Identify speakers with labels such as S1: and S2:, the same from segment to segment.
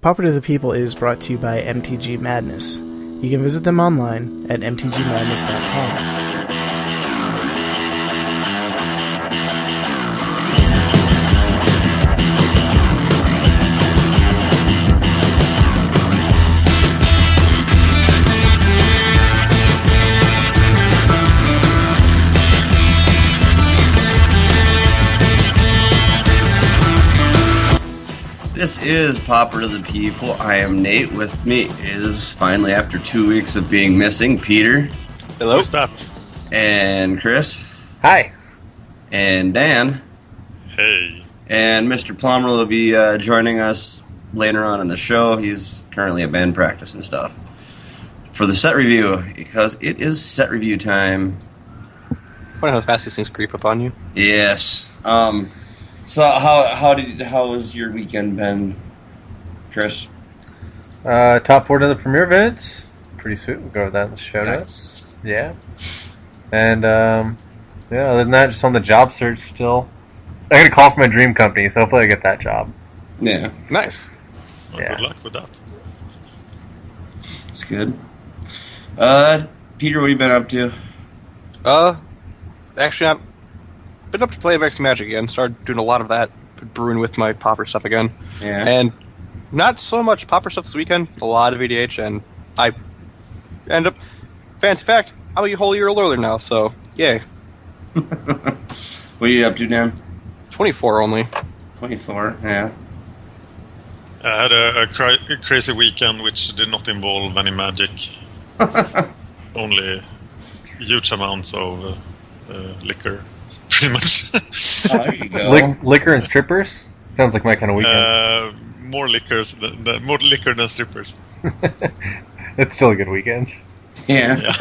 S1: Popper to the People is brought to you by MTG Madness. You can visit them online at mtgmadness.com.
S2: This is Popper to the People. I am Nate. With me is finally, after two weeks of being missing, Peter
S3: Hello. that?
S2: and Chris
S4: Hi.
S2: and Dan.
S3: Hey.
S2: And Mr. Plummer will be uh, joining us later on in the show. He's currently at band practice and stuff for the set review because it is set review time.
S3: Wonder how fast these things creep up on you.
S2: Yes. Um. So how how did how was your weekend been, Chris?
S4: Uh, top four to the premiere events. Pretty sweet. We'll go over that in the show notes. Yeah. And um, yeah, other than that, just on the job search still. I got a call from my dream company, so hopefully I get that job.
S2: Yeah,
S3: Nice. Well,
S4: Yeah.
S3: Good luck with that.
S2: it's good. Uh, Peter, what have you been up to?
S3: Uh, actually, I've been up to play Vex Magic again. Started doing a lot of that, brewing with my popper stuff again,
S2: Yeah.
S3: and not so much popper stuff this weekend. A lot of EDH, and I end up. Fancy fact, I'm a whole year a lurler now, so yay.
S2: What are you up to, Dan?
S3: 24 only.
S2: 24, yeah.
S5: I had a, a, cra- a crazy weekend which did not involve any magic, only huge amounts of uh, uh, liquor, pretty much.
S4: Oh,
S5: Uh,
S2: There you go.
S4: Lick, liquor and strippers sounds like my kind of weekend.
S5: uh, more liquors, than, than, more liquor than strippers.
S4: it's still a good weekend.
S2: yeah.
S5: Yeah,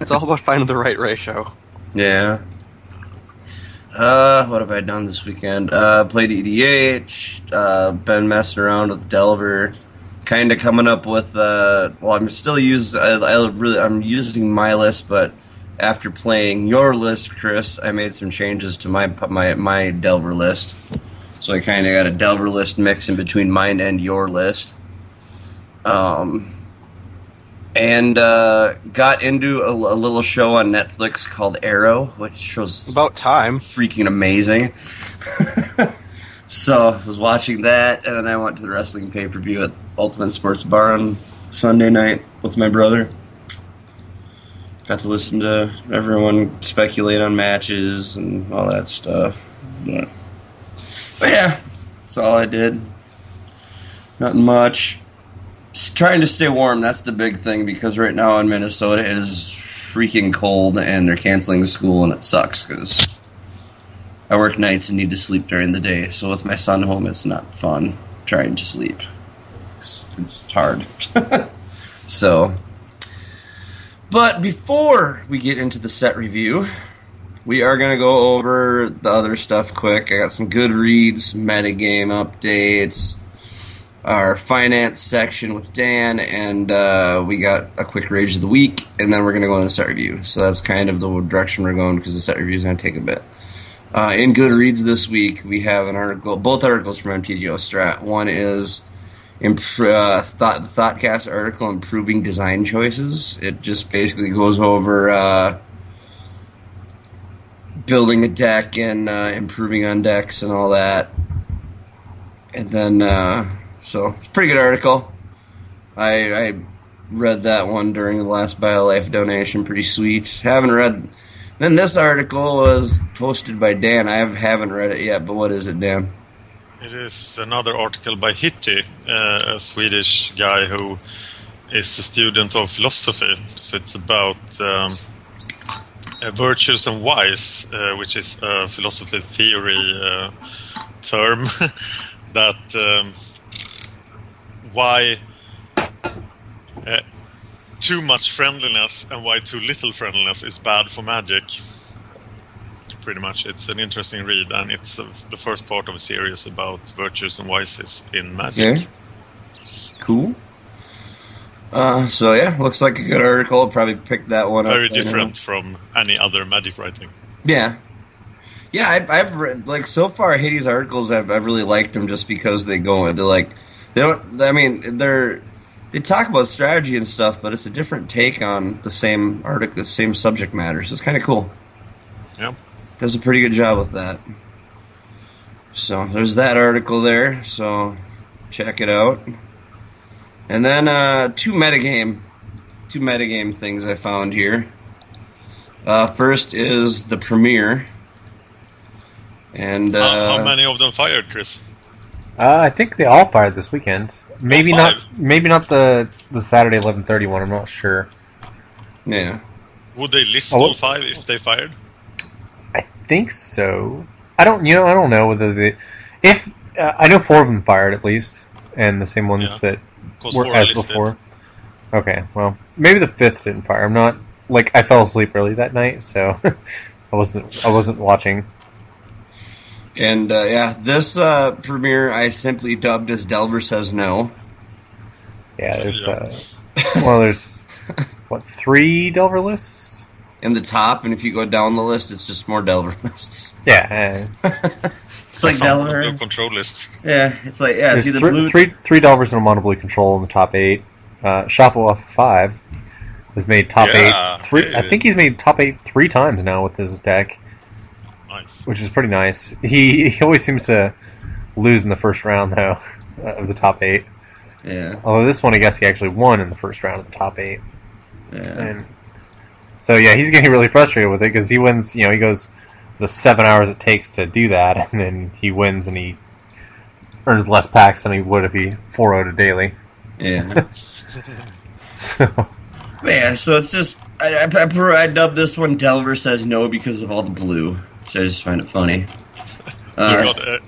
S3: It's all about finding the right ratio.
S2: Yeah. Uh, what have I done this weekend? Uh, played EDH, uh, been messing around with Delver, kind of coming up with, uh, well, I'm still using, I, I really, I'm using my list, but after playing your list, Chris, I made some changes to my, my, my Delver list. So I kind of got a Delver list mix in between mine and your list. Um, and uh, got into a, a little show on Netflix called Arrow, which shows
S3: About time.
S2: freaking amazing. so I was watching that, and then I went to the wrestling pay per view at Ultimate Sports Bar on Sunday night with my brother. Got to listen to everyone speculate on matches and all that stuff. But, but yeah, that's all I did. Nothing much. Just trying to stay warm. That's the big thing because right now in Minnesota it is freaking cold and they're canceling school and it sucks because I work nights and need to sleep during the day. So with my son home, it's not fun trying to sleep. It's, it's hard. so, but before we get into the set review, we are going to go over the other stuff quick. I got some good reads, metagame updates our finance section with Dan, and uh, we got a quick rage of the week, and then we're going to go on the set review. So that's kind of the direction we're going because the set review is going to take a bit. Uh, in Goodreads this week, we have an article, both articles from MTGO Strat. One is imp- uh, thought, the Thoughtcast article, Improving Design Choices. It just basically goes over. Uh, Building a deck and uh, improving on decks and all that. And then, uh, so it's a pretty good article. I, I read that one during the last BioLife donation. Pretty sweet. Haven't read. Then this article was posted by Dan. I haven't read it yet, but what is it, Dan?
S5: it is another article by Hitti, uh, a Swedish guy who is a student of philosophy. So it's about um, uh, virtues and whys, uh, which is a philosophy theory uh, term that um, why uh, too much friendliness and why too little friendliness is bad for magic. Pretty much, it's an interesting read, and it's uh, the first part of a series about virtues and vices in magic.
S2: Okay. Cool. Uh, so yeah, looks like a good article. Probably picked that one up.
S5: Very
S2: later.
S5: different from any other magic writing.
S2: Yeah. Yeah, I've, I've read, like, so far, Hades articles, I've, I've really liked them just because they go, they're like, They don't. I mean, they're they talk about strategy and stuff, but it's a different take on the same article, the same subject matter. So it's kind of cool.
S5: Yeah.
S2: Does a pretty good job with that. So there's that article there. So check it out. And then uh, two metagame, two metagame things I found here. Uh, first is the premiere. And uh,
S5: how, how many of them fired, Chris?
S4: Uh, I think they all fired this weekend. Maybe
S5: All
S4: not.
S5: fired?
S4: Maybe not the the Saturday eleven thirty one. I'm not sure.
S2: yeah,
S5: Would they list
S4: Oh,
S5: all
S4: what-
S5: five if they fired?
S4: I think so. I don't. You know, I don't know whether the if uh, I know four of them fired at least, and the same ones
S5: Yeah.
S4: that
S5: 'Cause
S4: were
S5: four
S4: as
S5: listed.
S4: before. Okay, well, maybe the fifth didn't fire. I'm not like I fell asleep early that night, so I wasn't. I wasn't watching.
S2: and uh, yeah, this uh, premiere I simply dubbed as Delver says no.
S4: Yeah, there's
S5: Yeah.
S4: uh, well, there's what three Delver lists?
S2: in the top, and if you go down the list, it's just more Delver lists.
S4: Yeah, uh,
S2: It's like
S5: Some of the
S2: Delver.
S5: blue control list.
S2: Yeah, it's like yeah, it's
S4: there's
S2: either
S4: three,
S2: blue.
S4: three three Delvers and a mono blue control in the top eight. Uh, Shuffle off five has made top
S5: Yeah,
S4: eight. Three, I
S5: hey.
S4: think he's made top eight three times now with his deck.
S5: Nice.
S4: which is pretty nice. He he always seems to lose in the first round though of the top eight.
S2: Yeah,
S4: Although this one, I guess he actually won in the first round of the top eight.
S2: yeah,
S4: And so yeah, he's getting really frustrated with it because he wins. You know, he goes the seven hours it takes to do that, and then he wins and he earns less packs than he would if he four would a daily.
S2: yeah.
S4: So
S2: Man, so it's just I, I, I, per- I dubbed this one Delver says no because of all the blue. So I just find it funny.
S5: You
S2: Uh,
S5: got, uh,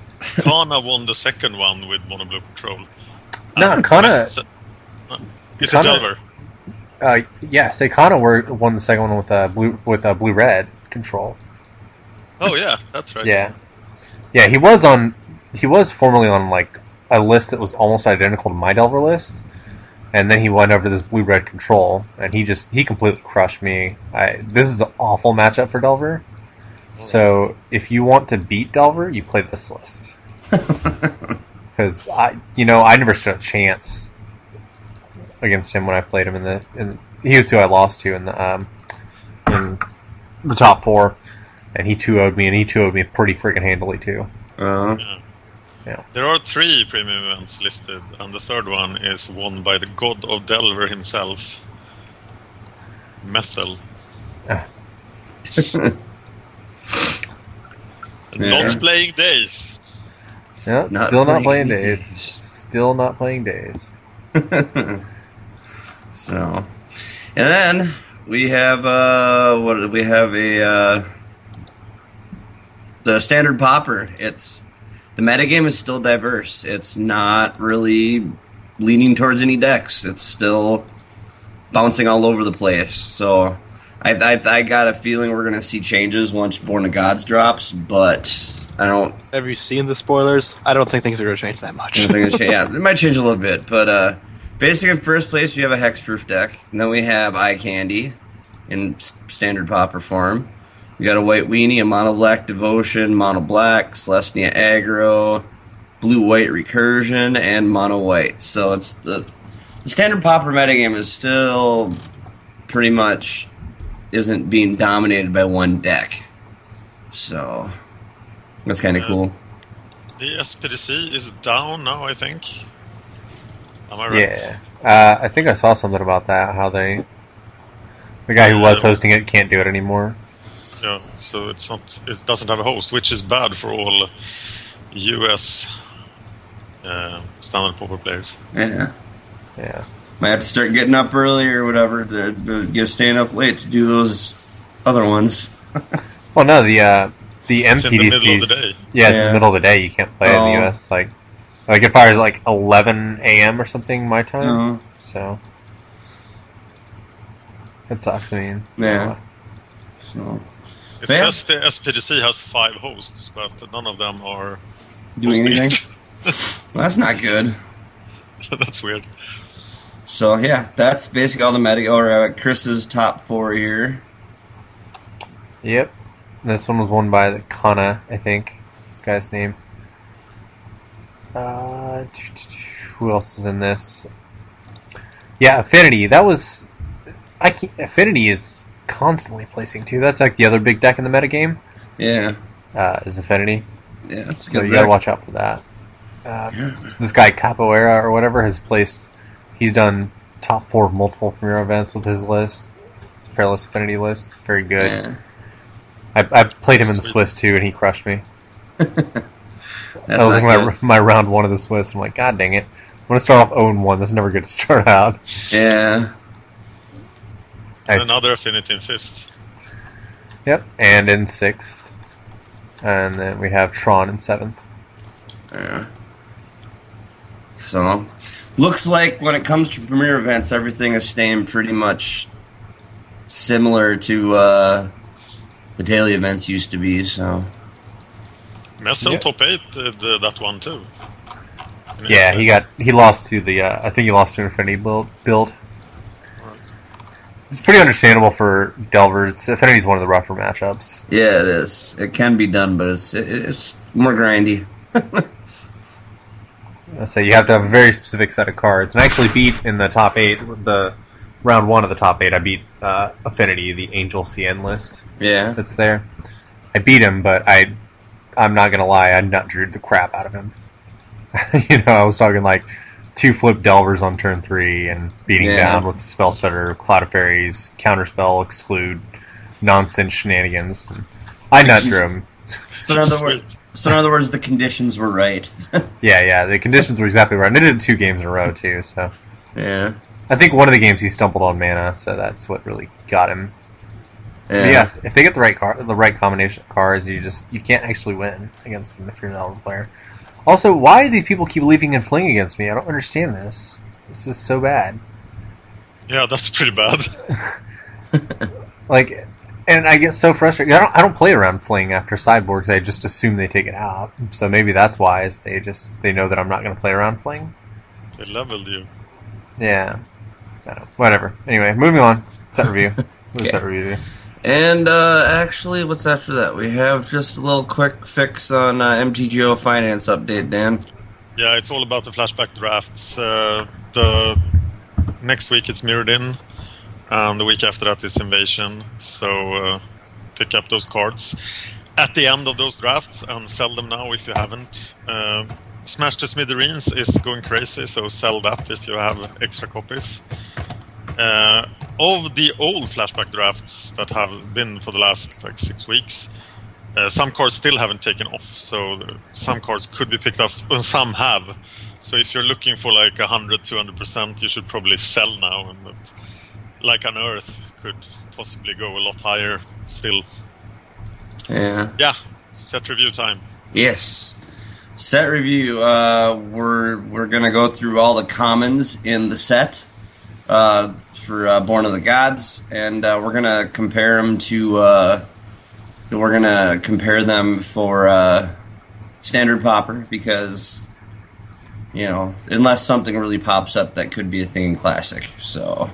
S5: Kana won the second one with mono blue control.
S4: no,
S5: And
S4: Kana.
S5: Chris- uh, It's
S4: Kana-
S5: a Delver.
S4: Uh, yeah, say Kana were- won the second one with uh, blue with uh, blue red control.
S5: Oh yeah, that's right.
S4: Yeah, yeah. He was on. He was formerly on like a list that was almost identical to my Delver list, and then he went over to this blue red control, and he just he completely crushed me. I, this is an awful matchup for Delver. So if you want to beat Delver, you play this list because I, you know, I never stood a chance against him when I played him in the. In, he was who I lost to in the um, in the top four and he 2 0'd me, and he 2 0'd me pretty freaking handily, too.
S2: uh,
S5: There are three premium events listed, and the third one is won by the god of Delver himself, Messel.
S4: Ah.
S5: Not
S2: Yeah.
S5: playing days.
S4: Yeah,
S2: Not
S4: still not
S2: playing
S4: playing days.
S2: days.
S4: Still not playing days.
S2: so, and then we have uh, what do we have a uh, the standard popper. It's the metagame is still diverse. It's not really leaning towards any decks. It's still bouncing all over the place. So, I I, I got a feeling we're gonna see changes once Born of Gods drops, but I don't
S3: Have you seen the spoilers? I don't think things are going to change that much.
S2: I don't think it's cha- yeah, it might change a little bit, but uh, basic in first place we have a hexproof deck. And then we have eye candy in s- standard popper form. We got a white weenie, a mono black devotion, mono black Celestia aggro, blue white recursion, and mono white. So it's the, the standard popper metagame is still pretty much isn't being dominated by one deck. So that's kind of cool.
S5: The SPDC is down now, I think. Am I right?
S4: Yeah. Uh, I think I saw something about that, how they. The guy who was hosting it can't do it anymore.
S5: Yeah, so it's not. It doesn't have a host, which is bad for all U.S. Uh, standard popper players.
S2: Yeah.
S4: Yeah.
S2: Might have to start getting up early or whatever to, to get staying up late to do those other ones.
S4: Well, no, the uh, the
S5: It's
S4: MPDCs.
S5: in the middle of the day.
S4: Yeah, it's in
S2: Yeah.
S4: the middle of the day. You can't play it in
S2: Oh.
S4: the US. Like, like it fires like 11 a.m. or something my time.
S2: Uh-huh.
S4: So. That sucks. I mean,
S2: Yeah. So
S5: It
S2: Fair.
S5: says the SPDC has five hosts, but none of them are
S2: doing
S5: hosting
S2: anything?
S5: it.
S2: Well, that's not good.
S5: That's weird.
S2: So yeah, that's basically all the meta or uh, Chris's top four here.
S4: Yep. This one was won by the Kana, I think. This guy's name. Uh, who else is in this? Yeah, Affinity. That was. I can't, Affinity is constantly placing too. That's like the other big deck in the metagame.
S2: Yeah.
S4: Uh, is Affinity.
S2: Yeah. That's
S4: So you gotta watch out for that. Uh, this guy Capoeira or whatever has placed. He's done top four of multiple premier events with his list. His Perilous Affinity list. It's very good.
S2: Yeah.
S4: I, I played him in the
S5: Sweet.
S4: Swiss too, and he crushed me.
S2: That's
S4: That
S2: not
S4: was my,
S2: good.
S4: my round one of the Swiss. I'm like, God dang it. I'm going to start off 0 1. That's never good to start out.
S2: Yeah.
S5: And
S4: Nice.
S5: another affinity in fifth.
S4: Yep. And in sixth. And then we have Tron in seventh.
S2: Yeah. So, looks like when it comes to premier events, everything is staying pretty much similar to uh, the daily events used to be. So,
S5: Messel
S3: Yeah.
S5: top eight did uh, that one too. In
S4: Yeah,
S5: his
S4: he
S5: list.
S4: got he lost to the uh, I think he lost to Infinity build. build. It's pretty understandable for Delver. It's, Infinity's one of the rougher matchups.
S2: yeah, it is. It can be done, but it's it, it's more grindy.
S4: I say you have to have a very specific set of cards. And I actually beat in the top eight, the round one of the top eight. I beat uh, Affinity, the Angel CN list.
S2: Yeah.
S4: that's there. I beat him, but I, I'm not gonna lie, I nut drew the crap out of him. you know, I was talking like two flip delvers on turn three and beating
S2: Yeah.
S4: down with spell stutter, cloud of fairies, counterspell, exclude, nonsense shenanigans. I nut drew him.
S2: So in other words, so in other words, the conditions were right.
S4: Yeah, yeah. The conditions were exactly right. And I did it two games in a row too. So
S2: yeah.
S4: I think one of the games he stumbled on mana, so that's what really got him. But yeah, if they get the right card, the right combination of cards, you just you can't actually win against them if you're an Elven player. Also, why do these people keep leaving and fling against me? I don't understand this. This is so bad.
S5: Yeah, that's pretty bad.
S4: Like, and I get so frustrated. I don't. I don't play around fling after sideboards. I just assume they take it out. So maybe that's why is they just they know that I'm not going to play around fling.
S5: they leveled you.
S4: Yeah. I don't- whatever. Anyway, moving on. Set review. What does
S2: Okay.
S4: set review. do?
S2: And uh, actually, what's after that? We have just a little quick fix on uh, MTGO finance update, Dan.
S5: Yeah, it's all about the flashback drafts. Uh, the next week it's Mirrodin, and the week after that is Invasion. So uh, pick up those cards at the end of those drafts and sell them now if you haven't. Uh, Smash the Smithereens is going crazy, so sell that if you have extra copies. Uh, of the old flashback drafts that have been for the last like six weeks, uh, some cards still haven't taken off, so the- some cards could be picked up, and some have. So if you're looking for like 100, 200%, you should probably sell now. And that, like an Earth could possibly go a lot higher still.
S2: Yeah.
S5: Yeah, set review time.
S2: Yes. Set review. Uh, we're we're gonna go through all the commons in the set uh, for uh, Born of the Gods, and uh, we're gonna compare them to. Uh, we're gonna compare them for uh, standard popper because you know unless something really pops up, that could be a thing in classic. So.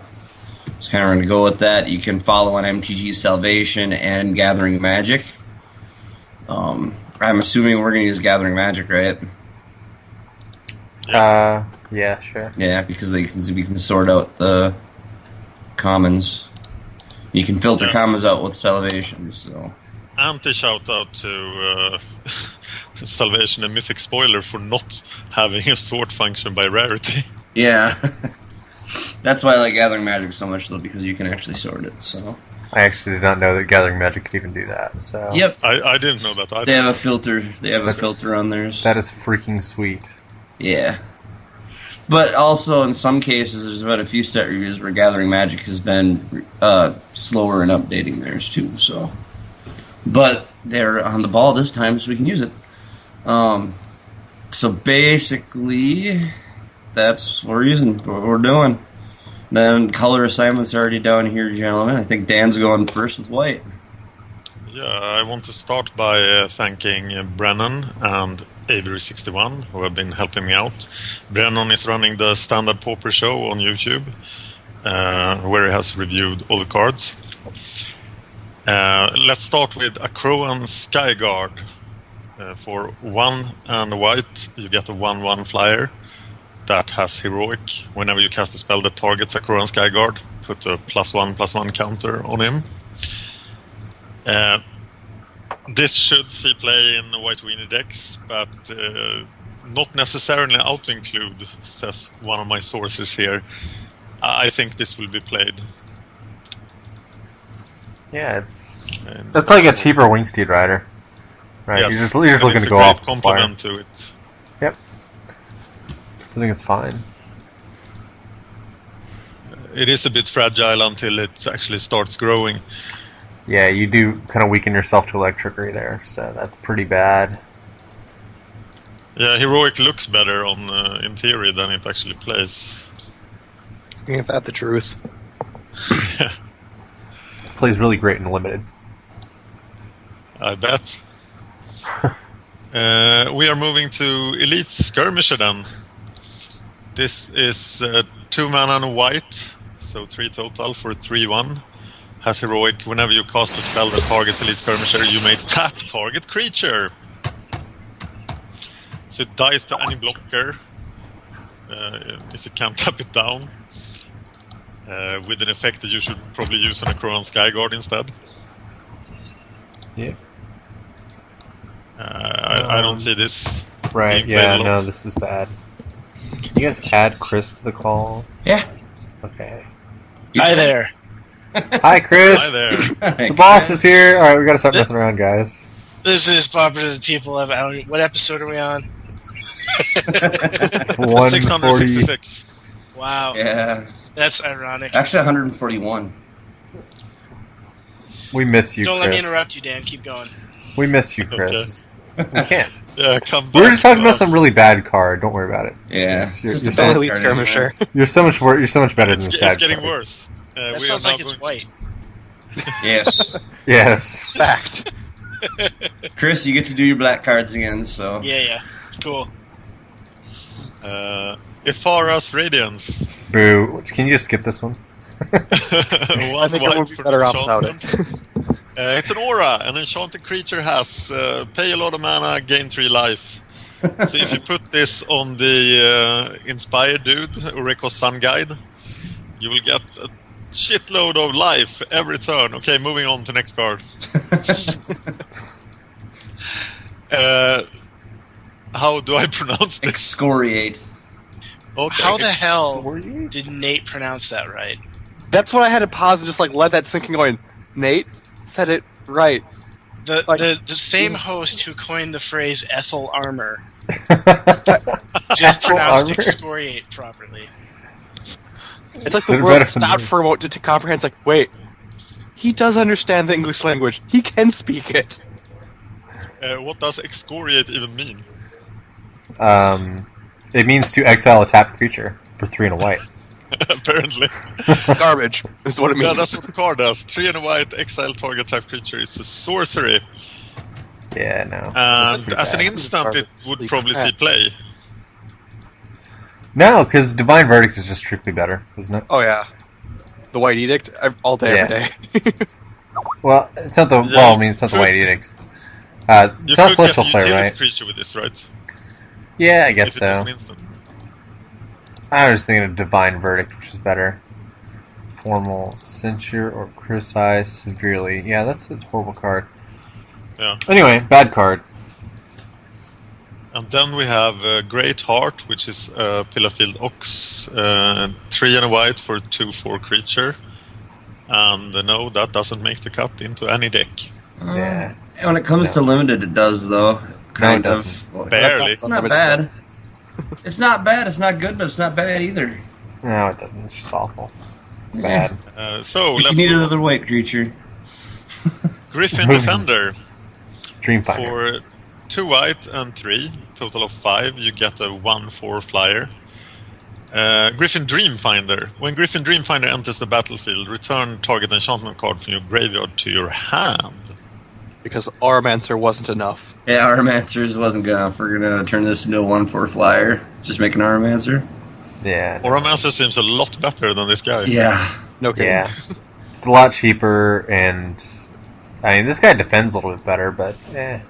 S2: Just kind of going to go with that. You can follow on MTG Salvation and Gathering Magic. Um, I'm assuming we're going to use Gathering Magic, right?
S4: Uh, yeah, sure.
S2: Yeah, because they can, we can sort out the commons. You can filter
S5: Yeah.
S2: commons out with Salvation, so.
S5: Anti shout out to uh, Salvation and Mythic Spoiler for not having a sort function by rarity.
S2: Yeah. That's why I like Gathering Magic so much, though, because you can actually sort it, so.
S4: I actually did not know that Gathering Magic could even do that. So
S2: Yep.
S5: I, I didn't know that.
S2: They
S5: either.
S2: have a filter. They have a
S4: Oh. That's-
S2: filter on theirs.
S4: that is freaking sweet.
S2: Yeah. But also, in some cases, there's been a few set reviews where Gathering Magic has been uh, slower in updating theirs, too, so. But they're on the ball this time, so we can use it. Um, so basically, that's what we're using, what we're doing. Then color assignments are already down here, gentlemen. I think Dan's going first with white.
S5: Yeah, I want to start by uh, thanking uh, Brennan and Avery61 who have been helping me out. Brennan is running the Standard Pauper show on YouTube uh, where he has reviewed all the cards. Uh, let's start with Acroan Skyguard. Uh, for one and white, you get a 1 1 flyer. that has heroic. Whenever you cast a spell that targets a Koran Skyguard, put a plus one plus one counter on him. Uh, this should see play in the White Weenie decks, but uh, not necessarily out to include, says one of my sources here. I I think this will be played.
S4: Yeah, it's
S5: And-
S4: that's like a cheaper Wingsteed rider, right?
S5: Yes,
S4: You're just, you're just
S5: and
S4: looking
S5: it's
S4: to
S5: a
S4: go
S5: great
S4: off the fire.
S5: complement to it.
S4: Yep. So I think it's fine.
S5: It is a bit fragile until it actually starts growing.
S4: Yeah, you do kind of weaken yourself to electricry there, so that's pretty bad.
S5: Yeah, heroic looks better on uh, in theory than it actually plays.
S3: Ain't that the truth?
S4: It plays really great in limited.
S5: I bet. uh, we are moving to Elite Skirmisher then. This is uh, two mana and a white, so three total for 3 1. Has heroic. Whenever you cast a spell that targets Elite Skirmisher, you may tap target creature. So it dies to any blocker uh, if it can't tap it down. Uh, with an effect that you should probably use on a Koran Skyguard instead.
S4: Yeah.
S5: Uh, I, I don't see this.
S4: Right.
S5: You play a
S4: Yeah.
S5: lot.
S4: No, this is bad. You guys add Chris to the call.
S2: Yeah.
S4: Okay.
S1: Hi there.
S4: Hi, Chris.
S5: Hi there.
S4: The boss is here. All right, we gotta start messing around, guys.
S6: This is popular to the people of. I don't, what episode are we on?
S4: One forty.
S5: 666.
S6: wow,
S2: Yeah.
S6: that's ironic.
S2: Actually, 141.
S4: We miss you,
S6: don't
S4: Chris.
S6: let me interrupt you, Dan. Keep going.
S4: We miss you, Chris. We can't.
S5: Yeah, Uh, come back.
S4: We were just talking
S5: to
S4: about some
S5: us.
S4: really bad card. Don't worry about it.
S2: Yeah.
S4: You're-
S2: It's just a
S4: you're
S2: bad
S3: Elite
S2: card
S3: skirmisher.
S4: You're so much worse. You're so much better
S5: It's,
S4: than
S5: ge-
S4: this
S5: it's
S4: bad
S5: getting
S4: card.
S5: worse. Uh,
S6: That
S5: we are
S6: sounds
S5: now
S6: like it's
S5: going
S6: white.
S2: anyway. Yes.
S4: Yes.
S3: Fact.
S2: Chris, you get to do your black cards again, so.
S6: Yeah, yeah. Cool.
S5: to, Uh, Ifara's Radiance.
S4: Boo. Can you just skip this one?
S3: I
S5: I
S3: think I would be better off without it.
S5: Uh, it's an aura. An enchanted creature has uh, pay a lot of mana, gain three life. so if you put this on the uh, inspired dude, Ureko's Sun Guide, you will get a shitload of life every turn. Okay, moving on to next card. uh, how do I pronounce this?
S2: Excoriate.
S5: Okay.
S6: How the hell
S4: Were you?
S6: did Nate pronounce that right?
S3: That's what I had to pause and just like let that sink in. Going, Nate said it right.
S6: The
S3: Like-
S6: the, the same host who coined the phrase Ethel armor just
S4: Ethel
S6: pronounced
S4: armor?
S6: excoriate properly.
S3: It's like the
S4: They're
S3: world
S4: better than
S3: stopped
S4: me.
S3: for a moment to, to comprehend. It's like, wait, he does understand the English language. He can speak it.
S5: Uh, what does excoriate even mean?
S4: um, it means to exile a tapped creature for three and a white.
S5: Apparently.
S3: Garbage is what it
S5: Yeah,
S3: means.
S5: that's what the card does. Three and a white, exile target type creature. It's a sorcery.
S4: Yeah. No. That's
S5: And
S4: pretty
S5: Um, as an
S4: bad.
S5: instant, it would probably see play.
S4: No, because Divine Verdict is just strictly better, isn't it?
S3: oh yeah, the White Edict I- all day,
S4: Yeah.
S3: every day.
S4: Well, it's not the
S5: Yeah,
S4: well. I
S5: you
S4: mean, it's not the
S5: could-
S4: White Edict. It's, uh,
S5: You
S4: it's not
S5: could
S4: Celestial
S5: get a
S4: Flare,
S5: utility
S4: right? uh,
S5: creature with this, right?
S4: Yeah, I
S5: If
S4: guess
S5: it was
S4: so.
S5: an instant.
S4: I was thinking of Divine Verdict, which is better. Formal censure or criticize severely. Yeah, that's a horrible card.
S5: Yeah.
S4: Anyway, bad card.
S5: And then we have uh, Great Heart, which is a Pillarfield Ox, uh, three and a white for a two four creature. And uh, no, that doesn't make the cut into any deck.
S4: Yeah.
S2: Uh, When it comes to limited, it does though. Kind
S4: it
S2: of.
S4: doesn't.
S2: Well,
S5: Barely.
S2: It's not bad. It's not bad. It's not good, but it's not bad either.
S4: No, it doesn't. It's just awful. It's
S2: Yeah.
S4: bad.
S5: Uh, so
S2: If
S5: let's
S2: you need
S5: move on.
S2: another white creature,
S5: Griffin Defender.
S4: Dreamfinder.
S5: For two white and three, total of five, you get a one four flyer. Uh, Griffin Dreamfinder. When Griffin Dreamfinder enters the battlefield, return target enchantment card from your graveyard to your hand.
S3: because our answer wasn't enough.
S2: yeah, Armancers wasn't good enough. We're gonna turn this into a one-four flyer. Just make an Armancer.
S4: Yeah.
S5: Oromancer seems a lot better than this guy.
S2: Yeah.
S3: No kidding.
S4: Yeah. It's a lot cheaper, and I mean, this guy defends a little bit better, but eh.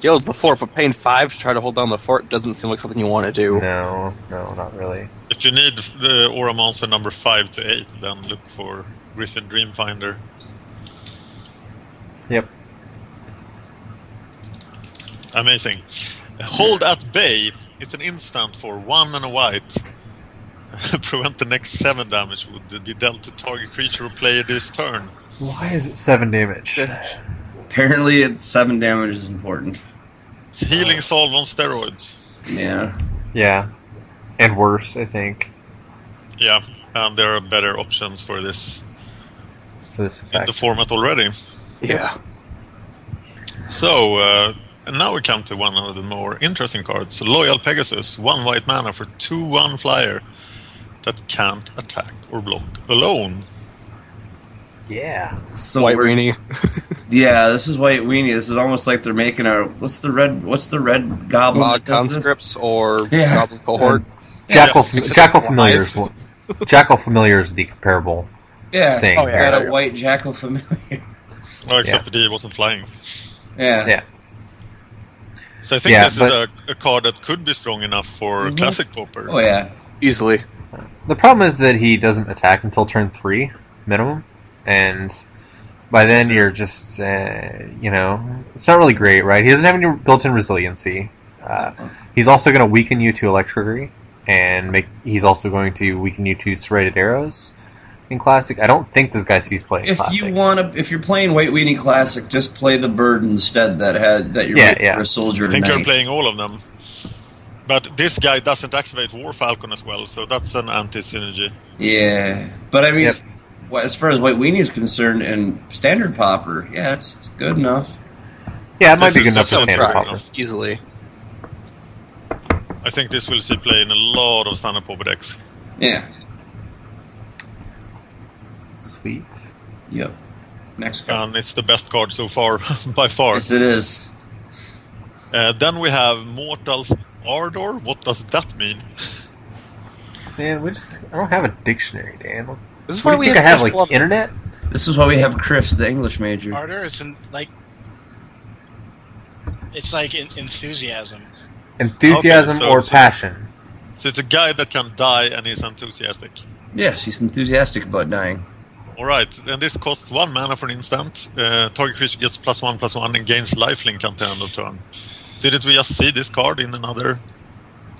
S3: Yield the floor, but paying five to try to hold down the fort doesn't seem like something you want to do.
S4: No, no, not really.
S5: If you need the aura monster number five to eight, then look for Griffin Dreamfinder.
S4: Yep.
S5: Amazing. Hold at bay is an instant for one and a white. Prevent the next seven damage would be dealt to target creature or player this turn.
S4: Why is it seven damage?
S2: Apparently, it, seven damage is important.
S5: It's healing solve on steroids.
S2: Yeah.
S4: Yeah, and worse, I think,
S5: Yeah, and there are better options for this
S4: for this
S5: in
S4: effect.
S5: the format already.
S3: Yeah.
S5: So, uh, and now we come to one of the more interesting cards Loyal Pegasus, one white mana for 2 1 flyer that can't attack or block alone.
S4: yeah.
S2: So
S3: White
S2: we're-
S3: Weenie.
S2: Yeah, this is white weenie. This is almost like they're making a what's the red what's the red goblin?
S3: Mod
S2: that does this?
S3: conscripts or
S2: Yeah.
S3: goblin cohort.
S4: Jackal,
S5: Yes.
S4: Jackal familiar is one- Jackal familiar is the comparable.
S2: Yeah,
S4: thing.
S2: oh,
S4: Oh,
S2: yeah,
S4: yeah,
S2: got
S3: there
S2: a
S3: you
S2: white jackal familiar.
S5: Well, except
S4: Yeah.
S5: that he wasn't flying.
S2: Yeah.
S4: Yeah.
S5: So I think
S4: Yeah,
S5: this is a,
S4: but-
S5: a card that could be strong enough for classic popper.
S2: Oh yeah.
S3: Easily.
S4: The problem is that he doesn't attack until turn three minimum, and by then you're just uh, you know it's not really great, right? He doesn't have any built-in resiliency. Uh, he's also going to weaken you to electricity, and make he's also going to weaken you to serrated arrows. In classic, I don't think this guy sees play. in
S2: If
S4: classic.
S2: you want to, if you're playing white weenie classic, just play the bird instead. That had that you're
S4: Yeah,
S2: waiting
S4: yeah.
S2: for a soldier
S5: I think
S2: tonight.
S5: you're playing all of them. But this guy doesn't activate War Falcon as well, so that's an anti synergy.
S2: yeah, but I mean,
S4: Yep.
S2: well, as far as white weenie is concerned, and standard popper, yeah, it's, it's good enough.
S4: yeah, it
S5: This
S4: might be
S5: is
S4: good enough
S5: also
S4: for standard
S5: try,
S4: popper.
S5: no?
S3: Easily.
S5: I think this will see play in a lot of standard popper decks.
S2: Yeah.
S4: Sweet.
S2: Yep. Next card.
S5: And it's the best card so far, by far.
S2: yes, it is.
S5: Uh, then we have Mortal's Ardor. What does that mean?
S4: Man, we just I don't have a dictionary, Dan. What
S3: This is
S4: do
S3: why
S4: you
S3: we
S4: think I have
S3: Josh
S4: like
S3: Blum.
S4: internet?
S2: This is why we have Chris, the English major.
S6: Ardor is in, like it's like en- enthusiasm.
S4: Enthusiasm
S5: so-
S4: or
S5: so-
S4: passion?
S5: So it's a guy that can die and is enthusiastic.
S2: Yes, he's enthusiastic about dying.
S5: Alright, and this costs one mana for an instant. Uh, target creature gets plus one plus one and gains lifelink until end of turn. Didn't we just see this card in another?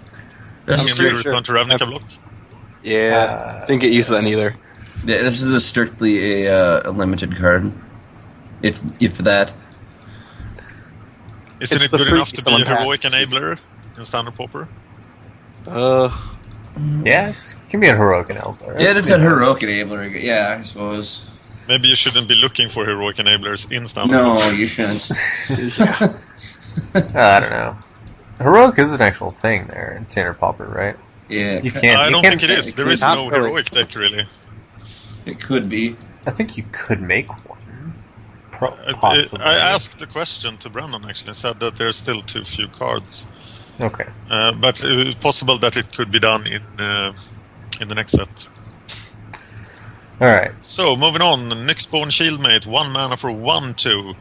S5: I mean,
S2: This,
S5: we
S3: pretty sure-
S5: return to Ravnica block.
S3: Yeah.
S4: Uh,
S3: Didn't get used to that either.
S2: yeah, this is a strictly a, uh, a limited card. If if that.
S5: Isn't
S3: It's
S5: it
S3: the
S5: good
S3: freak
S5: enough to be
S3: someone
S5: a heroic
S3: has to.
S5: enabler in standard popper?
S3: Uh,
S4: Yeah, it's, it can be a heroic and elder.
S2: Yeah, it's a heroic enabler. Yeah, I suppose.
S5: Maybe you shouldn't be looking for heroic enablers in
S4: Oh.
S5: standard.
S2: No, you shouldn't.
S4: Uh, I don't know. Heroic is an actual thing there in Standard Popper, right?
S2: Yeah,
S4: You
S2: c-
S4: can't.
S5: I
S4: you
S5: don't
S4: can't-
S5: think it is. There is
S3: Not
S5: no
S3: really.
S5: heroic deck really. Uh,
S2: it could be.
S4: I think you could make one. Pro-
S5: I-
S4: possibly.
S5: Uh, I asked the question to Brandon actually and said that there's still too few cards.
S4: Okay.
S5: Uh, but it's possible that it could be done in uh, in the next set.
S4: All right.
S5: So moving on, Nyxborn Shieldmate, one mana for one two.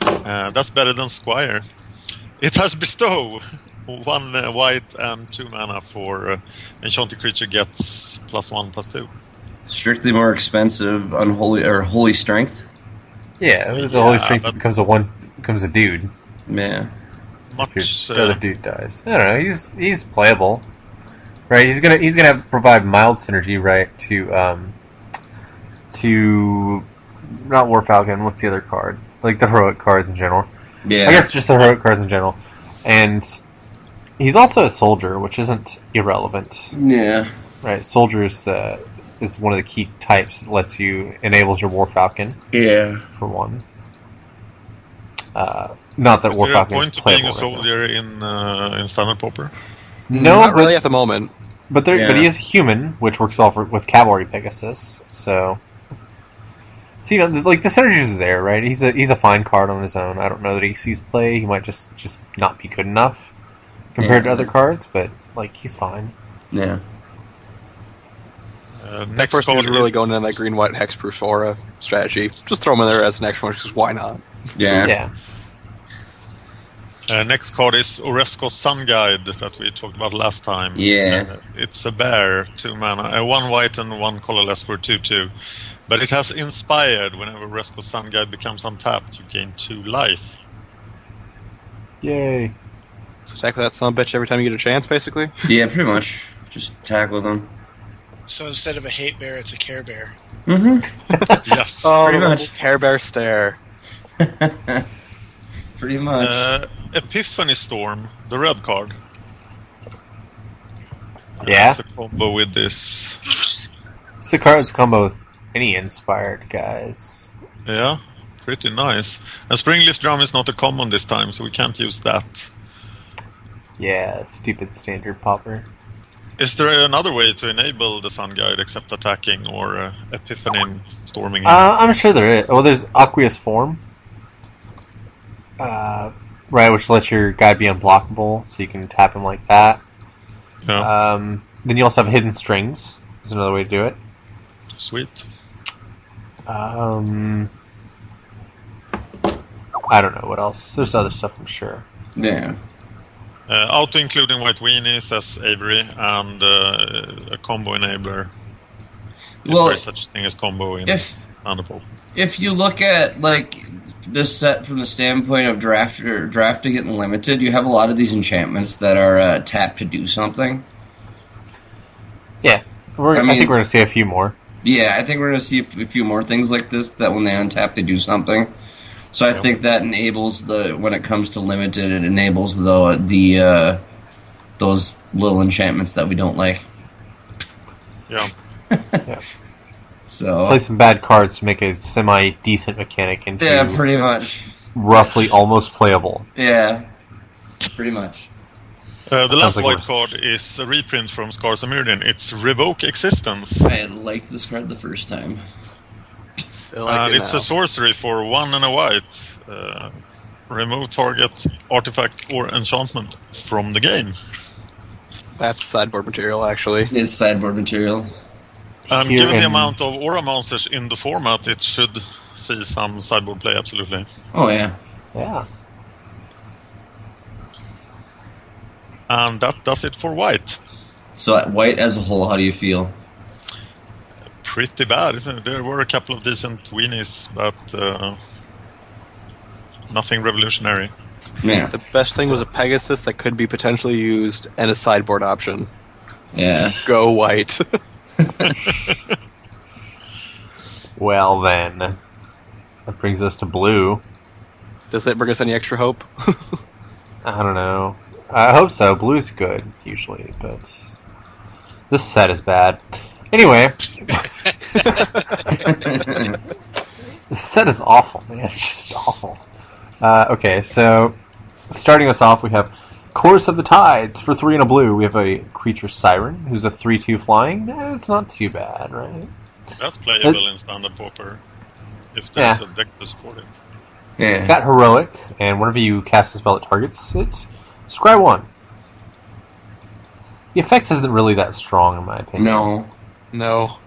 S5: Uh, that's better than Squire. It has bestow, one uh, white and two mana for uh, enchanted creature gets plus one plus two.
S2: Strictly more expensive, unholy or holy strength.
S4: Yeah, the
S5: Yeah,
S4: Holy Strength
S5: but-
S4: becomes a one becomes a dude.
S2: Yeah,
S4: Your
S5: Much
S4: other
S5: uh,
S4: dude dies. I don't know. He's he's playable, right? He's gonna he's gonna provide mild synergy, right? To um to not War Falcon. What's the other card? Like the heroic cards in general.
S2: yeah.
S4: I guess just the heroic cards in general. And he's also a soldier, which isn't irrelevant,
S2: Yeah,
S4: right? Soldiers uh, is one of the key types that lets you enables your War Falcon
S2: yeah.
S4: for one. Uh, not that
S5: is
S4: War
S5: there a
S4: Falcon is
S5: point to being a
S4: playable. right now.
S5: soldier in uh, in standard popper?
S4: No,
S3: not
S4: but-
S3: really at the moment.
S4: but there, but
S2: Yeah.
S4: he is human, which works well for, with cavalry Pegasus. So, so you know, like the synergies are there, right? He's a he's a fine card on his own. I don't know that he sees play. He might just just not be good enough compared
S2: Yeah.
S4: to other cards, but like he's fine.
S2: Yeah,
S5: Uh,
S3: That
S5: next
S3: person
S5: card
S3: was really going in that green white hexproof aura strategy. Just throw him in there as an extra one because why not?
S2: yeah,
S4: Yeah.
S5: Uh, next card is Oresco's Sun Guide that we talked about last time.
S2: Yeah.
S5: Uh, it's a bear, two mana, uh, one white and one colorless for 2 2. But it has inspired. Whenever Oresco's Sun Guide becomes untapped, you gain two life.
S4: Yay.
S3: So tackle that son of a bitch every time you get a chance, basically.
S2: Yeah, pretty much. Just tackle them.
S6: So instead of a hate bear, it's a care bear.
S2: Mm-hmm.
S5: yes.
S3: Oh,
S2: Pretty
S3: the
S2: much.
S3: little Care Bear stare.
S2: pretty much.
S5: Uh, Epiphany Storm, the red card.
S4: Yeah.
S5: It's a combo with this.
S4: It's a card that's combo with any inspired guys.
S5: Yeah, pretty nice. And Springleaf Drum is not a common this time, so we can't use that.
S4: Yeah, stupid standard popper.
S5: Is there another way to enable the Sun Guide except attacking or uh, Epiphany and storming?
S4: Uh, I'm sure there is. Well, there's Aqueous Form. Uh, right, which lets your guy be unblockable, so you can tap him like that.
S5: yeah,
S4: Um, then you also have Hidden Strings, is another way to do it.
S5: sweet.
S4: Um, I don't know what else. There's other stuff, I'm sure.
S2: yeah.
S5: Uh, auto including White Weenie, says Avery, and uh, a combo enabler.
S2: Well-
S5: if there's such a thing as combo in
S2: If
S5: Thunderbolt.
S2: if you look at like this set from the standpoint of draft or drafting it and limited, you have a lot of these enchantments that are uh, tapped to do something.
S4: We're,
S2: I
S4: I,
S2: mean-
S4: think we're gonna see a few more.
S2: Yeah, I think we're gonna see a f- a few more things like this that when they untap, they do something. So I
S5: Yeah.
S2: think that enables the when it comes to limited, it enables the the uh, those little enchantments that we don't like.
S5: Yeah. Uh,
S2: So
S4: Play some bad cards to make a semi decent mechanic into
S2: yeah, pretty much.
S4: roughly almost playable.
S2: Yeah, pretty much.
S5: Uh, the
S4: That sounds
S5: last
S4: like
S5: white
S4: worse.
S5: card is a reprint from Scars of Mirrodin. It's Revoke Existence.
S2: I liked this card the first time.
S3: Still
S5: Uh,
S3: like it
S5: it's
S3: now.
S5: a sorcery for one and a white. Uh, remove target artifact or enchantment from the game.
S3: That's sideboard material, actually.
S2: It's sideboard material.
S5: And
S4: Here
S5: given the
S4: in-
S5: amount of aura monsters in the format, it should see some sideboard play, absolutely.
S2: Oh yeah.
S4: Yeah.
S5: And that does it for white.
S2: So uh, white as a whole, how do you feel?
S5: Pretty bad, isn't it? There were a couple of decent weenies, but uh, nothing revolutionary.
S2: Yeah.
S3: The best thing was a Pegasus that could be potentially used and a sideboard option.
S2: Yeah.
S3: Go white.
S4: Well then, that brings us to blue.
S3: Does it bring us any extra hope?
S4: I don't know. I hope so. Blue's good usually, but this set is bad. Anyway, this set is awful, man. It's just awful. Uh, okay, so starting us off, we have Chorus of the Tides for three and a blue. We have a creature Siren who's a three-two flying. Eh, It's not too bad, right?
S5: That's playable
S4: That's-
S5: in Standard Pauper if there's
S4: Yeah.
S5: a deck to support it.
S2: yeah.
S4: It's got heroic, and whenever you cast a spell that targets it, scry one. The effect isn't really that strong, in my opinion.
S2: No.
S3: No.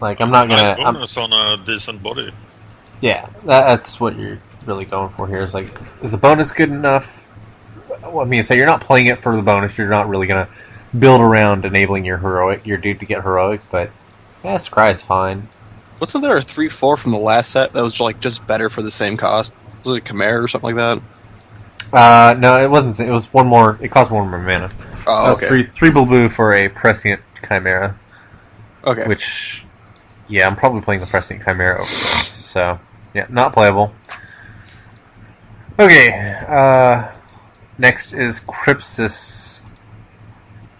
S4: Like I'm not gonna.
S5: Nice
S4: I'm-
S5: bonus on a decent body.
S4: yeah, that, that's what you're really going for here. Is like, is the bonus good enough? Well, I mean, so you're not playing it for the bonus. You're not really gonna build around enabling your heroic, your dude to get heroic. But yeah, scry's fine.
S3: Wasn't there a 3 4 from the last set that was like just better for the same cost? Was it Khmer or something like that?
S4: Uh, no, it wasn't. It was one more. It cost one more mana.
S3: Oh,
S4: Uh, Three,
S3: okay.
S4: three blue blue for a prescient chimera.
S3: Okay.
S4: Which, yeah, I'm probably playing the Prescient Chimera over this. So, yeah, not playable. Okay, uh, next is Crypsis.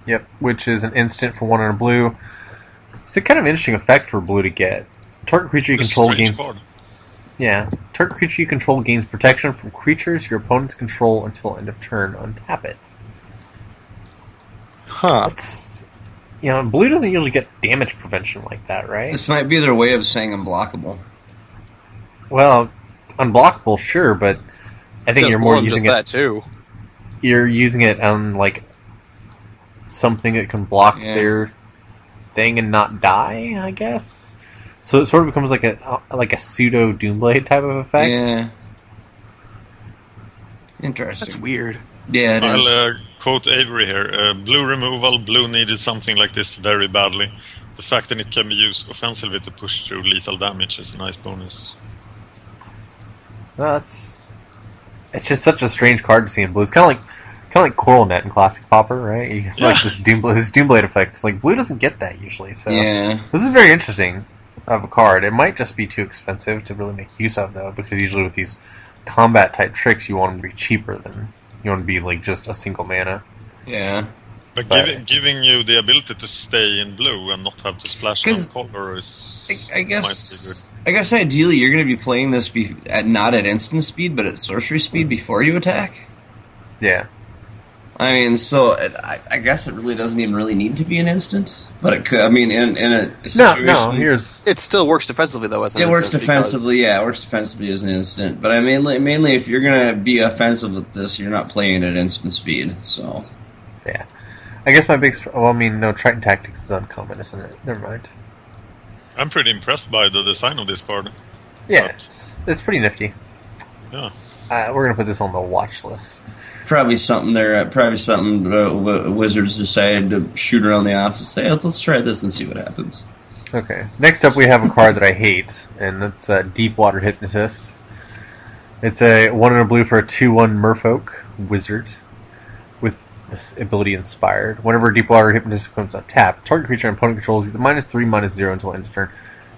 S4: Yep, which is an instant for one and a blue. It's a kind of interesting effect for blue to get. Target creature you
S5: It's a
S4: control
S5: strange
S4: gains.
S5: card.
S4: Yeah, target creature you control gains protection from creatures your opponents control until end of turn. Untap it.
S3: Huh.
S4: That's you know, blue doesn't usually get damage prevention like that, right?
S2: This might be their way of saying unblockable.
S4: Well, unblockable, sure, but I think
S3: Does
S4: you're more
S3: than
S4: using
S3: just
S4: it.
S3: that too.
S4: You're using it on like something that can block
S2: Yeah.
S4: their thing and not die, I guess. So it sort of becomes like a like a pseudo Doomblade type of effect.
S2: Yeah.
S3: That's
S7: Interesting.
S3: weird.
S7: Yeah, it
S5: I'll
S7: is.
S5: uh, quote Avery here. Uh, blue removal, blue needed something like this very badly. The fact that it can be used offensively to push through lethal damage is a nice bonus.
S4: No, that's it's just such a strange card to see in blue. It's kind of like kind of like Coral Net in Classic Popper, right? You have, like
S5: Yeah.
S4: this Doom this Doomblade effect. It's like blue doesn't get that usually. So
S7: Yeah.
S4: this is very interesting of a card. It might just be too expensive to really make use of though, because usually with these combat type tricks, you want them to be cheaper than you want to be like just a single mana.
S7: Yeah.
S5: But
S4: Right.
S5: giv giving you the ability to stay in blue and not have to splash
S7: 'Cause
S5: on cover is
S7: I, I guess.
S5: might
S7: I guess ideally you're going to be playing this be- at not at instant speed, but at sorcery speed before you attack.
S4: Yeah,
S2: I mean, so it, I, I guess it really doesn't even really need to be an instant, but it could. I mean, in in a
S4: no,
S2: situation,
S4: no. Here's
S3: It still works defensively though. As an
S2: it works
S3: instant,
S2: defensively. Yeah, it works defensively as an instant. But I mainly mainly if you're gonna be offensive with this, you're not playing at instant speed. So
S4: I guess my big. sp- Well, I mean, no. Triton Tactics is uncommon, isn't it? Never mind.
S5: be good. I'm pretty impressed by the design of this card.
S4: Yeah,
S5: Right.
S4: it's, it's pretty nifty.
S5: Yeah.
S4: Uh, we're gonna put this on the watch list.
S2: probably something there. Probably something uh, w- Wizards decided to shoot around the office. Say, let's try this and see what happens.
S4: Okay. Next up, we have a card that I hate, and that's uh, Deep Water Hypnotist. It's a one in a blue for a two-one Merfolk wizard with this ability Inspired. Whenever Deep Water Hypnotist comes on tap, target creature and opponent controls either minus three, minus zero until end of turn.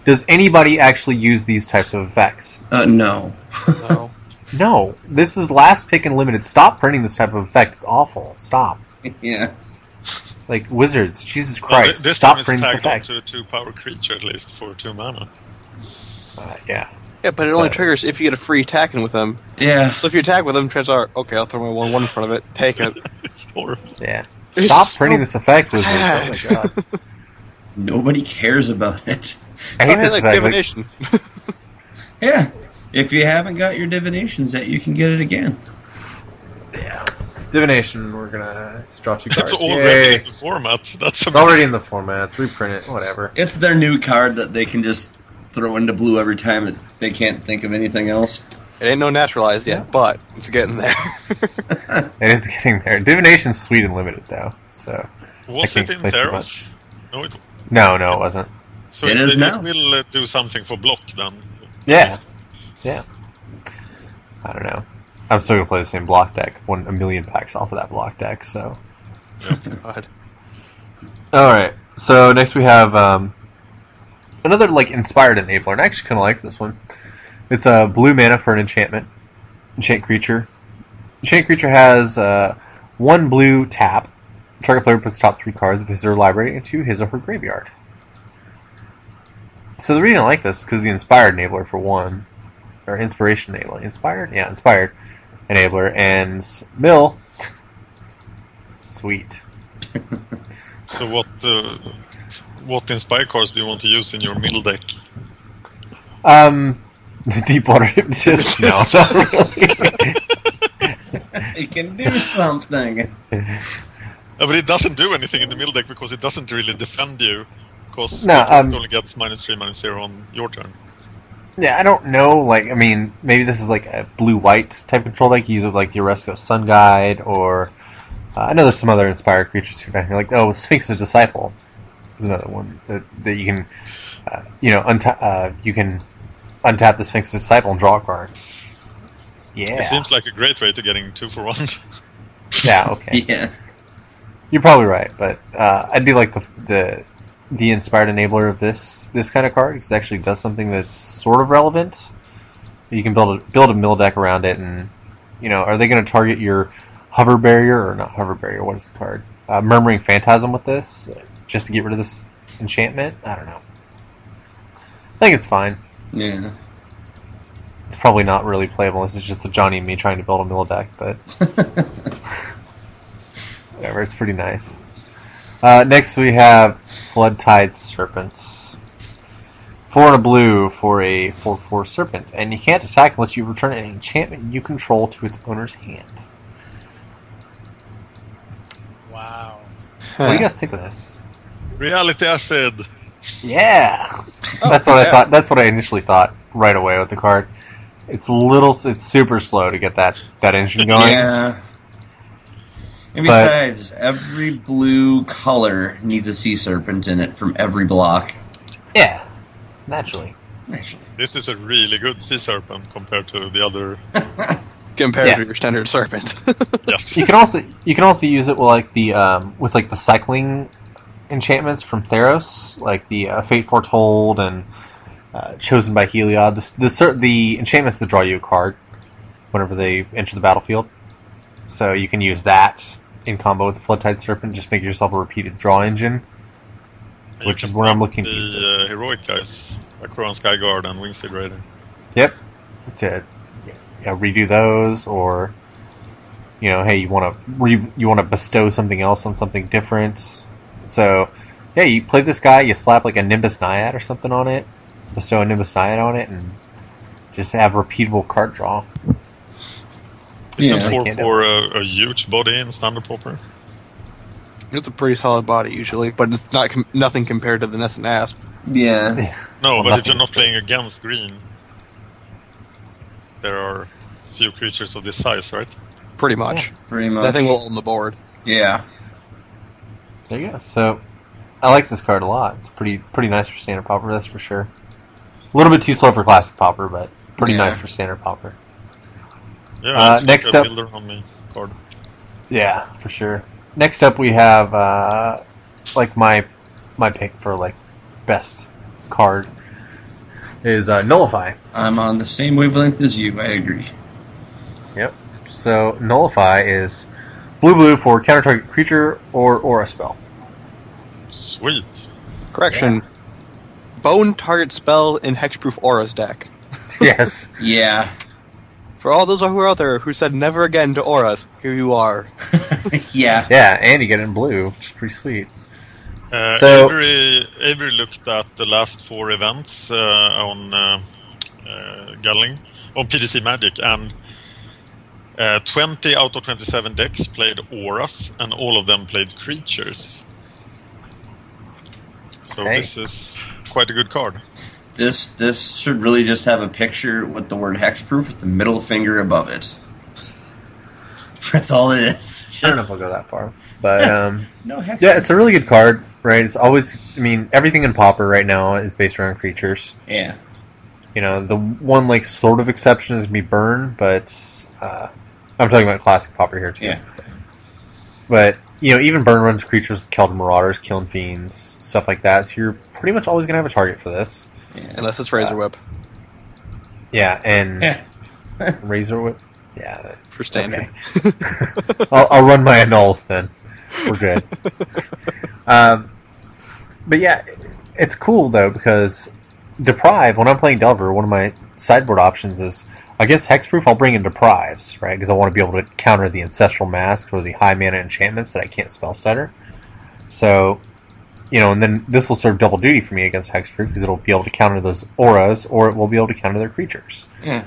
S4: Does anybody actually use these types of effects?
S2: Uh, no.
S3: because- No.
S4: No. This is last pick and limited. Stop printing this type of effect. It's awful. Stop.
S2: yeah.
S4: Like wizards, Jesus
S5: Well, thi-
S4: Christ!
S5: this
S4: stop
S5: one is
S4: printing this
S5: tagged
S4: effect.
S5: onto a two-power creature at least for two mana.
S4: Uh, yeah.
S3: Yeah, but it only
S4: So-
S3: triggers if you get a free attacking with them.
S2: Yeah.
S3: So if you attack with them, chances are, okay, I'll throw my one one in front of it, take it.
S5: It's horrible.
S4: Yeah.
S3: It's
S4: Stop
S3: so
S4: printing this effect, wizards. Oh my
S3: bad.
S4: god.
S2: Nobody cares about it.
S4: I
S3: I
S4: hate this
S3: like
S4: effect. Like,
S3: divination.
S2: Yeah. If you haven't got your divinations yet, you can get it again.
S4: divination, we're gonna it's draw two cards.
S5: It's already
S4: Yay.
S5: in the format. That's
S4: It's already in the format. It's reprint it, whatever.
S2: It's their new card that they can just throw into blue every time it, they can't think of anything else.
S3: It ain't no naturalized yet, but it's getting there.
S4: It is getting there. Divination's sweet and limited though. So
S5: Was
S4: I
S5: it
S4: think
S5: in
S4: that's
S5: Theros?
S4: too
S5: No, it
S4: no, no, it wasn't.
S5: So
S2: It
S5: it,
S2: is
S5: it
S2: now.
S5: will uh, do something for block then.
S4: Yeah. Yeah. I don't know. I'm still gonna play the same block deck. Won a million packs off of that block deck, so
S3: God.
S4: Alright. So next we have um, another like inspired enabler, and I actually kinda like this one. It's a blue mana for an enchantment. Enchant creature. Enchant creature has uh, one blue tap. Target player puts top three cards of his or her library into his or her graveyard. So the reason I like this is because the inspired enabler for one, or inspiration enabler, inspired, yeah, inspired enabler, and s- mill. Sweet.
S5: So what uh, what inspire cards do you want to use in your middle deck?
S4: Um, the deep water hypnotist. No, not really.
S2: It can do something.
S5: Uh, but it doesn't do anything in the middle deck because it doesn't really defend you. Because
S4: No,
S5: it
S4: um,
S5: only gets minus three, minus zero on your turn.
S4: yeah, I don't know. Like, I mean, maybe this is like a blue-white type control deck. You use it like the Oresco Sun Guide, or uh, I know there's some other inspired creatures here. down here, Like, oh, Sphinx the Disciple is another one that, that you can, uh, you know, unta- uh, you can untap the Sphinx the Disciple and draw a card. Yeah.
S5: It seems like a great way to getting two for one.
S4: yeah. Okay.
S2: Yeah.
S4: You're probably right, but uh, I'd be like the, the the inspired enabler of this this kind of card because it actually does something that's sort of relevant. You can build a build a mill deck around it, and you know, are they going to target your hover barrier or not hover barrier? What is the card? Uh, Murmuring Phantasm with this, just to get rid of this enchantment. I don't know. I think it's fine.
S2: Yeah.
S4: It's probably not really playable. This is just the Johnny and me trying to build a mill deck, but whatever. It's pretty nice. Uh, next we have Flood Tide Serpents. Four and a blue for a 4 4 serpent, and you can't attack unless you return an enchantment you control to its owner's hand.
S6: Wow.
S4: What do you guys think of this?
S5: Reality acid.
S4: Yeah! that's what I
S3: yeah.
S4: thought. That's what I initially thought right away with the card. It's a little, it's super slow to get that that engine going.
S7: Yeah. And
S4: But-
S7: besides, every blue color needs a sea serpent in it from every block.
S4: Yeah, naturally.
S7: Actually,
S5: This is a really good sea serpent compared to the other.
S3: compared
S4: Yeah.
S3: to your standard serpent.
S5: Yes.
S4: You can also you can also use it with like the um, with like the cycling enchantments from Theros, like the uh, Fate Foretold and uh, Chosen by Heliod. The s- the, cer- the enchantments that draw you a card whenever they enter the battlefield. So you can use that in combo with the Floodtide Serpent. Just make yourself a repeated draw engine.
S5: You
S4: Which
S5: can
S4: is where I'm
S5: put
S4: looking
S5: The
S4: at this.
S5: uh, heroic guys, Aquaron Skyguard and Wingsteed Raider.
S4: Yep. To you know, redo those, or you know, hey, you want to re- you want to bestow something else on something different. So, yeah, you play this guy, you slap like a Nimbus Naiad or something on it, bestow a Nimbus Naiad on it, and just have repeatable card draw.
S5: It's
S7: Yeah.
S5: a four
S4: Can't do
S5: for a, a huge body in standard pauper.
S3: it's a pretty solid body usually, but it's not com- nothing compared to the Nessun Asp.
S7: yeah.
S5: No, but if
S4: nothing
S5: you're not
S4: is.
S5: playing against green, there are few creatures of this size, right?
S3: Pretty much.
S7: Pretty much.
S3: That thing will own the board.
S7: yeah.
S4: There you go. So, I like this card a lot. It's pretty pretty nice for standard popper, that's for sure. A little bit too slow for classic popper, but pretty
S7: Yeah.
S4: nice for standard popper.
S5: Yeah.
S4: Uh,
S5: it's
S4: next
S5: like a
S4: up-
S5: builder on me card.
S4: Yeah, for sure. Next up, we have uh, like my my pick for like best card is uh, Nullify.
S7: I'm on the same wavelength as you. I agree.
S4: Yep. So Nullify is blue blue for counter target creature or aura spell.
S5: Sweet.
S3: Correction. Bone target spell in Hexproof Aura's deck.
S4: yes.
S7: Yeah.
S3: For all those who are out there who said never again to Auras, here you are.
S7: yeah.
S4: Yeah, and you get it in blue, which is pretty sweet.
S5: Uh,
S4: So-
S5: Avery, Avery looked at the last four events uh, on uh, uh, Gulling, on PDC Magic, and uh, 20 out of 27 decks played auras, and all of them played creatures. So
S4: Okay.
S5: this is quite a good card.
S7: This this should really just have a picture with the word hexproof with the middle finger above it. That's all it is.
S4: I don't know if I'll go that far, but um,
S7: No hexproof.
S4: yeah, it's a really good card, right? It's always, I mean, everything in Popper right now is based around creatures.
S7: yeah.
S4: you know the one like sort of exception is gonna be burn but uh, i'm talking about classic popper here too
S7: Yeah.
S4: but you know even burn runs creatures with killed marauders killing fiends stuff like that so you're pretty much always gonna have a target for this
S7: Yeah.
S3: Unless it's Razor Whip
S4: yeah and
S7: Yeah.
S4: razor whip yeah
S3: for standard.
S4: I'll, I'll run my annuls then. We're good. um, but yeah, it's cool though because deprive. When I'm playing Delver, one of my sideboard options is against hexproof. I'll bring in deprives, right? Because I want to be able to counter the ancestral masks or the high mana enchantments that I can't spell stutter. So, you know, and then this will serve double duty for me against hexproof because it'll be able to counter those auras, or it will be able to counter their creatures.
S7: Yeah.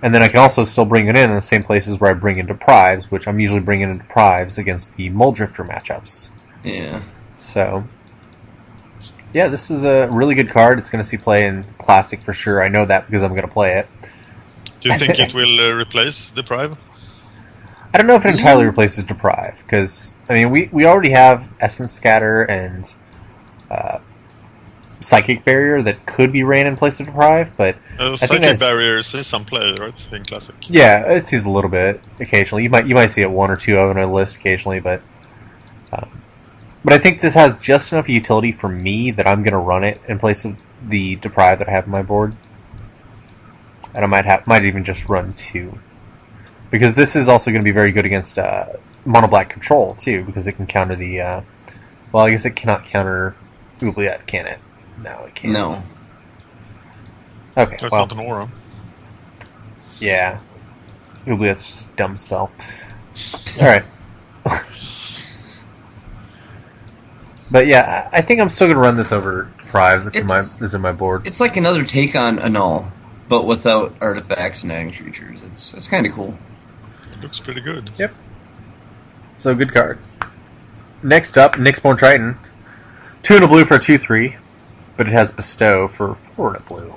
S4: And then I can also still bring it in in the same places where I bring in deprives, which I'm usually bringing in deprives against the Mold Drifter matchups.
S7: Yeah.
S4: So, yeah, this is a really good card. It's going to see play in Classic for sure. I know that because I'm going to play it.
S5: Do you think it will uh, replace Deprive?
S4: I don't know if it entirely replaces Deprive, because, I mean, we, we already have Essence Scatter and uh, Psychic Barrier that could be ran in place of Deprive, but
S5: Uh,
S4: think
S5: Psychic
S4: that's-
S5: Barrier sees some play, right, in Classic?
S4: Yeah, it sees a little bit occasionally. You might you might see it one or two of on a list occasionally, but uh, but I think this has just enough utility for me that I'm going to run it in place of the deprive that I have on my board, and I might have might even just run two because this is also going to be very good against uh, mono black control too because it can counter the uh, well I guess it cannot counter Oubliette, can it? No, it can't.
S7: No.
S4: Okay.
S5: That's
S4: well,
S5: not an aura.
S4: yeah. Oubliette's just a dumb spell. Alright. but yeah, I I think I'm still gonna run this over Prive. It's, in my
S7: It's-
S4: it's in my board.
S7: It's like another take on annul, but without artifacts and adding creatures. It's it's kind of cool.
S5: It looks pretty good.
S4: So good card. Next up, Nyxborn Triton. Two and a blue for a two three, but it has bestow for four and a blue.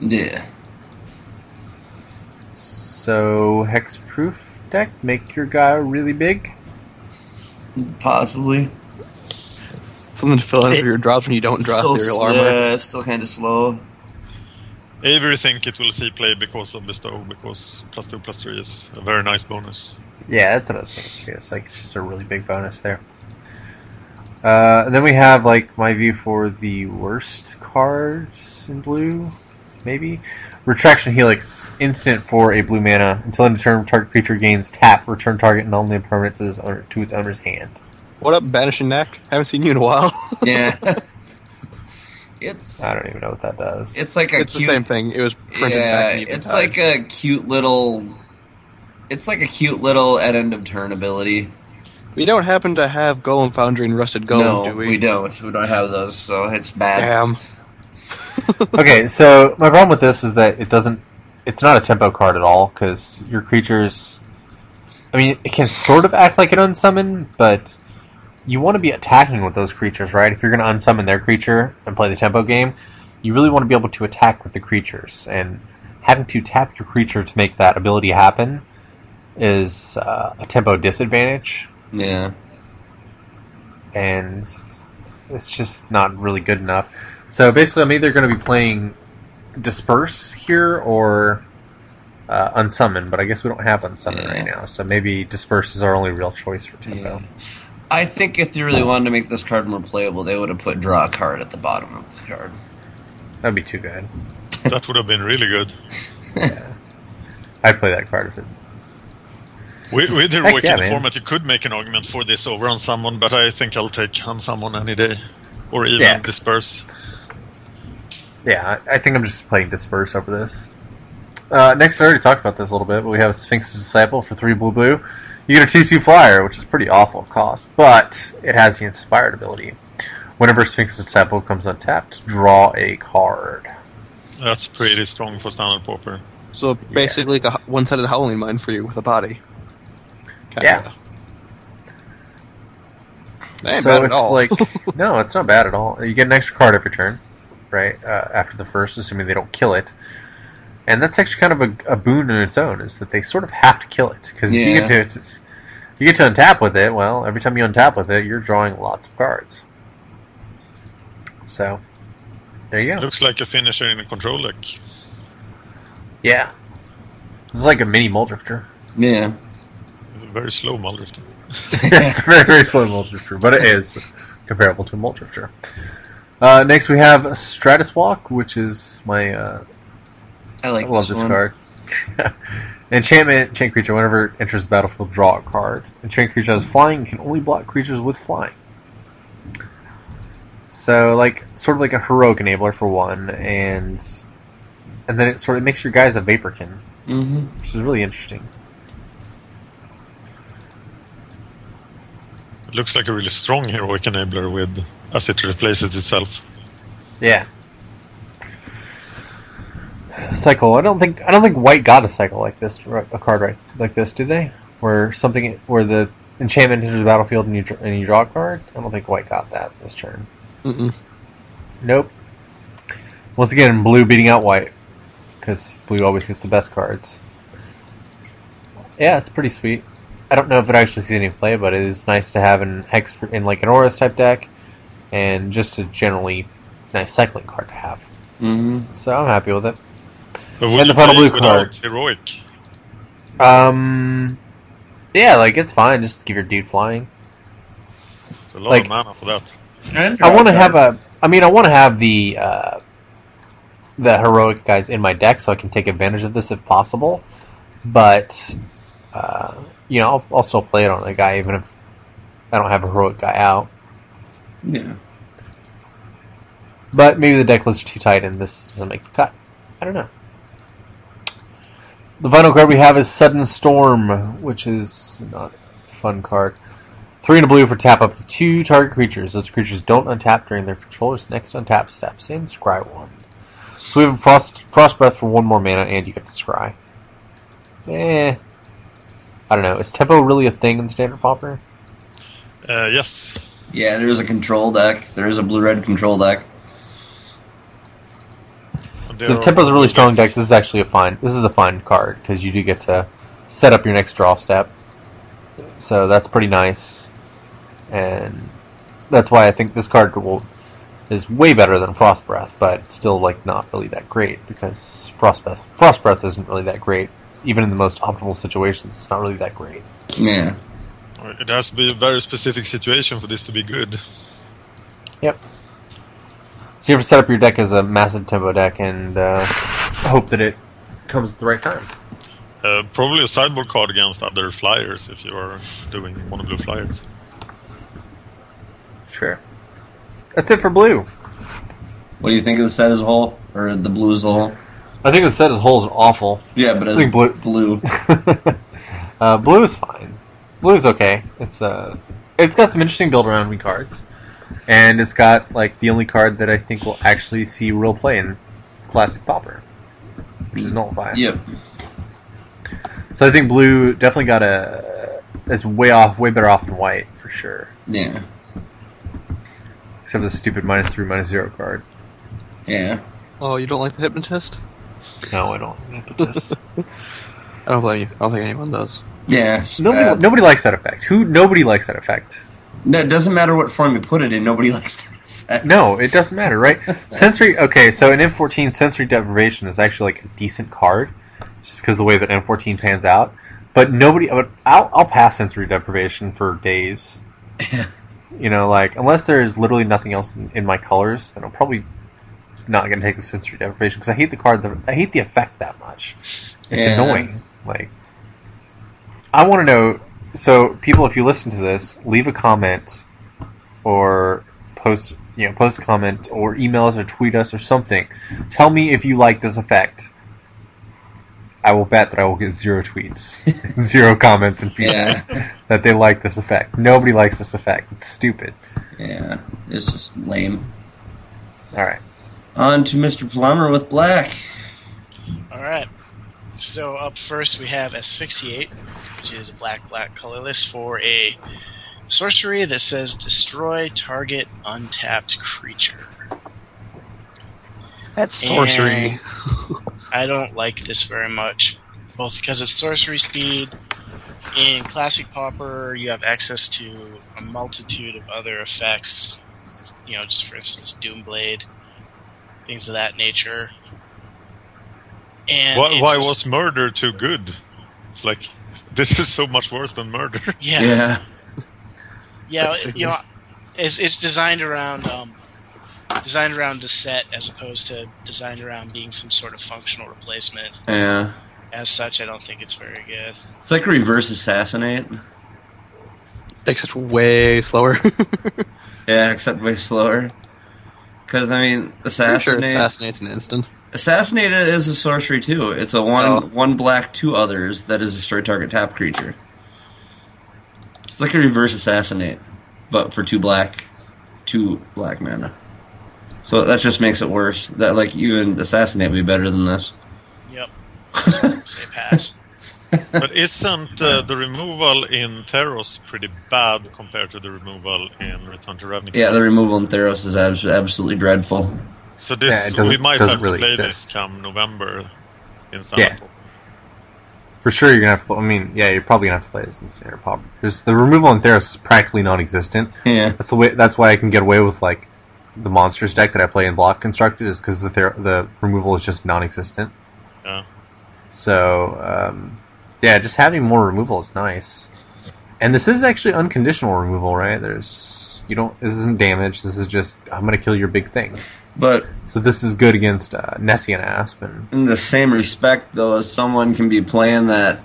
S7: Yeah.
S4: So hexproof deck, make your guy really big.
S2: Possibly.
S3: Something to fill in for your drops when you don't draw
S2: Still,
S3: ethereal
S2: s-
S3: armor.
S2: yeah, it's still kind of slow.
S5: Avery think it will see play because of bestow because plus two plus three is a very nice bonus.
S4: Yeah, that's what I was thinking too. It's like just a really big bonus there. Uh, and then we have like my view for the worst cards in blue, maybe. Retraction Helix, instant for a blue mana. Until end of turn, target creature gains tap. Return target nominally permanent to, this owner, to its owner's hand.
S3: What up, Banishing Neck? Haven't seen you in a while.
S7: Yeah. it's
S4: I don't even know what that does.
S7: it's like a
S3: it's the
S7: cute,
S3: same thing. It was printed
S7: yeah.
S3: back. in even
S7: It's
S3: time.
S7: like a cute little. It's like a cute little at end of turn ability.
S3: we don't happen to have Golem Foundry and Rusted Golem,
S7: no,
S3: do we?
S7: don't. We don't have those, so it's bad.
S3: Damn.
S4: okay, so my problem with this is that it doesn't. It's not a tempo card at all because your creatures. I mean, it can sort of act like an unsummon, but you want to be attacking with those creatures, right? If you're going to unsummon their creature and play the tempo game, you really want to be able to attack with the creatures. And having to tap your creature to make that ability happen is uh, a tempo disadvantage,
S7: Yeah.
S4: and it's just not really good enough. So basically, I'm either going to be playing Disperse here or uh, Unsummon, but I guess we don't have Unsummon
S7: Yeah.
S4: right now, so maybe Disperse is our only real choice for Tempo.
S7: I think if they really wanted to make this card more playable, they would have put draw a card at the bottom of the card.
S4: That'd be too good.
S5: that would have been really good.
S4: I'd play that card if it.
S5: With, with the
S4: Heck
S5: Heroic
S4: yeah,
S5: in the
S4: man.
S5: format, you could make an argument for this over on someone, but I think I'll take on someone any day. Or even
S4: Yeah.
S5: disperse.
S4: Yeah, I I think I'm just playing Disperse over this. Uh, next, I already talked about this a little bit, but we have Sphinx's Disciple for three blue blue. You get a 2 2 flyer, which is pretty awful cost, but it has the inspired ability. Whenever Sphinx's Disciple comes untapped, draw a card.
S5: That's pretty strong for standard pauper.
S3: So basically, like a one sided howling mine for you with a body. Kinda.
S4: Yeah.
S3: That ain't
S4: so
S3: bad
S4: it's
S3: at all.
S4: like no, it's not bad at all. You get an extra card every turn, right? Uh, after the first, assuming they don't kill it, and that's actually kind of a, a boon in its own. Is that they sort of have to kill it because you
S7: Yeah.
S4: get to you get to untap with it. Well, every time you untap with it, you're drawing lots of cards. So there you go.
S5: Looks like a finisher in a control deck.
S4: Yeah, this is like a mini Muldrifter.
S7: Yeah.
S5: Very slow Muldrifter.
S4: it's a very, very slow Muldrifter, but it is comparable to a Muldrifter. Uh, next, we have Stratus Walk, which is my. Uh,
S7: I like
S4: I love
S7: this,
S4: this
S7: one.
S4: card. Enchantment, enchant creature. Whenever it enters the battlefield, draw a card. Enchant creature has flying, and can only block creatures with flying. So, like, sort of like a heroic enabler for one, and and then it sort of makes your guys a Vaporkin,
S7: Mm-hmm.
S4: which is really interesting.
S5: It looks like a really strong heroic enabler with as it replaces itself.
S4: Yeah. Cycle. I don't think I don't think White got a cycle like this, right- a card right like this, did they? Where something where the enchantment enters the battlefield and you dr- and you draw a card. I don't think White got that this turn.
S3: Mm-mm.
S4: Nope. Once again, blue beating out white because blue always gets the best cards. Yeah, it's pretty sweet. I don't know if it actually sees any play, but it is nice to have an hex in like an Aura's type deck, and just a generally nice cycling card to have.
S7: Mm-hmm.
S4: So I'm happy with it.
S5: But would
S4: And the
S5: you
S4: final
S5: play it
S4: blue
S5: without
S4: card.
S5: Heroic.
S4: Um, yeah, like it's fine. Just give your dude flying.
S5: It's a lot
S4: Like-
S5: of mana for that.
S4: I want to have a. I mean, I want to have the uh, the heroic guys in my deck so I can take advantage of this if possible. But uh, you know, I'll, I'll still play it on a guy even if I don't have a heroic guy out.
S7: Yeah.
S4: But maybe the deck lists are too tight and this doesn't make the cut. I don't know. The final card we have is Sudden Storm, which is not a fun card. Three and a blue for tap up to two target creatures. Those creatures don't untap during their controller's next untap steps and scry one. So we have a frost, frost breath for one more mana and you get to scry. Eh. I don't know. Is tempo really a thing in standard popper?
S5: Uh, yes.
S7: Yeah, there is a control deck. There is a blue red control deck.
S5: And
S4: So if Tempo's a really strong deck, this is actually a fine. This is a fine card because you do get to set up your next draw step. So that's pretty nice, and that's why I think this card will is way better than Frost Breath, but it's still like not really that great because Frost Breath Frost Breath isn't really that great. Even in the most optimal situations, it's not really that great.
S2: Yeah.
S5: It has to be a very specific situation for this to be good.
S4: Yep. So you have to set up your deck as a massive tempo deck and uh, hope that it comes at the right time.
S5: Uh, probably a sideboard card against other flyers if you are doing mono blue flyers.
S4: Sure. That's it for blue.
S2: What do you think of the set as a whole, or the blue as a whole?
S4: I think the set as a whole is awful.
S2: Yeah, but
S4: I
S2: as
S4: think
S2: blue,
S4: blue- uh, blue is fine. Blue is okay. It's uh, it's got some interesting build around me cards, and it's got like the only card that I think will actually see real play in classic popper, which is nullify.
S2: Yep.
S4: So I think blue definitely got a. It's way off, way better off than white for sure.
S2: Yeah.
S4: Except for the stupid minus three, minus zero card.
S2: Yeah.
S3: Oh, you don't like the hypnotist?
S4: No, I don't.
S3: I don't blame you. I don't think anyone does.
S2: Yeah. it's
S4: nobody,
S2: bad.
S4: nobody likes that effect. Who? Nobody likes that effect.
S2: No, it doesn't matter what form you put it in. Nobody likes that. effect.
S4: No, it doesn't matter, right? sensory. Okay, so in M14, sensory deprivation is actually like a decent card, just because of the way that M14 pans out. But nobody. But I'll, I'll pass sensory deprivation for days. you know, like unless there is literally nothing else in, in my colors, then I'm probably not going to take the sensory deprivation because I hate the card. That, I hate the effect that much. It's
S2: Yeah.
S4: annoying. Like, I want to know. So, people, if you listen to this, leave a comment or post you know post a comment or email us or tweet us or something. Tell me if you like this effect. I will bet that I will get zero tweets, zero comments, and feedback that they like this effect. Nobody likes this effect. It's stupid.
S2: Yeah. It's just lame.
S4: All right.
S2: On to Mr. Plummer with black.
S6: All right. So up first we have asphyxiate, which is a black black colorless for a sorcery that says destroy target untapped creature.
S3: That's
S6: And I don't like this very much, both because it's sorcery speed. In classic Pauper, you have access to a multitude of other effects. You know, just for instance, Doomblade, things of that nature. And
S5: Why,
S6: it
S5: why
S6: just-
S5: was murder too good? It's like this is so much worse than murder.
S6: yeah
S2: Yeah.
S6: Yeah,
S3: Basically.
S6: you know, it's, it's designed around um, designed around the set as opposed to designed around being some sort of functional replacement.
S2: Yeah.
S6: As such, I don't think it's very good.
S2: It's like reverse assassinate.
S3: Except way slower.
S2: Yeah, except way slower. Because I mean,
S3: Pretty sure
S2: assassinate.
S3: assassinate's an instant.
S2: Assassinate is a sorcery too. It's a one
S3: Oh.
S2: one black, two others that is destroy target tap creature. It's like a reverse assassinate, but for two black, two black mana. So that just makes it worse. That like even assassinate would be better than this.
S6: Yep. So, say pass.
S5: but isn't uh, the removal in Theros pretty bad compared to the removal in Return to Ravnica?
S2: Yeah, the removal in Theros is abs- absolutely dreadful.
S5: So this
S4: Yeah, it doesn't-
S5: we might
S4: doesn't
S5: have to
S4: really
S5: play
S4: exist.
S5: this come November in
S4: Yeah.
S5: Snapple.
S4: For sure, you're gonna have to. Play, I mean, yeah, you're probably gonna have to play this in standard pop because the removal in Theros is practically non-existent.
S2: Yeah,
S4: That's the way. That's why I can get away with like the monsters deck that I play in block constructed is because the ther- the removal is just non-existent.
S5: Yeah.
S4: So um, yeah, just having more removal is nice. And this is actually unconditional removal, right? There's you don't. This isn't damage. This is just I'm gonna kill your big thing.
S2: but
S4: So this is good against uh, Nessie and Aspen.
S2: in the same respect, though, as someone can be playing that,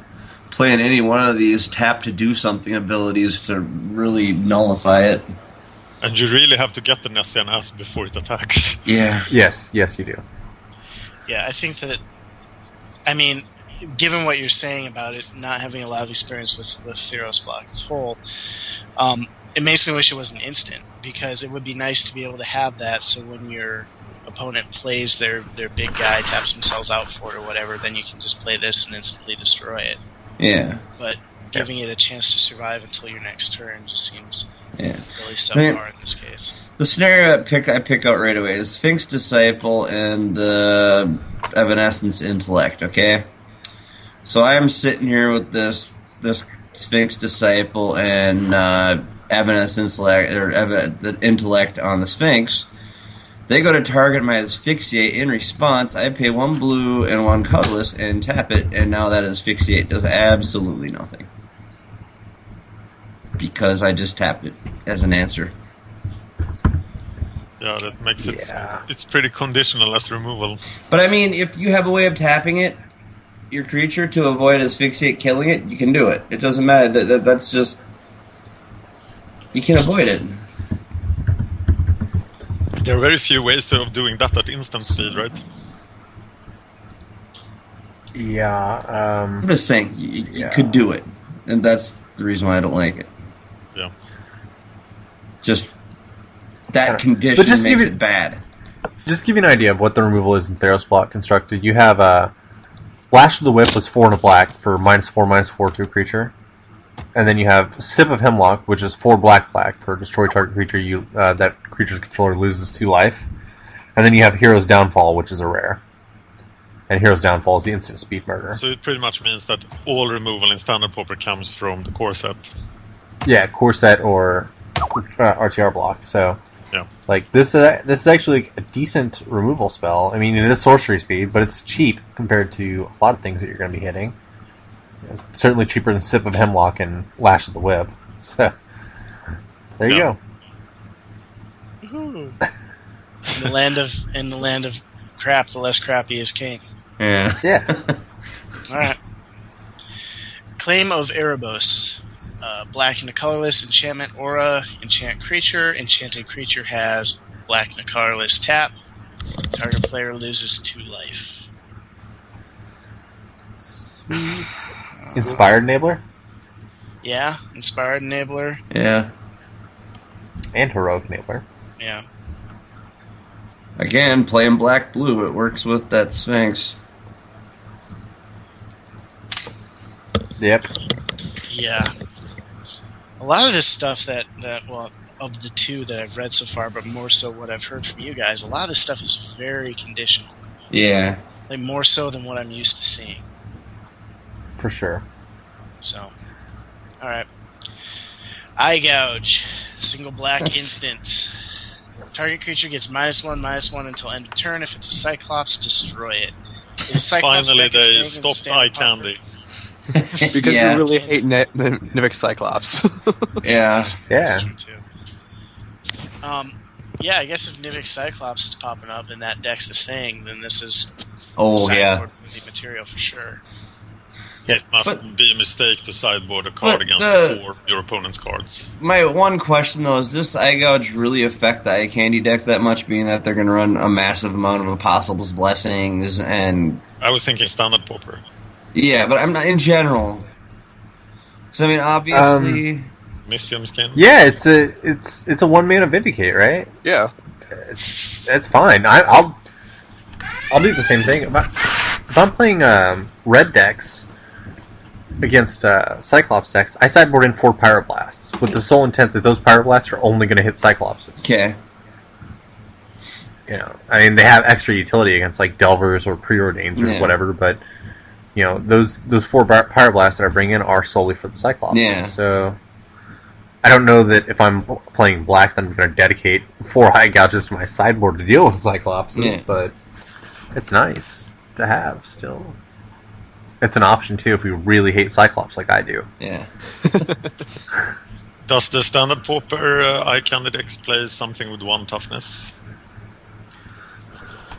S2: playing any one of these tap to do something abilities to really nullify it.
S5: And you really have to get the Nessian ass before it attacks.
S2: Yeah.
S4: Yes, yes, you do.
S6: Yeah, I think that. I mean, given what you're saying about it, not having a lot of experience with with Theros block as a whole, um, it makes me wish it was an instant because it would be nice to be able to have that. So when your opponent plays their their big guy, taps themselves out for it or whatever, then you can just play this and instantly destroy it.
S2: Yeah.
S6: But giving it a chance to survive until your next turn just seems
S2: Yeah.
S6: really
S2: Man.
S6: subpar in this case.
S2: The scenario I pick I pick out right away is Sphinx Disciple and the Evanescence Intellect, okay? So I'm sitting here with this this Sphinx Disciple and uh, Evanescence Intellect or Ev- the Intellect on the Sphinx. They go to target my asphyxiate. In response, I pay one blue and one colorless and tap it, and now that asphyxiate does absolutely nothing because I just tapped it as an answer.
S5: Yeah, that makes it.
S4: Yeah.
S5: It's pretty conditional as removal.
S2: But I mean, if you have a way of tapping it, your creature to avoid asphyxiate killing it, you can do it. It doesn't matter. That, that, that's just you can avoid it.
S5: There are very few ways of doing that at instant speed, right?
S4: Yeah.
S2: I'm
S4: Um,
S2: just saying you, you
S4: Yeah.
S2: could do it, and that's the reason why I don't like it.
S5: Yeah.
S2: Just that
S4: But
S2: condition
S4: just
S2: makes
S4: give
S2: it,
S4: it-
S2: bad.
S4: just to give you an idea of what the removal is in Theros Block Constructed, you have a Lash of the Whip was four and a black for minus four, minus four to a creature. And then you have Sip of Hemlock, which is four black black per destroy target creature. You uh, that creature's controller loses two life. And then you have Hero's Downfall, which is a rare. And Hero's Downfall is the instant speed murder.
S5: So it pretty much means that all removal in standard pauper comes from the core set.
S4: yeah, corset or uh, RTR block. So,
S5: Yeah.
S4: like this, uh, this is actually a decent removal spell. I mean, it is sorcery speed, but it's cheap compared to a lot of things that you're going to be hitting. It's certainly cheaper than Sip of Hemlock and Lash of the Whip. So, there you
S5: Yeah.
S4: go.
S6: In the land of in the land of crap, the less crappy is king.
S2: Yeah.
S4: Yeah,
S6: Alright. Claim of Erebos. Uh, black and a colorless enchantment aura, enchant creature. Enchanted creature has black and a colorless tap. Target player loses two life.
S4: sweet. Inspired enabler
S6: Yeah, inspired enabler.
S2: Yeah.
S4: and heroic enabler.
S6: Yeah.
S2: Again, playing black blue, it works with that Sphinx.
S4: Yep.
S6: Yeah. A lot of this stuff that, that well, of the two that I've read so far, but more so what I've heard from you guys, a lot of this stuff is very conditional.
S2: Yeah.
S6: Like, more so than what I'm used to seeing.
S4: For sure.
S6: So, all right. Eye gouge, single black instant. Target creature gets minus one, minus one until end of turn. If it's a Cyclops, destroy it. Is Cyclops
S5: Finally,
S6: deck a
S5: they
S6: frozen
S5: stopped
S6: stand
S5: eye
S6: proper?
S5: candy.
S3: Because
S2: yeah.
S3: you really hate Ni- Ni- Nivik Cyclops.
S2: yeah.
S4: Yeah.
S6: That's true, too. Um, yeah, I guess if Nivik Cyclops is popping up and that deck's the thing, then this is
S2: Oh yeah.
S6: sideboard worthy material for sure.
S5: It must be a mistake to sideboard a card
S2: but
S5: against
S2: the-
S5: four your opponent's cards.
S2: My one question though is this eye gouge really affect the eye candy deck that much, being that they're going to run a massive amount of apostles' blessings and
S5: I was thinking standard pauper.
S2: yeah, but I'm not in general. Because I mean, obviously,
S5: Missium skin.
S4: Yeah, it's a it's it's a one man of Vindicate, right?
S3: yeah.
S4: That's fine. I, I'll I'll do the same thing. If, I, if I'm playing um, red decks against uh, Cyclops decks, I sideboard in four Pyroblasts with the sole intent that those Pyroblasts are only going to hit Cyclopses.
S2: okay,
S4: You know, I mean they have extra utility against like Delvers or Preordains or
S2: Yeah.
S4: whatever, but you know those those four Pyro- Pyroblasts that I bring in are solely for the Cyclops.
S2: Yeah.
S4: So. I don't know that if I'm playing black, then I'm going to dedicate four high gouges to my sideboard to deal with Cyclopses,
S2: Yeah.
S4: but it's nice to have still. It's an option too if we really hate Cyclops like I do.
S2: yeah,
S5: Does the standard pauper uh, eye candy decks play something with one toughness?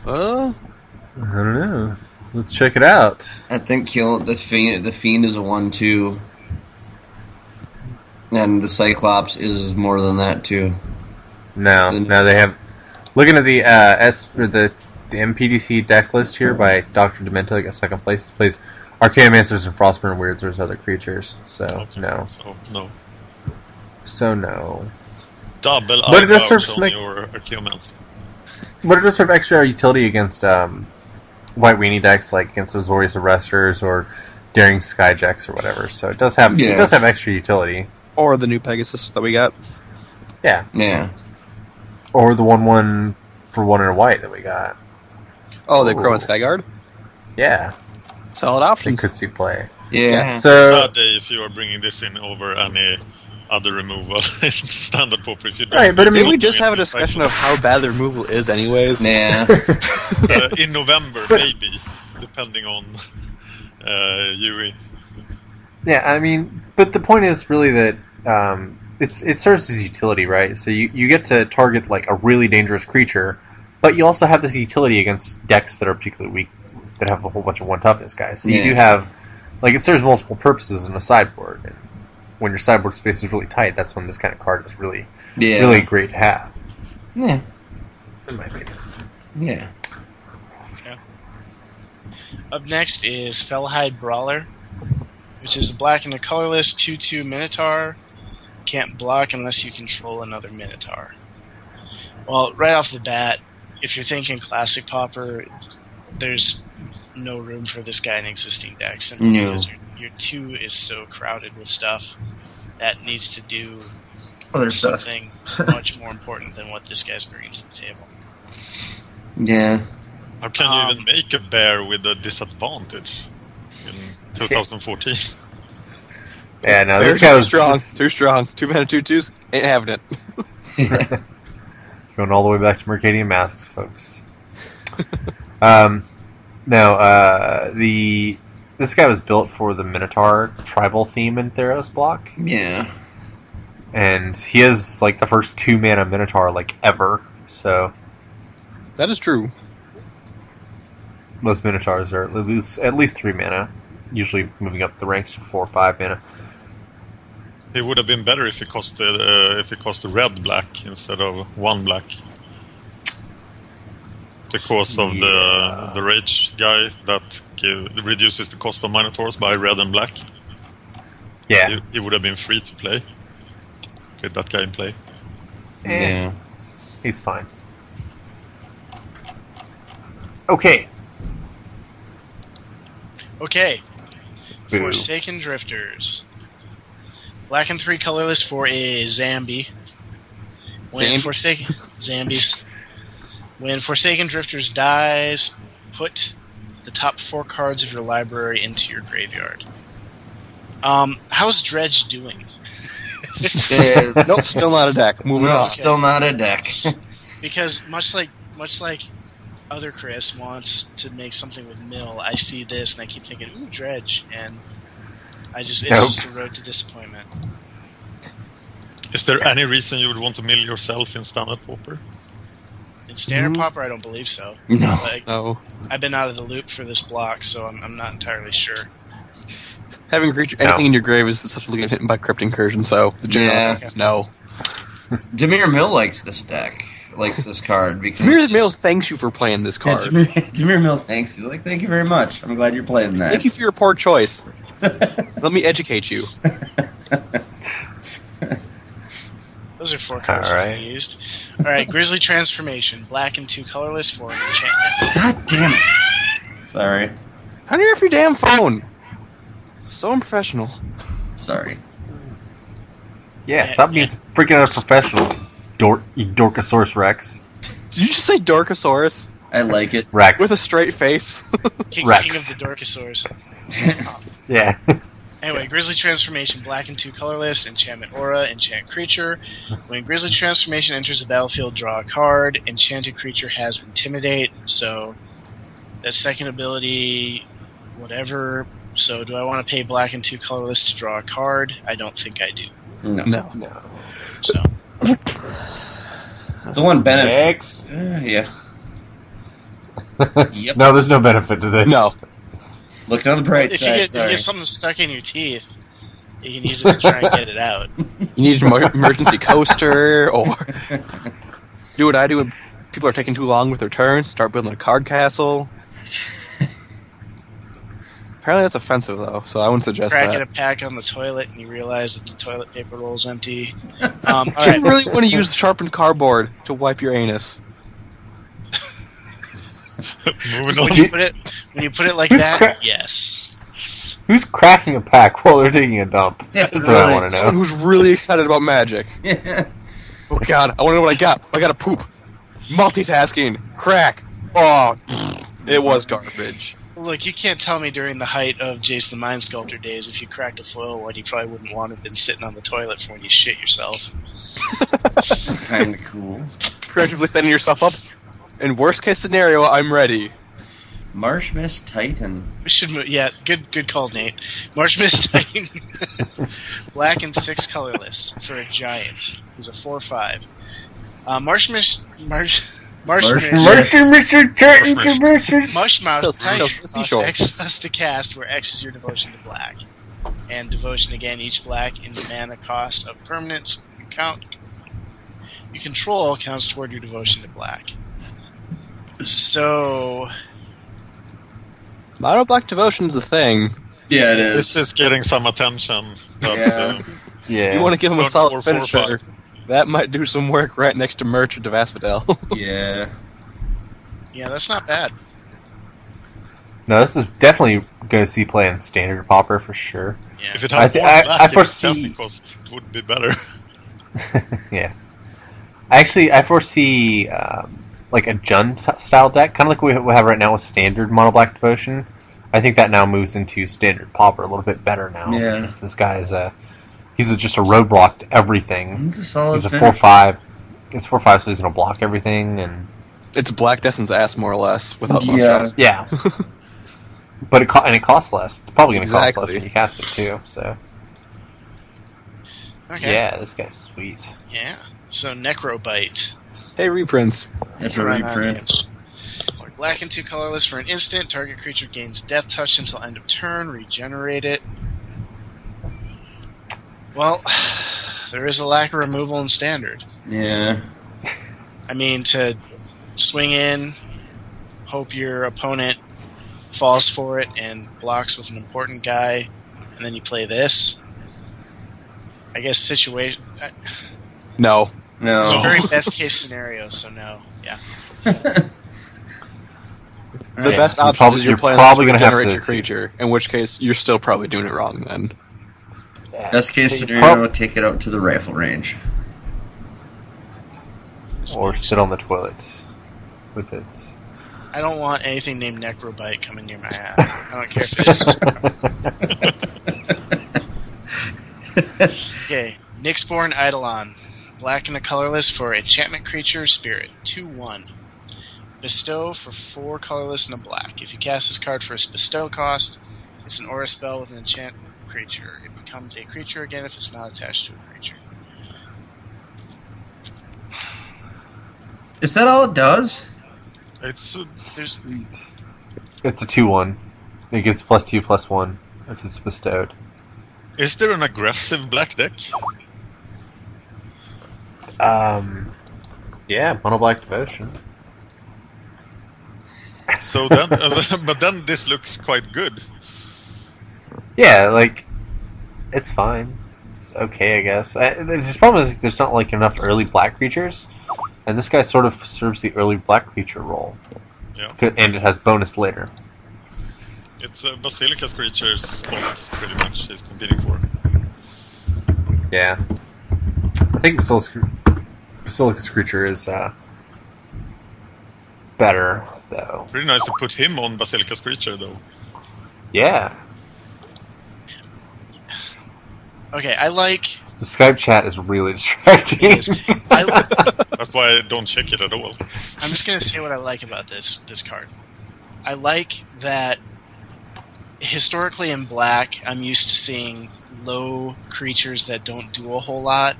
S3: Uh,
S4: I don't know. Let's check it out.
S2: I think kill the fiend. The fiend is a one-two, and the cyclops is more than that too.
S4: No,
S2: Then-
S4: no, they have. Looking at the uh, S or the the MPDC deck list here by Doctor Demento, I guess second place plays Archaeomancers and Frostburn Weirds versus other creatures. So
S5: Okay,
S4: Oh, no,
S5: So, no.
S4: so no.
S5: Double
S4: But
S5: eye
S4: it does
S5: gouge
S4: serve
S5: on
S4: snake-
S5: your Archaeomancer.
S4: But it does have extra utility against um, White Weenie decks, like against Azorius Arresters or during skyjacks or whatever. So it does have
S2: Yeah.
S4: it does have extra utility.
S3: Or the new Pegasus that we got.
S4: Yeah,
S2: Yeah.
S4: or the one one for one and a white that we got.
S3: Oh, the Crow and
S4: Ooh.
S3: Skyguard.
S4: Yeah,
S3: Solid
S4: they
S3: options.
S4: could see play.
S2: Yeah.
S4: So
S5: Sad day if you are bringing this in over any other removal in standard pauper. If you don't
S4: Right, but I mean-
S3: Did we just have a discussion of how bad the removal is, anyways?
S2: Yeah.
S5: uh, in November, maybe, depending on uh, Yui.
S4: yeah, I mean, but the point is really that um, it's it serves as utility, right? So you you get to target like a really dangerous creature, but you also have this utility against decks that are particularly weak that have a whole bunch of one toughness guys. So you
S2: Yeah.
S4: do have like it serves multiple purposes in a sideboard. And when your sideboard space is really tight, that's when this kind of card is really
S2: Yeah.
S4: really great to have.
S2: Yeah.
S4: In my opinion.
S2: Yeah.
S6: Up next is Fellhide Brawler, which is a black and a colorless 2 2 Minotaur. Can't block unless you control another Minotaur. Well, right off the bat, if you're thinking classic Popper, there's no room for this guy in existing decks. And
S2: No.
S6: because your, your 2 is so crowded with stuff that needs to do
S7: Other stuff.
S6: something much more important than what this guy's bringing to the table.
S2: Yeah.
S5: How can
S6: Um,
S5: you even make a bear with a disadvantage in 2014?
S4: Yeah, no,
S3: Bears
S4: this guy
S3: are too
S4: was
S3: strong.
S4: this-
S3: Too strong. Two men and two twos. Ain't having it.
S4: Going all the way back to Mercadian masks, folks. um, now, uh, the this guy was built for the Minotaur tribal theme in Theros block,
S2: Yeah.
S4: and he is like the first two mana Minotaur like ever. So
S3: That is true.
S4: most Minotaurs are at least, at least three mana, usually moving up the ranks to four or five mana.
S5: it would have been better if it cost uh, if it cost a red black instead of one black. Because of
S4: Yeah.
S5: the the rage guy that give, reduces the cost of minotaurs by red and black,
S4: Yeah,
S5: he, he would have been free to play. With that guy in play,
S4: Eh,
S2: Yeah.
S4: he's fine. Okay,
S6: Okay,
S4: Boo.
S6: Forsaken Drifters. Black and three colorless for a Zambi. When
S3: Zambi?
S6: Forsaken Zambies. when Forsaken Drifters dies, put the top four cards of your library into your graveyard. Um, how's Dredge doing?
S2: Yeah.
S3: Nope. Still not a deck. Moving
S2: No,
S3: on.
S2: still not a deck.
S6: Because much like much like other Chris wants to make something with Mill, I see this and I keep thinking, ooh, Dredge, and I just it's
S4: Nope.
S6: just a road to disappointment.
S5: is there any reason you would want to mill yourself in standard pauper?
S6: In standard
S3: Mhm.
S6: popper, I don't believe so.
S2: no.
S6: Like,
S3: No.
S6: I've been out of the loop for this block, so I'm, I'm not entirely sure.
S3: Having creature
S4: No.
S3: anything in your grave is susceptible to getting hit by crypt incursion. So the general
S2: Yeah.
S3: answer is no.
S2: Demir Mill likes this deck. Likes this card because
S3: Mirror the Mail thanks you for playing this
S2: Yeah,
S3: card.
S2: Demir, Demir Mill thanks. He's like, thank you very much. I'm glad you're playing that.
S3: Thank you for your poor choice. Let me educate you.
S6: Those are four cards
S4: Alright.
S6: I used. All right, Grizzly Transformation, black and two colorless for an enchantment.
S2: God damn it. Sorry.
S3: Turn off your damn phone. So unprofessional.
S2: Sorry.
S4: Yeah, stop being freaking unprofessional, dork, you dorkosaurus rex.
S3: Did you just say Dorkosaurus
S2: I like it.
S4: Rex.
S3: with a straight face?
S6: King,
S4: Rex.
S6: King of the Dorkosaurs.
S4: yeah.
S6: Anyway, Grizzly Transformation, black and two colorless, enchantment aura, enchant creature. When Grizzly Transformation enters the battlefield, draw a card. Enchanted creature has intimidate, so that second ability, whatever. So, do I want to pay black and two colorless to draw a card? I don't think I do.
S2: No.
S3: No.
S6: So,
S2: The one benefit.
S4: Next.
S2: Uh, yeah. Yep.
S4: No, there's no benefit to this.
S3: No.
S2: Looking on the bright
S6: if you,
S2: side.
S6: get, if you
S2: sorry.
S6: get something stuck in your teeth, you can use it to try and get it out.
S3: You need an emer- emergency coaster or do what I do when people are taking too long with their turns. Start building a card castle. Apparently that's offensive though, so I wouldn't suggest
S6: Cracking
S3: that.
S6: a pack on the toilet, and you realize that the toilet paper roll is empty. Um, all
S3: Do
S6: right,
S3: you really want to use sharpened cardboard to wipe your anus?
S5: Moving
S6: when
S5: on.
S6: you put it when you put it like
S4: We've
S6: that,
S4: cra-
S6: yes.
S4: Who's cracking a pack while they're taking a dump?
S7: Yeah,
S4: That's what I
S7: really.
S4: want to
S3: Someone
S4: know.
S3: who's really excited about magic. Oh god, I want to know what I got. I got to poop. Multitasking. Crack. Oh, it was garbage.
S6: Look, you can't tell me during the height of Jason the Mind Sculptor days if you cracked a foil one, you probably wouldn't want it been sitting on the toilet for when you shit yourself.
S7: This is kind of cool.
S3: Creatively setting yourself up. In worst case scenario, I'm ready.
S7: Marsh Mist Titan.
S6: We should move. Yeah, good, good call, Nate. Marsh Mist Titan, black and six colorless for a giant. He's a four five. Uh, Marsh Mist, Marsh, Marsh,
S7: Marsh
S6: Mist-
S7: Mist.
S4: Mercer, Mr. Turton,
S5: Mercer.
S4: Mercer.
S6: Mush Mouth
S3: So-
S6: Titan
S3: so-
S6: costs
S3: seashore.
S6: X plus to cast, where X is your devotion to black. And devotion again, each black and mana cost of permanence you count you control counts toward your devotion to black. So
S3: Mono Black Devotion's a thing.
S2: Yeah, it
S5: This
S2: is.
S5: is getting some attention. But,
S2: Yeah.
S5: uh,
S4: Yeah.
S3: You want to give him a
S5: Turn
S3: solid
S5: four, four,
S3: finisher. That might do some work right next to Merchant of Asphodel.
S2: Yeah.
S6: yeah, that's not bad.
S4: no, this is definitely going to see play in standard popper for sure.
S6: Yeah.
S5: if it
S4: I
S5: had
S4: thi-
S5: more
S4: I-
S5: black,
S4: I
S5: its
S4: foresee-
S5: casting cost would be better.
S4: yeah. Actually, I foresee um, like a Jun s- style deck, kind of like we we have right now with standard mono black devotion. I think that now moves into standard popper a little bit better now.
S2: Yeah.
S4: because This guy is a he's a, just a roadblock to everything.
S2: It's a solid
S4: He's a
S2: finish.
S4: four five. It's four five, so he's gonna block everything and
S3: it's Black Destin's ass, more or less, without
S2: Yeah.
S3: most stress.
S4: yeah. but it co- and it costs less. It's probably gonna cost less
S3: Exactly.
S4: when you cast it too. So
S6: Okay.
S4: yeah, this guy's sweet.
S6: Yeah. So Necrobite.
S3: Hey, reprints.
S2: That's a reprint.
S6: Black and two colorless for an instant. Target creature gains death touch until end of turn. Regenerate it. Well, there is a lack of removal in standard.
S2: Yeah.
S6: I mean, to swing in, hope your opponent falls for it and blocks with an important guy, and then you play this. I guess situation. uh,
S3: No.
S2: No.
S6: Very best case scenario, so no. Yeah.
S3: The
S4: Yeah,
S3: best
S4: you're
S3: option
S4: probably-
S3: is you're,
S4: you're
S3: playing
S4: probably gonna have
S3: generate
S4: to-
S3: your creature, in which case you're still probably doing it wrong then.
S4: Yeah.
S2: Best case
S4: So you
S2: scenario,
S4: prob-
S2: take it out to the rifle range.
S4: or sit on the toilet with it.
S6: I don't want anything named Necrobite coming near my ass. I don't care if it is. Okay, Nyxborn Eidolon. Black and a colorless for enchantment creature, spirit. 2 1. Bestow for 4 colorless and a black. If you cast this card for its bestow cost, it's an aura spell with an enchant creature. It becomes a creature again if it's not attached to a creature.
S7: Is that all it does?
S5: It's uh,
S4: Sweet. It's a two one. It gives plus two plus one if it's bestowed.
S5: is there an aggressive black deck?
S4: Um, yeah, mono black devotion.
S5: So then, uh, but then this looks quite good.
S4: Yeah, like it's fine. It's okay, I guess. I, the the problem is there's not like enough early black creatures, and this guy sort of serves the early black creature role.
S5: Yeah.
S4: C- And it has bonus later.
S5: It's uh, Basilica's creatures spot pretty much he's competing for.
S4: Yeah. I think Basilica's, Basilica's creature is uh, better though.
S5: Pretty nice to put him on Basilica's creature though.
S4: Yeah.
S6: Okay, I like.
S4: The Skype chat is really distracting.
S6: I, li-
S5: That's why I don't check it at all.
S6: I'm just gonna say what I like about this this card. I like that historically in black, I'm used to seeing low creatures that don't do a whole lot,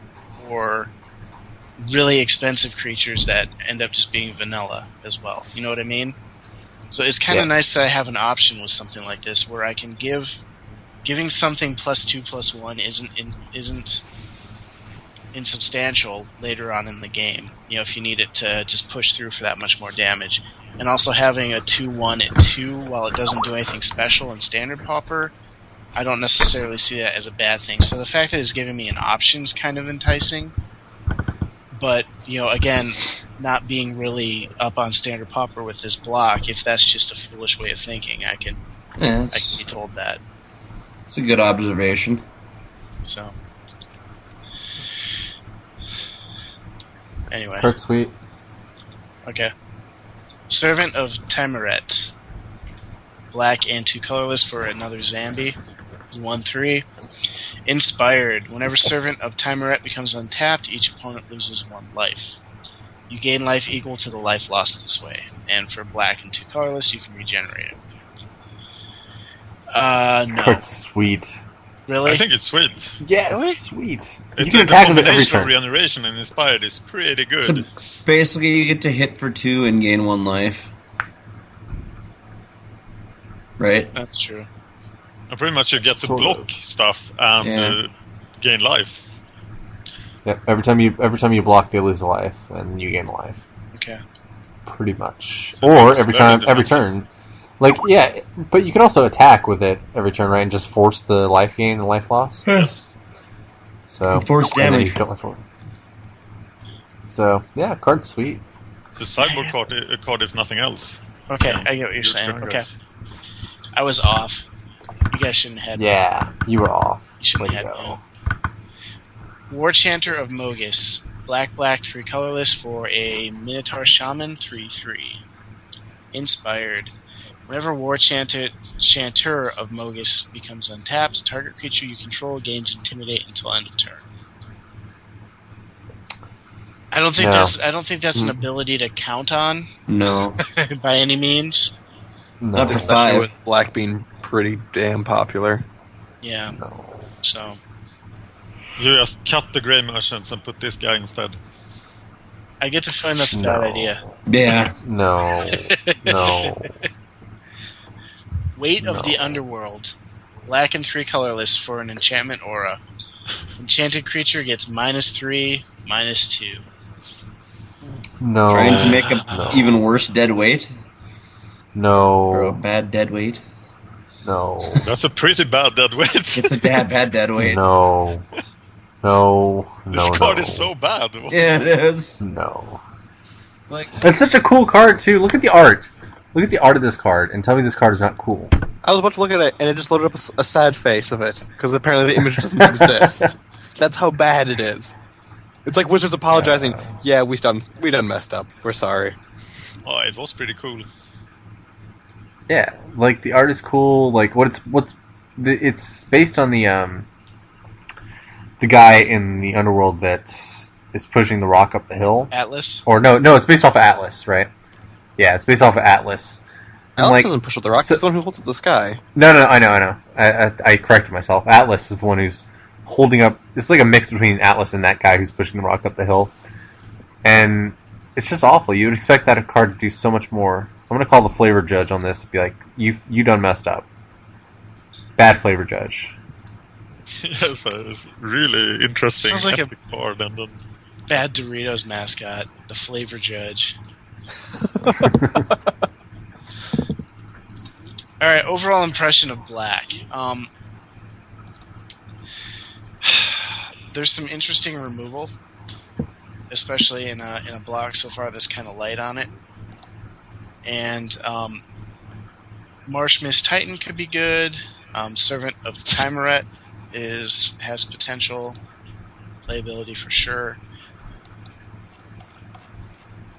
S6: or really expensive creatures that end up just being vanilla as well. You know what I mean? So it's kind of
S4: Yeah.
S6: nice that I have an option with something like this where I can give giving something plus two plus one isn't in, isn't insubstantial later on in the game. You know, if you need it to just push through for that much more damage, and also having a two one at two while it doesn't do anything special in standard popper, I don't necessarily see that as a bad thing. So the fact that it's giving me an option is kind of enticing, but you know, again. Not being really up on standard popper with this block, if that's just a foolish way of thinking, I can
S7: Yeah,
S6: I can be told that.
S7: It's a good observation.
S6: So anyway,
S4: That's sweet.
S6: okay. Servant of Tamaret, black and two colorless for another Zambi, one three. Inspired. Whenever Servant of Tamaret becomes untapped, each opponent loses one life. You gain life equal to the life lost this way, and for black and two colorless, you can regenerate it. Uh, no,
S4: That's sweet.
S6: really.
S5: I think it's sweet.
S4: Yes, sweet. you
S5: It's
S4: can
S5: a
S4: attack with it every
S5: combination of
S4: turn.
S5: regeneration and inspired is pretty good.
S7: So basically, you get to hit for two and gain one life. Right?
S6: That's true.
S5: And pretty much you get to
S4: Sort
S5: block stuff and
S7: Yeah.
S5: uh, gain life.
S4: Yeah, every time you every time you block, they lose a life, and you gain a life.
S6: Okay.
S4: pretty much.
S5: So
S4: or
S5: it's
S4: every
S5: very
S4: time, every turn. Like yeah, but you can also attack with it every turn, right? And just force the life gain and life loss.
S5: Yes.
S4: So
S7: And force
S4: and then you
S7: damage.
S4: don't life forward. So yeah, card's sweet.
S5: So cyborg card, uh, card if nothing else.
S6: Okay,
S5: Yeah.
S6: I get what you're
S5: Your
S6: saying.
S5: strong
S6: Okay,
S5: guys.
S6: I was off. You guys shouldn't have.
S4: Yeah, you were off.
S6: You shouldn't
S4: Way to
S6: have.
S4: go.
S6: War Chanter of Mogus, black, black, three colorless for a Minotaur Shaman, three, three. Inspired. Whenever War Chanter, Chanter of Mogus becomes untapped, target creature you control gains Intimidate until end of turn. I don't think
S4: No.
S6: that's I don't think that's an
S4: Mm.
S6: ability to count on
S7: No.
S6: by any means.
S4: No,
S7: Not for
S3: Especially
S7: five.
S3: with black being pretty damn popular.
S6: Yeah,
S4: no.
S6: so
S5: You just cut the grey merchants and put this guy instead.
S6: I get the feeling that's a
S4: No.
S6: bad idea.
S7: Yeah.
S4: No, no.
S6: Weight of the
S4: No.
S6: Underworld. Black and three colorless for an enchantment aura. Enchanted creature gets minus three, minus two.
S4: No.
S7: Trying to make a
S4: No.
S7: even worse dead weight or a
S4: no.
S7: bad dead weight.
S4: No.
S5: That's a pretty bad dead weight.
S7: It's a bad, bad dead weight.
S4: No. No. No.
S5: this card
S4: no.
S5: is so bad.
S7: Yeah, it is.
S4: No.
S7: It's like
S4: It's such a cool card too. Look at the art. Look at the art of this card and tell me this card is not cool.
S3: I was about to look at it, and it just loaded up a, s- a sad face of it because apparently the image doesn't exist. That's how bad it is. It's like wizards apologizing. yeah, we done we done messed up. We're sorry.
S5: Oh, it was pretty cool.
S4: Yeah, like the art is cool. Like what it's what's the, it's based on the um the guy in the underworld that is pushing the rock up the hill.
S6: Atlas.
S4: Or no, no, it's based off of Atlas, right? Yeah, it's based off of Atlas. And,
S3: Alex
S4: like-
S3: doesn't push up the rock.
S4: so-
S3: he's the one who holds up the sky.
S4: No, no, I know, I know. I, I, I corrected myself. Atlas is the one who's holding up. It's like a mix between Atlas and that guy who's pushing the rock up the hill, and it's just awful. You would expect that card to do so much more. I'm gonna call the flavor judge on this. And be like, you you done messed up. Bad flavor judge.
S5: yes, it was really interesting.
S6: Sounds like a-
S5: epic card. And then
S6: Bad Doritos mascot. The flavor judge. All right. Overall impression of Black. Um, there's some interesting removal, especially in a in a block so far that's kind of light on it. And um, Marsh Miss Titan could be good. Um, Servant of Timaret is has potential playability for sure.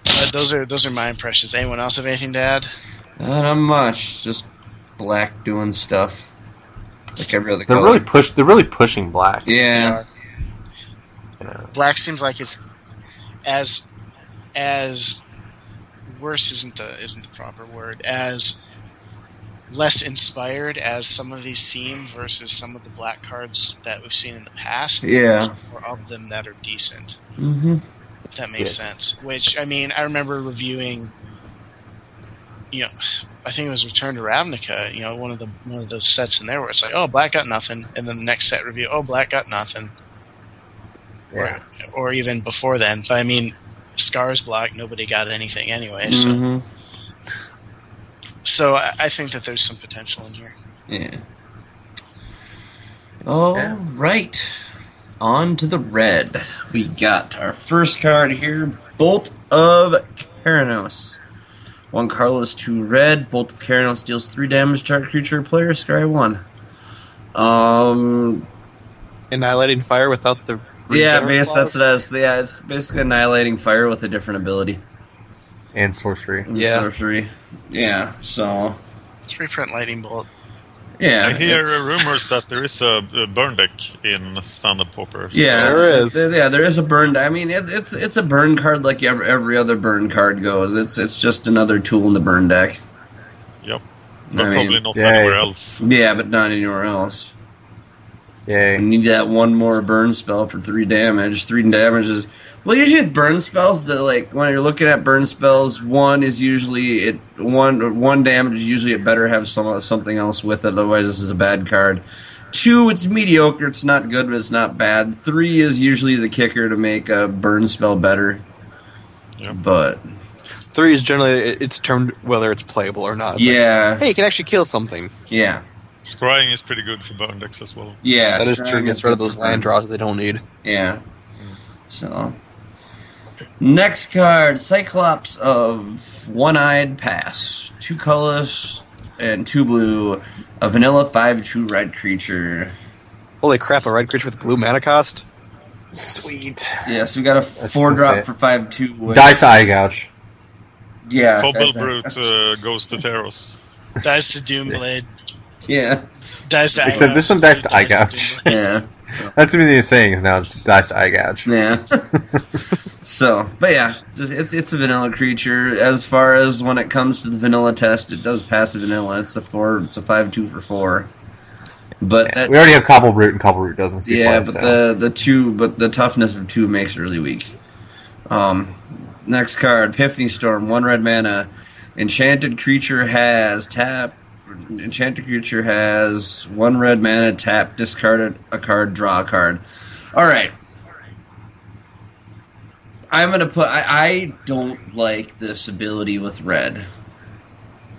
S6: Uh, those are those are my impressions. Anyone else have anything to add?
S7: not much. Just black doing stuff. Like every other
S4: They're
S7: color.
S4: really push. They're really pushing black.
S7: yeah.
S4: You know.
S6: Black seems like it's as as worse isn't the isn't the proper word as less inspired as some of these seem versus some of the black cards that we've seen in the past.
S7: Yeah.
S6: or of them that are decent.
S7: Mm-hmm.
S6: if that makes sense. Which I mean, I remember reviewing. You know, I think it was Return to Ravnica. You know, one of the one of those sets in there where it's like, oh, black got nothing, and then the next set review, oh, black got nothing,
S4: Yeah.
S6: or, or even before then. But I mean, Scar's black, nobody got anything anyway.
S7: Mm-hmm.
S6: So, so I, I think that there's some potential in here.
S7: Yeah. All right,
S4: Yeah.
S7: On to the red. We got our first card here Bolt of Karanos. One Carlos, two red. Bolt of Karanos deals three damage to target creature or player, sky one.
S2: Um,
S3: Annihilating fire without the.
S2: yeah,
S3: regeneron
S2: base, that's
S3: clause?
S2: what I was. Yeah, it's basically annihilating fire with a different ability.
S4: and sorcery.
S2: and
S3: Yeah.
S2: Sorcery. Yeah, so.
S6: Three print lightning bolt.
S2: Yeah.
S5: I hear
S2: it's-
S5: uh, rumors that there is a, a burn deck in standard popper.
S2: Yeah,
S3: There is.
S2: There- yeah, there is a burn. I mean, it, it's it's a burn card like every, every other burn card goes. It's it's just another tool in the burn deck.
S5: Yep.
S2: I
S5: But
S2: mean,
S5: probably not
S4: yeah,
S5: anywhere
S4: yeah.
S5: else.
S2: Yeah, but not anywhere else.
S4: Yay.
S2: You need that one more burn spell for three damage. Three damage is well. Usually with burn spells, that like when you're looking at burn spells, one is usually it one one damage. is Usually, it better have some something else with it. Otherwise, this is a bad card. Two, it's mediocre. It's not good, but it's not bad. Three is usually the kicker to make a burn spell better.
S5: Yep.
S2: But
S3: Three is generally it- it's termed whether it's playable or not. It's like,
S2: yeah,
S3: hey, you can actually kill something.
S2: yeah,
S5: Scrying is pretty good for burn decks as well.
S2: yeah.
S3: That is
S2: strong
S3: true. Gets rid of those
S2: different.
S3: land draws they don't need.
S2: Yeah. So. Next card Cyclops of One Eyed Pass. Two colorless and two blue. A vanilla 5 2 red creature.
S3: Holy crap! A red creature with blue mana cost.
S4: Sweet.
S2: Yes, we got a 4
S4: insane.
S2: drop for 5 2. with-
S4: Dice eye gouge.
S2: Yeah.
S5: Cobble
S2: dice-
S5: Brute uh, goes to Theros.
S6: Dies to Doomblade.
S2: Yeah.
S6: Dies to
S4: Except this one dies to eye gouge.
S6: Doomblade.
S2: Yeah.
S4: That's what you're saying is now just dice to eye gouge.
S2: Yeah. so, but yeah, just, it's it's a vanilla creature. As far as when it comes to the vanilla test, it does pass the vanilla. It's a four. It's a five two for four. But that,
S4: We already have Cobble Root, and Cobble Root doesn't see
S2: Uh, yeah,
S4: play,
S2: but
S4: so.
S2: the the two, but the toughness of two makes it really weak. Um, next card, Epiphany Storm, one red mana, enchanted creature has tap. Enchanted creature has one red mana, tap, discard a card, draw a card. All right. I'm gonna put. I, I don't like this ability with red.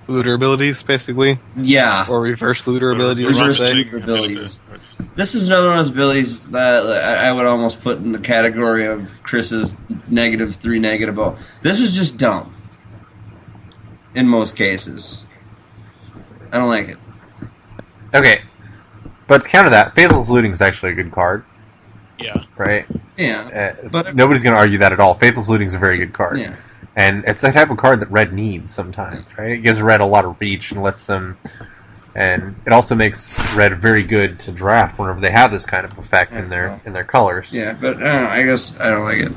S3: Looter abilities, basically,
S2: Yeah,
S3: or reverse looter abilities. I should
S2: Reverse
S3: say.
S2: looter.
S5: Rustling
S2: abilities.
S5: ability.
S2: This is another one of those abilities that like, I I would almost put in the category of Chris's negative three negative oh. This is just dumb. In most cases, I don't like it.
S4: Okay. But to counter that, Faithless Looting is actually a good card,
S6: Yeah.
S4: right?
S2: Yeah,
S4: Uh,
S2: But-
S4: nobody's going to argue that at all. Faithless Looting is a very good card.
S2: yeah,
S4: And it's the type of card that red needs sometimes, right? It gives red a lot of reach and lets them. And it also makes red very good to draft whenever they have this kind of effect in their in their colors.
S2: yeah. But I, don't know, I guess I don't like it.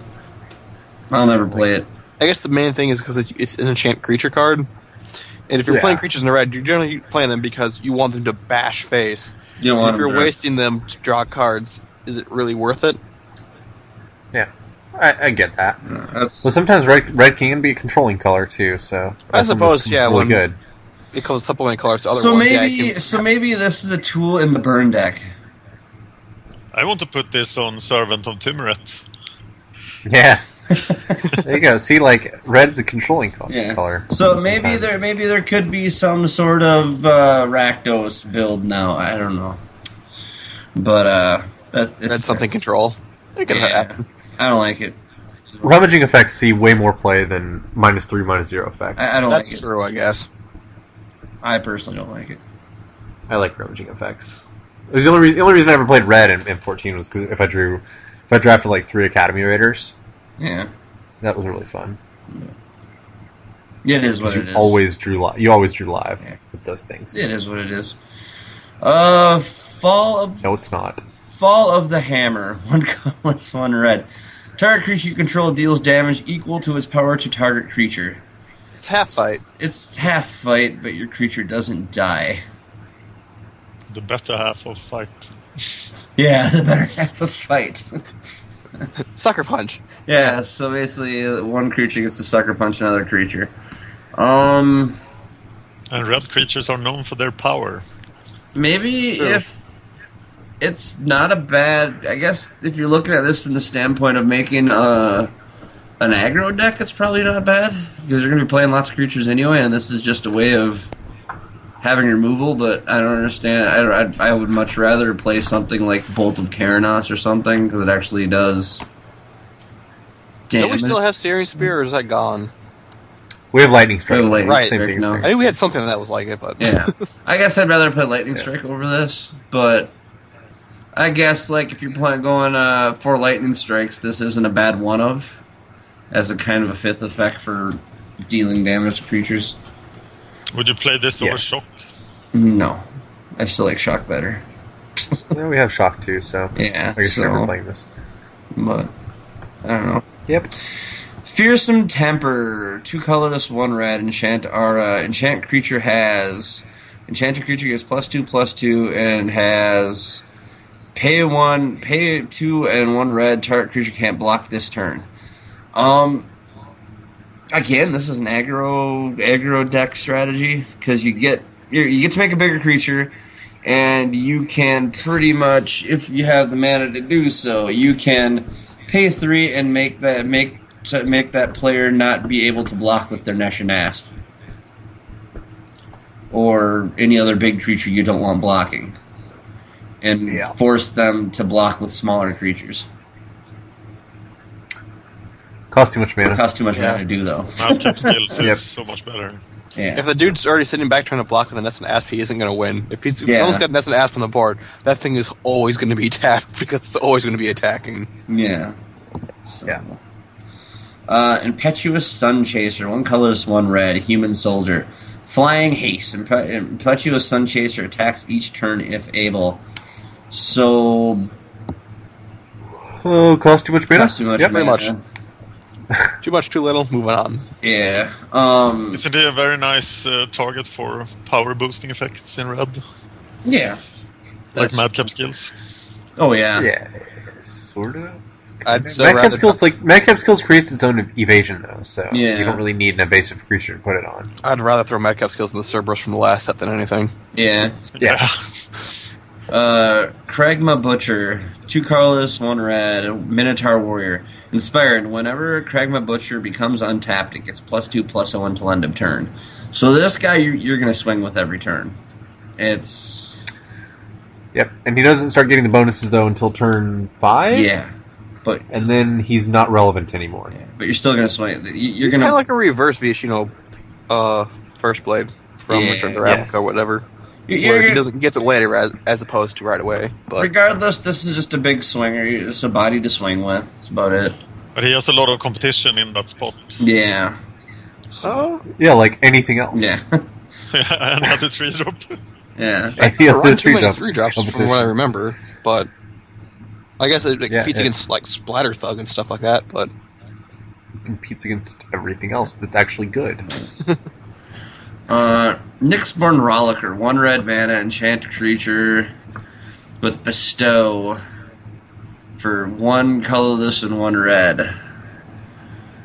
S2: I'll never play it.
S3: I guess the main thing is because it's, it's an enchant creature card, and if you're
S4: Yeah.
S3: playing creatures in the red, you're generally playing them because you want them to bash face.
S2: You don't
S3: And
S2: want
S3: if you're
S2: to-
S3: wasting them to draw cards, is it really worth it?
S4: I, I get that.
S2: No, that's-
S4: But sometimes red red can be a controlling color too. So
S3: I
S4: that's
S3: suppose,
S4: almost
S3: yeah,
S4: really
S3: when-
S4: good.
S3: It comes supplement colors to other
S2: so
S3: ones. Yeah,
S2: maybe,
S3: it can-
S2: so maybe this is a tool in the burn deck.
S5: I want to put this on Servant of Timuret.
S4: Yeah. there you go. See, like red's a controlling color.
S2: Yeah.
S4: color
S2: So maybe
S4: sometimes.
S2: there maybe there could be some sort of uh, Rakdos build now. I don't know, but uh, that's, it's-
S3: that's something control. It can
S2: Yeah.
S3: happen.
S2: I don't like it.
S4: rummaging effects see way more play than minus three, minus zero effects. I,
S2: I, I don't
S3: That's
S2: like it.
S3: true, I guess.
S2: I personally don't like it.
S4: like rummaging effects. It was the only reason, the only reason I ever played red in, in fourteen was because if I drew, if I drafted like three Academy Raiders,
S2: Yeah,
S4: that was really fun.
S2: it is
S4: 'Cause
S2: what
S4: you
S2: it is.
S4: always drew li- you always drew live
S2: Yeah.
S4: with those things.
S2: it is what it is. Uh, fall of
S4: No, it's not.
S2: Fall of the Hammer, one colorless, one red. Target creature you control deals damage equal to its power to target creature.
S3: It's half fight.
S2: It's half fight, but your creature doesn't die.
S5: The better half of fight.
S2: Yeah, the better half of fight.
S3: Sucker punch.
S2: Yeah, so basically, uh, one creature gets to sucker punch another creature. Um,
S5: And red creatures are known for their power.
S2: maybe
S6: True.
S2: if it's not a bad, I guess if you're looking at this from the standpoint of making uh, an aggro deck, it's probably not bad because you're going to be playing lots of creatures anyway, and this is just a way of having removal. But I don't understand. I I, I would much rather play something like Bolt of Karanos or something because it actually does.
S3: Do we
S2: damage.
S3: still have Searing Spear, or is that gone?
S4: We have lightning strike.
S2: We have lightning
S3: Right.
S4: Same thing.
S2: strike
S4: same
S3: I
S2: now.
S4: thing.
S3: think we had something that was like it, but
S2: Yeah. I guess I'd rather play Lightning Strike over this, but I guess like if you're playing going uh, for Lightning Strikes, this isn't a bad one of as a kind of a fifth effect for dealing damage to creatures.
S5: Would you play this
S4: Yeah.
S5: over shock?
S2: No, I still like Shock better.
S4: Yeah, we have shock too, so
S2: Yeah,
S4: I guess
S2: so-
S4: we're playing this.
S2: But I don't know.
S4: Yep.
S2: Fearsome Temper, two colorless, one red. Enchant aura. Enchant creature has. Enchanted creature gets plus two, plus two, and has pay one, pay two, and one red. Target creature can't block this turn. Um. Again, this is an aggro aggro deck strategy because you get you you get to make a bigger creature, and you can pretty much, if you have the mana to do so, you can pay three and make that make to make that player not be able to block with their Nesh and Asp or any other big creature you don't want blocking, and
S4: Yeah.
S2: force them to block with smaller creatures.
S4: Cost too much
S2: It
S4: mana.
S2: costs too much
S3: Yeah.
S2: mana to do though.
S5: Mountcap skills
S4: Yep.
S5: is so much better.
S2: Yeah.
S3: if the dude's already sitting back trying to block with an S and Asp, he isn't going to win. If he's if
S2: Yeah.
S3: someone's got an S and Asp on the board, that thing is always going to be tapped because it's always going to be attacking.
S2: Yeah. So.
S4: Yeah.
S2: Uh, impetuous Sun Chaser, one colorless, one red, human soldier. Flying Haste, Impe- Impetuous Sun Chaser attacks each turn if able. So,
S4: Oh, cost too much mana.
S2: cost too much
S4: yep.
S2: mana.
S3: much. Too much, too little. Moving on.
S2: Yeah. Um,
S5: Isn't it a very nice uh, target for power boosting effects in red?
S2: yeah.
S5: Like
S2: That's-
S5: madcap skills?
S2: Oh, yeah.
S4: Yeah, sort of.
S3: I'd so
S4: madcap
S3: rather
S4: skills like madcap skills creates its own evasion though, so
S2: Yeah.
S4: you don't really need an evasive creature to put it on.
S3: I'd rather throw madcap skills in the Cerberus from the last set than anything.
S2: Yeah.
S4: Yeah.
S2: Uh, Kragma Butcher, two colorless, one red, Minotaur Warrior. Inspired. Whenever Kragma Butcher becomes untapped, it gets plus two, plus one till end of turn. So this guy you, you're going to swing with every turn. It's
S4: Yep. And he doesn't start getting the bonuses though until turn five.
S2: yeah, but
S4: And then he's not relevant anymore.
S2: but you're still going to swing. you- You're
S3: It's
S2: going
S3: kind
S2: to
S3: of like a reverse Vishino, uh, First Blade from
S2: Yeah,
S3: Return to
S4: yes.
S3: Ravnica or whatever.
S2: you're,
S3: where he
S2: gonna-
S3: doesn't gets it later as, as opposed to right away. But
S2: regardless. This is just a big swinger. It's a body to swing with. That's about it.
S5: But he has a lot of competition in that spot.
S2: Yeah,
S3: oh,
S4: Yeah, like anything else.
S2: yeah,
S5: and had a three drop.
S2: yeah.
S4: Any
S3: there
S4: other
S3: aren't too many
S4: drops
S3: three drops from
S4: competition.
S3: what I remember. But I guess it, it
S4: Yeah,
S3: competes
S4: it-
S3: against like Splatter Thug and stuff like that. But
S4: competes against everything else that's actually good.
S2: Uh, Nixborn Rollicker, one red mana, enchant creature with bestow for one colorless and one red.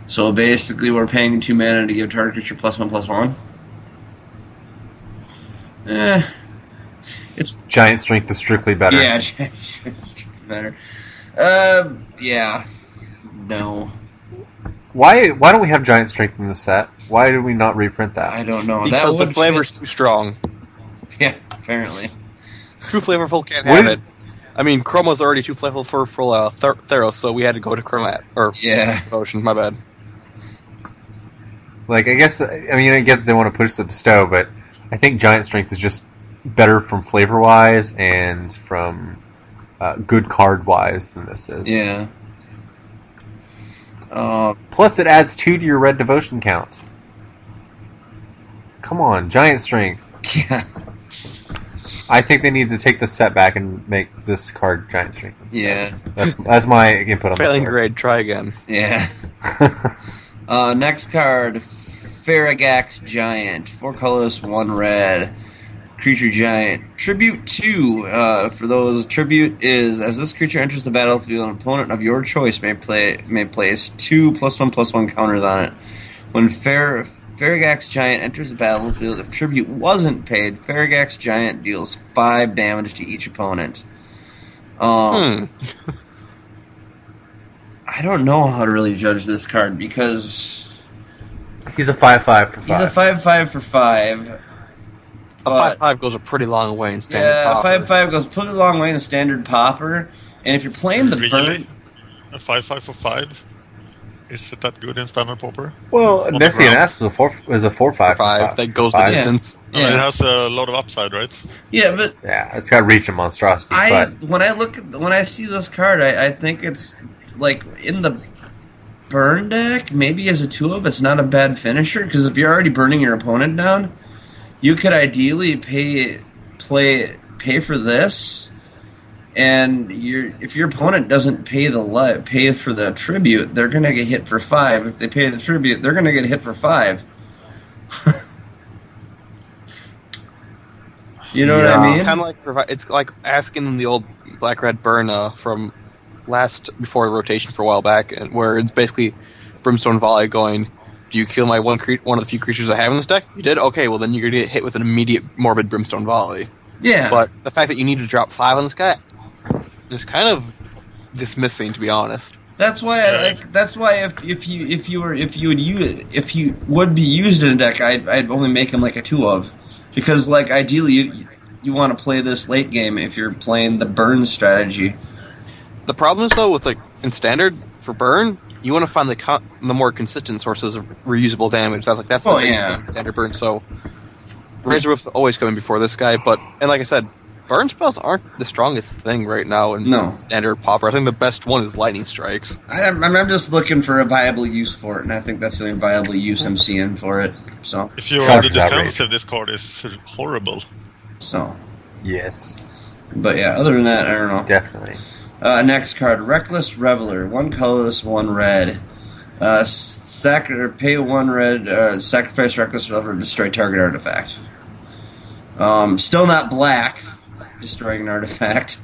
S2: So basically, we're paying two mana to give target creature plus one plus one. Eh,
S4: Giant strength is strictly better.
S2: yeah, it's, it's better. Uh, yeah, no,
S4: Why why don't we have giant strength in the set? Why did we not reprint that?
S2: I don't know.
S3: because
S2: Oh, that
S3: the
S2: would
S3: flavor's too strong,
S2: fit- yeah, apparently.
S3: too flavorful can't
S4: What
S3: have
S4: did-
S3: it. I mean, Chroma's already too flavorful for, for uh, Ther- Theros, so we had to go to Chromat or
S2: Yeah,
S3: Ocean. My bad.
S4: Like I guess I mean I get that they want to push the bestow, but I think giant strength is just better from flavor wise and from uh, good card wise than this is.
S2: yeah. Um.
S4: Plus it adds two to your red devotion count. Come on, giant strength.
S2: Yeah,
S4: I think they need to take the set back and make this card giant strength.
S2: yeah,
S4: That's, that's my input on
S3: Failing
S4: that.
S3: grade, try again.
S2: yeah. Uh, next card, Faragax Giant, four colorless, one red, creature giant. Tribute two. Uh, for those, tribute is as this creature enters the battlefield, an opponent of your choice may play may place two plus one plus one counters on it. When Fer Faragax Giant enters the battlefield, if tribute wasn't paid, Faragax Giant deals five damage to each opponent. Um,
S3: Hmm.
S2: I don't know how to really judge this card because
S4: He's a five five for five.
S2: he's a five five for five.
S3: A
S2: But-
S3: five five goes a pretty long way in standard.
S2: Yeah,
S3: popper.
S2: five five goes pretty long way in standard popper. And if you're playing the
S5: Really?
S2: burn,
S5: A 5 5 for 5? Is it that good in Stanford Pauper?
S4: Well,
S5: the
S4: Nessie and
S5: ground.
S4: Asp is a four is a four five
S3: Five that goes
S4: Five.
S3: the distance.
S5: I mean, it
S2: Yeah.
S5: has a lot of upside, right?
S2: Yeah, but
S4: Yeah, it's got reach and monstrosity.
S2: I
S4: but
S2: when I look at when I see this card, I, I think it's like in the burn deck. Maybe as a two of, it's not a bad finisher because if you're already burning your opponent down, you could ideally pay play pay for this, and your if your opponent doesn't pay the li- pay for the tribute, they're gonna get hit for five. If they pay the tribute, they're gonna get hit for five. you know what I
S4: Yeah.
S2: mean?
S3: It's kind of like provi- it's like asking them the old black red burn uh, from last before the rotation for a while back, and where it's basically brimstone volley going. Do you kill my one cre- one of the few creatures I have in this deck? You did. Okay, well then you're gonna get hit with an immediate morbid brimstone volley.
S2: yeah.
S3: But the fact that you need to drop five on this guy is kind of dismissing, to be honest.
S2: That's why. I,
S5: Right.
S2: like, that's why if, if you if you were if you would u if you would be used in a deck, I'd, I'd only make him like a two of, because like ideally you you want to play this late game if you're playing the burn strategy.
S3: The problem is though with like in standard for burn, you want to find the con- the more consistent sources of reusable damage. That's like that's the
S2: Oh,
S3: biggest
S2: yeah.
S3: thing in standard burn. So Razor Whip's always coming before this guy, but and like I said, burn spells aren't the strongest thing right now in
S2: No.
S3: standard popper. I think the best one is lightning strikes.
S2: I, I'm I'm just looking for a viable use for it, and I think that's the only viable use I'm seeing for it. So
S5: If you're on
S4: Sharks
S5: the
S4: outrage.
S5: defensive, this card is horrible.
S2: so,
S4: yes,
S2: but yeah. Other than that, I don't know.
S4: definitely.
S2: Uh, next card, Reckless Reveler. One colorless, one red. Uh, sac- or pay one red, uh, sacrifice Reckless Reveler, destroy target artifact. Um, still not black, destroying an artifact.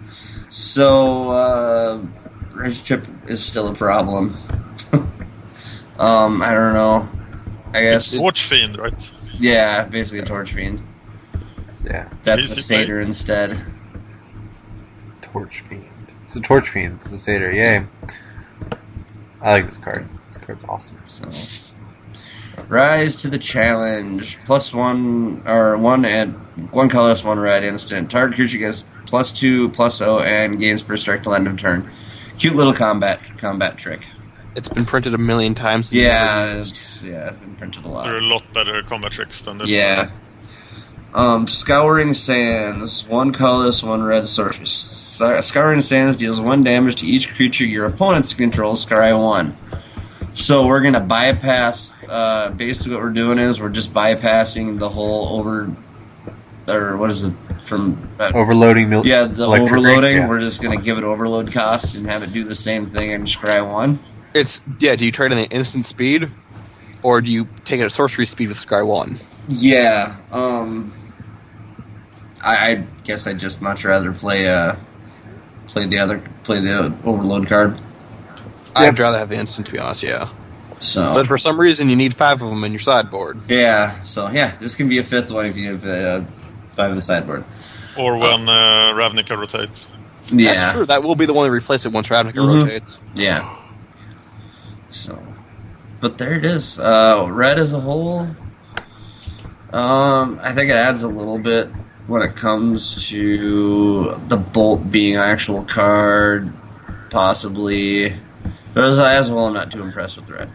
S2: So, uh, Red Chip is still a problem. um, I don't know. I guess,
S5: It's Torch Fiend, right?
S2: yeah, basically a Torch Fiend.
S4: Yeah,
S2: That's a
S5: Basically.
S2: Satyr instead.
S4: torch fiend. It's a torch fiend. It's a satyr. Yay! I like this card. This card's awesome.
S2: So, rise to the challenge. Plus one or one and one colorless, one red. Instant target creature gets plus two, plus O, and gains first strike till end of turn. Cute little combat combat trick.
S3: It's been printed a million times. and
S2: Yeah, it's yeah, it's been printed a lot.
S5: There are a lot better combat tricks than this.
S2: Yeah. Um, Scouring Sands, one colorless, one red sorceress. Sc- Scouring Sands deals one damage to each creature your opponents controls, scry one. So we're gonna bypass. Uh, basically, what we're doing is we're just bypassing the whole over, or what is it from? Uh,
S4: Overloading. Mil-
S2: yeah, the
S4: electric rate,
S2: overloading.
S4: yeah.
S2: We're just gonna give it overload cost and have it do the same thing and scry one.
S3: It's yeah. Do you trade in the instant speed, or do you take it at sorcery speed with Sky One?
S2: Yeah. Um. I, I guess I'd just much rather play uh play the other play the overload card.
S3: I'd rather have the instant, to be honest. Yeah,
S2: So
S3: but for some reason you need five of them in your sideboard.
S2: yeah. So yeah, this can be a fifth one if you have uh, five in the sideboard.
S5: Or when uh, Ravnica rotates.
S2: Yeah.
S3: That's true. That will be the one that replaces it once Ravnica
S4: Mm-hmm.
S2: Mhm.
S3: rotates.
S2: Yeah. So, but there it is. Uh, red as a whole. Um, I think it adds a little bit when it comes to the bolt being an actual card, possibly. But as, as a whole, I'm not too impressed with red.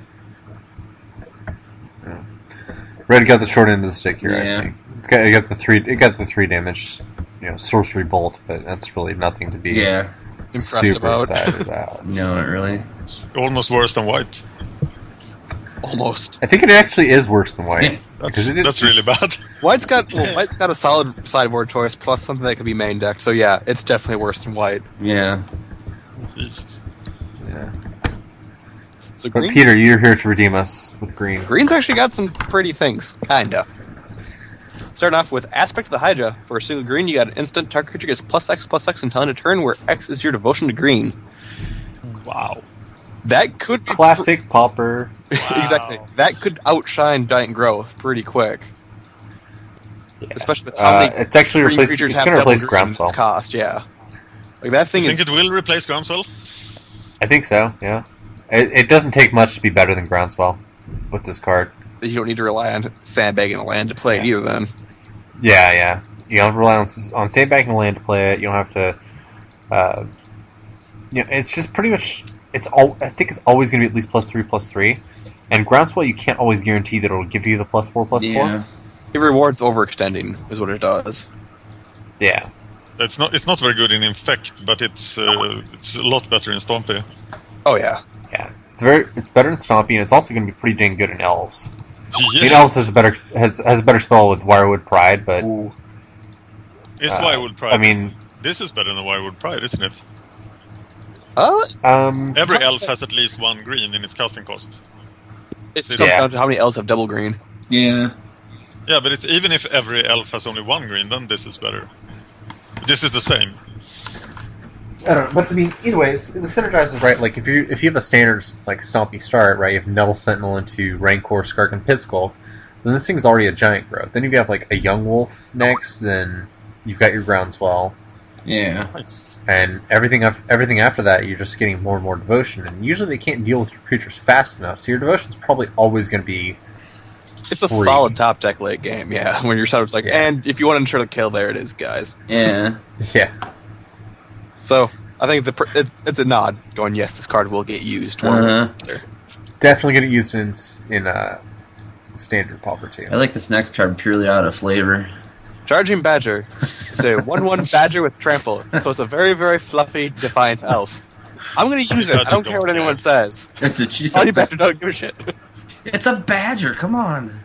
S4: Red got the short end of the stick here.
S2: Yeah.
S4: I think it's got, it got the three. It got the three damage. You know, sorcery bolt, but that's really nothing to be
S2: Yeah.
S3: Impressed
S4: super
S3: about.
S4: excited about.
S2: No, not really.
S5: Almost worse than white.
S3: Almost.
S4: I think it actually is worse than
S2: Yeah,
S4: white.
S5: That's,
S4: Because it is-
S5: that's really bad.
S3: White's got well, White's got a solid sideboard choice plus something that could be main deck. So yeah, it's definitely worse than White.
S2: Yeah.
S4: Yeah.
S3: So
S4: But
S3: green,
S4: Peter, you're here to redeem us with green.
S3: Green's actually got some pretty things, kinda. Starting off with Aspect of the Hydra. For a single green, you got an instant target creature gets plus X plus X until end of turn, where X is your devotion to green.
S5: Wow.
S3: That could be
S4: Classic popper.
S3: exactly. That could outshine Giant Growth pretty quick. Especially with how
S4: Uh,
S3: many
S4: it's actually
S3: green
S4: replaced.
S3: creatures
S4: It's
S3: have
S4: going to
S3: double
S4: replace
S3: green in its
S4: groundswell.
S3: cost. Yeah, like that thing
S5: You
S3: is
S5: think it will replace Groundswell?
S4: I think so. Yeah. It, it doesn't take much to be better than groundswell with this card.
S3: that you don't need to rely on sandbagging a land to play it
S4: Yeah.
S3: either. Then
S4: Yeah, yeah. You don't rely on on sandbagging land to play it. You don't have to. Uh, you know, it's just pretty much it's all. I think it's always going to be at least plus three, plus three. And groundswell, you can't always guarantee that it'll give you the plus four, plus
S7: Yeah.
S4: four.
S3: It rewards overextending, is what it does.
S4: Yeah,
S5: It's not it's not very good in infect, but it's uh, it's a lot better in Stompy.
S3: Oh yeah,
S4: yeah. It's very. It's better in Stompy, and it's also going to be pretty dang good in Elves. I mean,
S5: Yeah,
S4: Elves has a better has has a better spell with Wirewood Pride, but
S3: Ooh.
S5: it's
S4: uh,
S5: Wirewood Pride.
S4: I mean,
S5: this is better than Wirewood Pride, isn't it?
S3: Uh,
S4: um,
S5: Every
S3: It's
S5: elf
S3: also-
S5: has at least one green in its casting cost.
S3: it
S5: Yeah.
S3: comes down to how many elves have double green.
S7: Yeah.
S5: Yeah, but it's even if every elf has only one green, then this is better. This is the same.
S4: I don't know, but I mean, either way, it's, the synergize is right. Like if you if you have a standard like Stompy start, right, you have Nettle Sentinel into Rancor, Skark, and Pit Skull, then this thing's already a giant growth. Then if you have like a Young Wolf next, then you've got your Groundswell,
S7: Yeah.
S5: Nice.
S4: and everything after everything after that, you're just getting more and more devotion. And usually they can't deal with your creatures fast enough, so your devotion's probably always going to be
S3: It's a
S4: Free.
S3: solid top deck late game, yeah. When your setups like,
S4: Yeah.
S3: and if you want to ensure the kill, there it is, guys.
S7: Yeah.
S4: yeah.
S3: So I think the pr- it's, it's a nod going, yes, this card will get used. one way or
S7: Uh-huh.
S3: another.
S4: Definitely going to use in s- in uh, standard pauper too.
S7: I like this next card purely out of flavor.
S3: Charging Badger. It's a 1 1 Badger with Trample. So it's a very, very fluffy, defiant elf. I'm going to use it. I don't care what anyone says.
S7: It's a cheese.
S3: Charging Badger doesn't give a shit.
S7: It's a badger. Come on.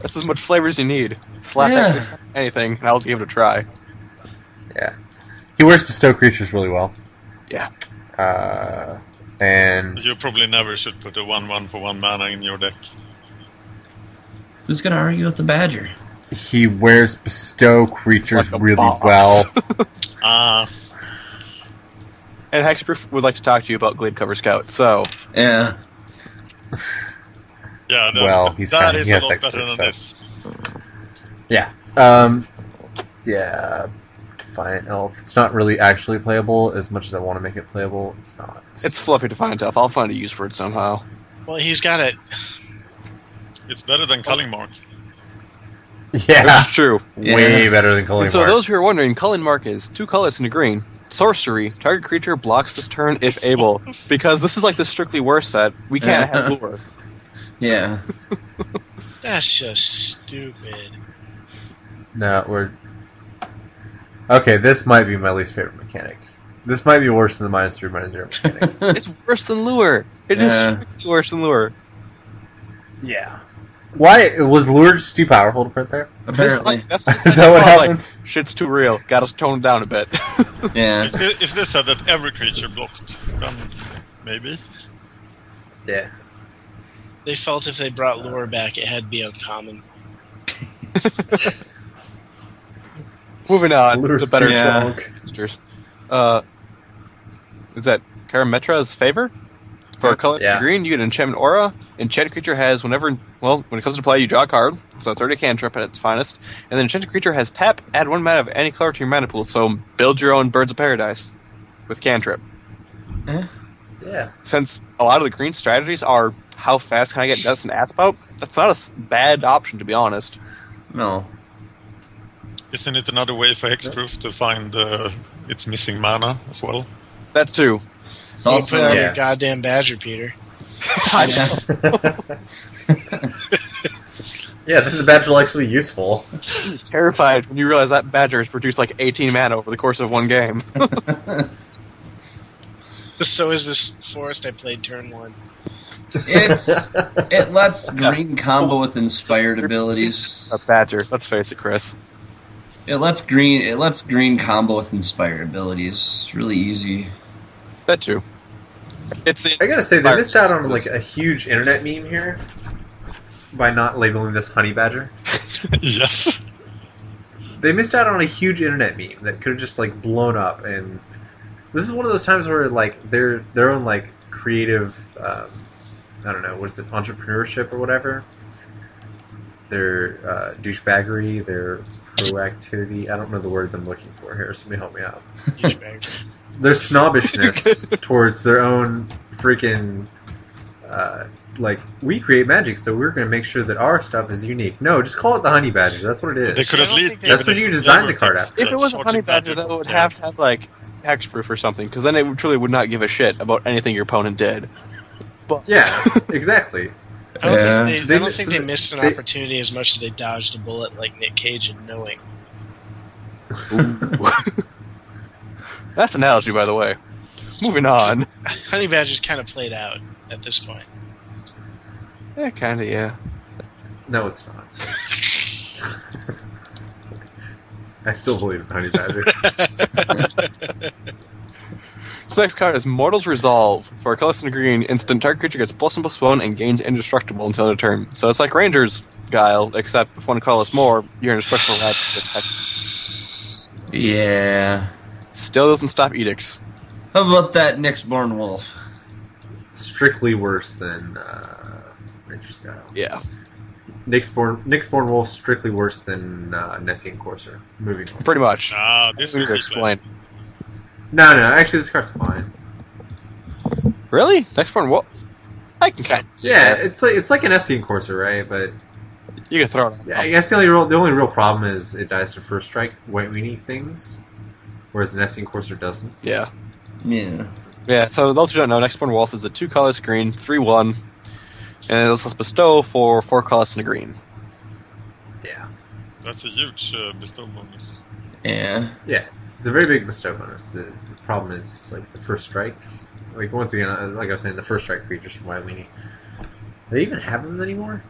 S3: That's as much flavor as you need. Slap
S7: Yeah.
S3: that anything, and I'll give it a try.
S4: He wears bestow creatures really well.
S3: Yeah.
S4: Uh, and
S5: You probably never should put a one-one for one mana in your deck.
S7: Who's gonna argue with the badger?
S4: he wears bestow creatures
S3: Like a
S4: really
S3: boss.
S4: well.
S5: Ah,
S3: And Hexproof would like to talk to you about Glade Cover Scout. So,
S7: Yeah.
S5: yeah. That,
S4: Well, he's
S5: that
S4: kinda-
S5: is
S4: he
S5: a
S4: has
S5: lot
S4: extra,
S5: better than
S4: so-
S5: this.
S4: yeah. Um, yeah. Defiant elf. It's not really actually playable as much as I want to make it playable. It's not.
S3: it's fluffy, defiant elf. I'll find a use for it somehow.
S6: Well, he's got it.
S5: It's better than Culling Mark.
S4: yeah.
S3: It's true.
S4: Way better than Culling
S3: And so,
S4: Mark.
S3: those who are wondering, Cullen Mark is two colors and a green. Sorcery: Target creature blocks this turn if able. Because this is like the strictly worse set. We can't have lure.
S7: Yeah.
S6: That's just stupid.
S4: No, we're okay. This might be my least favorite mechanic. This might be worse than the minus three, minus zero mechanic.
S3: It's worse than lure. It is
S7: Yeah.
S3: strictly worse than lure.
S4: yeah. Why was lure just too powerful to print there?
S3: This,
S7: Apparently.
S3: like, that's what
S4: Is that what
S3: it's like,
S4: happened?
S3: Shit's too real. Gotta tone it down a bit.
S7: Yeah.
S5: If, thi- if this said that every creature blocked, then maybe.
S4: Yeah.
S6: They felt if they brought lore back, it had to be uncommon.
S3: Moving on
S4: Lure's
S3: to better
S4: too
S7: Yeah.
S4: strong.
S3: monsters. Uh, is that Karametra's favor? For a colorless
S4: Yeah.
S3: green, you get an enchantment aura. Enchanted creature has whenever, well, when it comes to play, you draw a card, so it's already a cantrip at its finest. And then enchanted creature has tap, add one mana of any color to your mana pool, so build your own Birds of Paradise with cantrip.
S4: Yeah.
S3: Since a lot of the green strategies are how fast can I get dust and asp out, that's not a s- bad option to be honest.
S7: No.
S5: Isn't it another way for Hexproof to find uh, its missing mana as well?
S3: That's two.
S7: It's
S6: Don't put
S7: also
S6: on
S4: Yeah.
S6: your goddamn badger, Peter.
S7: Yeah.
S4: Yeah, then the badge will actually be useful.
S3: terrified when you realize that badger has produced like 18 mana over the course of one game.
S6: So is this forest I played turn one.
S7: it's it lets green combo with inspired abilities.
S3: a badger. Let's face it, Chris.
S7: It lets green it lets green combo with inspired abilities. It's really easy.
S3: That too. It's the
S4: I gotta say, they
S3: Fire-
S4: missed out on like a huge internet meme here by not labeling this honey badger.
S5: yes.
S4: They missed out on a huge internet meme that could have just like blown up. And this is one of those times where like their their own like creative, um, I don't know, what is it, entrepreneurship or whatever. Their uh, douchebaggery, their proactivity. I don't know the word I'm looking for here. Somebody help me out.
S6: douchebag.
S4: their snobbishness towards their own freaking uh, like we create magic, so we're going to make sure that our stuff is unique. No, just call it the honey badger. That's what it
S5: They
S4: is.
S5: could
S6: I
S5: at
S6: don't
S5: least.
S6: think
S5: give
S4: That's
S5: it
S4: what
S5: a
S4: you designed the
S5: yellow
S4: card
S5: text
S4: after.
S3: if it
S5: that's
S3: was a honey
S5: shorting
S3: badger, that
S5: badger
S3: would
S5: yeah.
S3: have to have like hexproof or something, because then it truly would not give a shit about anything your opponent did. But
S4: Yeah, exactly.
S6: I don't
S7: Yeah.
S6: think they,
S4: They
S6: I don't
S4: mi-
S6: think
S4: so
S6: they missed an
S4: they-
S6: opportunity as much as they dodged a bullet like Nick Cage and knowing.
S3: that's an analogy, by the way. Moving on.
S6: Honey Badger's kind of played out at this point.
S3: Yeah, kind of. Eh, Yeah.
S4: No, it's not. I still believe in Honey Badger.
S3: So next card is Mortal's Resolve. For a colorless and a green, instant target creature gets plus one plus one and gains indestructible until end of turn. So it's like Ranger's Guile, except if one colorless more, you're indestructible. lab with hex.
S7: Yeah.
S3: Still doesn't stop edicts.
S7: How about that next born wolf?
S4: Strictly worse than uh, Ranger Style.
S3: Yeah.
S4: Nick's born Nick's born wolf strictly worse than uh, Nessie and Corsair. Moving on.
S3: Pretty much.
S5: Ah, this
S3: We
S5: was
S3: need to
S5: the plan.
S3: explain.
S4: No, no, actually this card's fine.
S3: Really? Next one, what? I can kind of.
S4: Yeah, it's like it's like an Nessie and Corsair, right? But
S3: You can throw it on
S4: yeah, I
S3: something.
S4: guess the only real the only real problem is it dies to first strike white weenie things, whereas Nessie and Corsair doesn't.
S3: Yeah.
S7: Yeah.
S3: Yeah, so those who don't know, Next Born Wolf is a two color green, 3 1, and it lets us bestow for four colors and a green.
S4: Yeah,
S5: That's a huge uh, bestow bonus.
S7: Yeah.
S4: yeah, it's a very big bestow bonus. The, the problem is like the first strike. Like once again, uh, like I was saying, the first strike creatures from white weenie. Do they even have them anymore?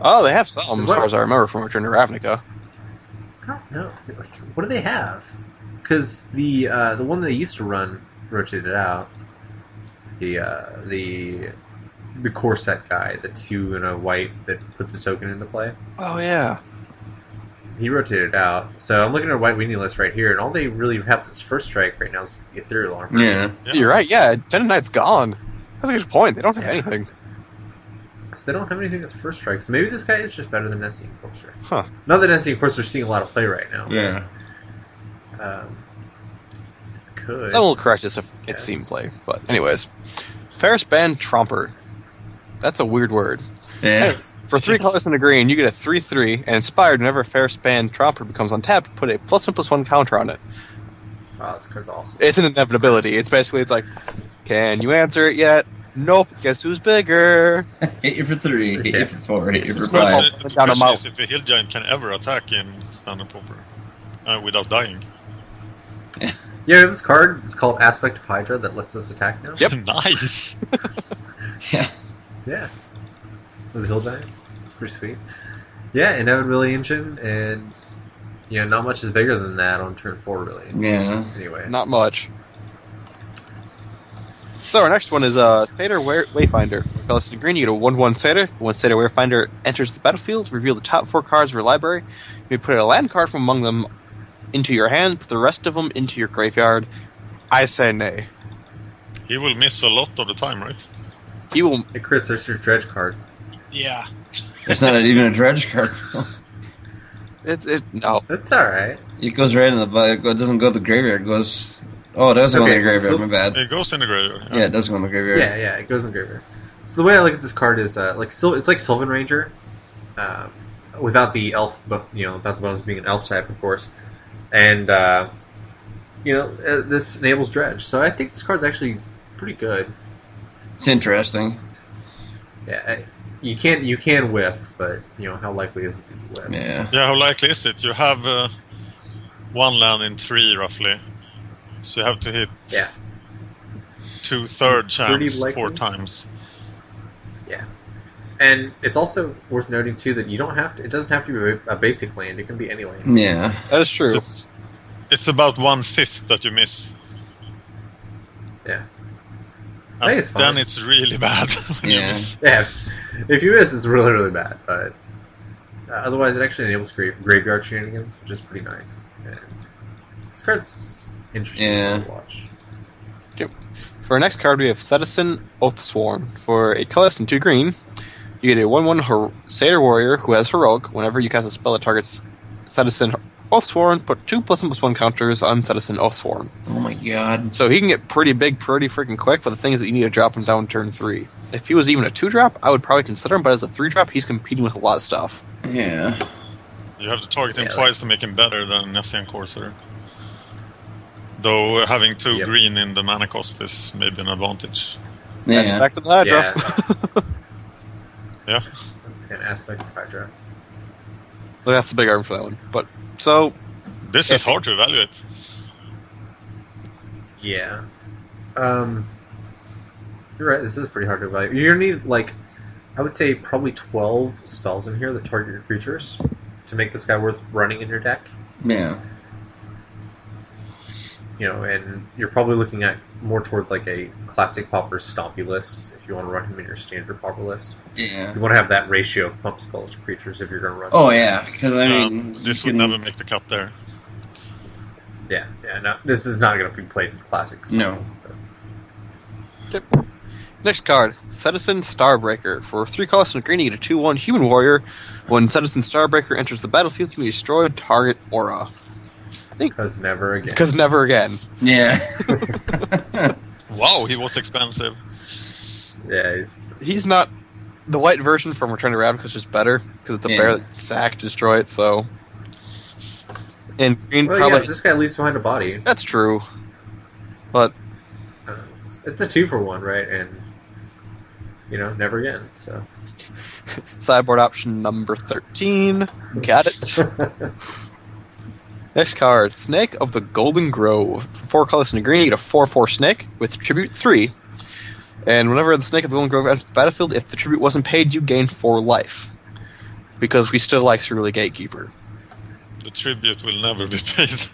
S3: Oh, they have some, as
S4: Well-
S3: far as I remember from Return to Ravnica.
S4: I don't know. Like, what do they have? Because the uh, the one they used to run rotated out. The uh, the the corset guy, the two and a white that puts a token into play.
S3: Oh, yeah.
S4: He rotated out. So I'm looking at a white weenie list right here, and all they really have this first strike right now is ethereal armor.
S7: Yeah.
S5: Yeah.
S3: You're right, yeah. Tendonite's gone. That's a good point. They don't have
S4: Yeah.
S3: anything.
S4: So they don't have anything that's first strike. So maybe this guy is just better than Nessie and Corsair.
S3: Huh.
S4: Not that Nessie and Corsair are seeing a lot of play right now.
S7: Yeah.
S4: Um, could.
S3: Someone will correct us if
S4: Yes.
S3: it seemed play. But, anyways. Ferris Band Tromper. That's a weird word.
S7: Yeah.
S3: For three colors and a green, you get a 3 3 and inspired whenever Ferris Band Tromper becomes untapped, put a plus 1 plus 1 counter on it.
S4: Wow, this card's awesome.
S3: It's an inevitability. It's basically, it's like, can you answer it yet? Nope. Guess who's bigger?
S7: Hit you for three. Hit you for four. Hit you for
S5: The
S3: Right.
S7: five.
S5: question,
S3: Down
S5: the
S3: a
S5: question
S3: mile.
S5: is if a hill giant can ever attack in standard proper uh, without dying.
S4: Yeah, we have this card. It's called Aspect of Hydra that lets us attack now.
S3: Yep.
S5: nice.
S7: Yeah.
S4: Yeah. With the Hill Giants. It's pretty sweet. Yeah, and Inevitability Engine, and, you know, not much is bigger than that on turn four, really.
S7: Yeah.
S4: Anyway.
S3: Mm. Not much. So our next one is uh, Seder Wa- Wayfinder. Colors and green, you get a 1 1 Seder. When Seder Wayfinder enters the battlefield, reveal the top four cards of your library. You may put a land card from among them into your hand, put the rest of them into your graveyard. I say nay.
S5: He will miss a lot of the time, right?
S3: He will.
S4: Hey, Chris, there's your Dredge card.
S6: Yeah.
S7: There's not even a dredge card.
S3: It, it, no.
S4: That's alright.
S7: it goes right in the. bu- It doesn't go to the graveyard. It goes. Oh, it does go in
S4: Okay,
S7: the graveyard.
S4: so-
S7: My bad.
S5: It goes in the graveyard.
S7: Yeah, it does go in the graveyard.
S4: Yeah, yeah, it goes in graveyard. So the way I look at this card is, uh, like, Sil- it's like Sylvan Ranger, um, without the elf, bo- you know, without the bonus being an elf type, of course. And, uh, you know, uh, this enables Dredge. So I think this card's actually pretty good.
S7: It's interesting.
S4: Yeah, I- you can you can whiff, but you know how likely is it to whiff?
S7: Yeah.
S5: Yeah, how likely is it? You have uh, one land in three, roughly. So you have to hit
S4: Yeah.
S5: two third
S4: Pretty
S5: chance
S4: likely.
S5: four times.
S4: And it's also worth noting too that you don't have to. It doesn't have to be a- a basic land. It can be any land.
S7: Yeah.
S3: That is true.
S5: It's, it's about one fifth that you miss.
S4: Yeah. I think
S5: And
S4: it's fine.
S5: then it's really bad when you
S7: Yeah.
S5: miss.
S4: Yeah, if you miss, it's really really bad. But uh, otherwise, it actually enables gra- graveyard shenanigans, which is pretty nice. And this card's interesting
S7: Yeah.
S4: to watch.
S3: For our next card, we have Citizen Oathsworn. For a colorless and two green, you get a 1 1 her- Satyr Warrior who has Heroic. Whenever you cast a spell that targets Citizen Oathsworn, put 2 plus 1 plus 1 counters on Citizen Oathsworn.
S7: Oh my god.
S3: So he can get pretty big pretty freaking quick, but the thing is that you need to drop him down turn 3. If he was even a 2 drop, I would probably consider him, but as a 3 drop, he's competing with a lot of stuff.
S7: Yeah.
S5: You have to target him
S4: Yeah,
S5: twice to make him better than Nessian Corsair. Though uh, having two
S4: Yep.
S5: green in the mana cost is maybe an advantage.
S2: Yeah.
S3: That's back to the Hydra.
S5: Yeah.
S4: That's an aspect of Hydra.
S3: But that's the big arm for that one. But so
S5: This is hard to evaluate.
S4: Yeah. Um, you're right. This is pretty hard to evaluate. You're gonna need like, I would say probably twelve spells in here that target your creatures to make this guy worth running in your deck.
S2: Yeah.
S4: You know, and you're probably looking at more towards like a classic popper stompy list if you want to run him in your standard popper list.
S2: Yeah.
S4: You want to have that ratio of pump spells to creatures if you're going to run.
S2: Oh yeah, because I mean,
S5: um,
S2: you
S5: this
S2: can-
S5: would never make the cut there.
S4: yeah, yeah. No, this is not going to be played in classics.
S2: No.
S3: Next card, Citizen Starbreaker. For three costs and a green, you get a two-one human warrior. When Citizen Starbreaker enters the battlefield, you may destroy a target aura.
S4: because never again.
S3: Because never again.
S2: Yeah.
S5: Wow, he was expensive.
S4: yeah, it's,
S3: He's not the white version from Return to Ravnica is just better because it's a
S2: Yeah.
S3: bear that sack to destroy it. So, and green
S4: well,
S3: probably
S4: yeah, this guy leaves behind a body.
S3: that's true. But
S4: Uh, it's a two for one, right? And you know, never again. So
S3: sideboard option number thirteen, got it. Next card, Snake of the Golden Grove. For four colors and a green, you get a 4 4 snake with tribute 3. And whenever the Snake of the Golden Grove enters the battlefield, if the tribute wasn't paid, you gain 4 life. Because we still like Cerulean Gatekeeper.
S5: The tribute will never be paid.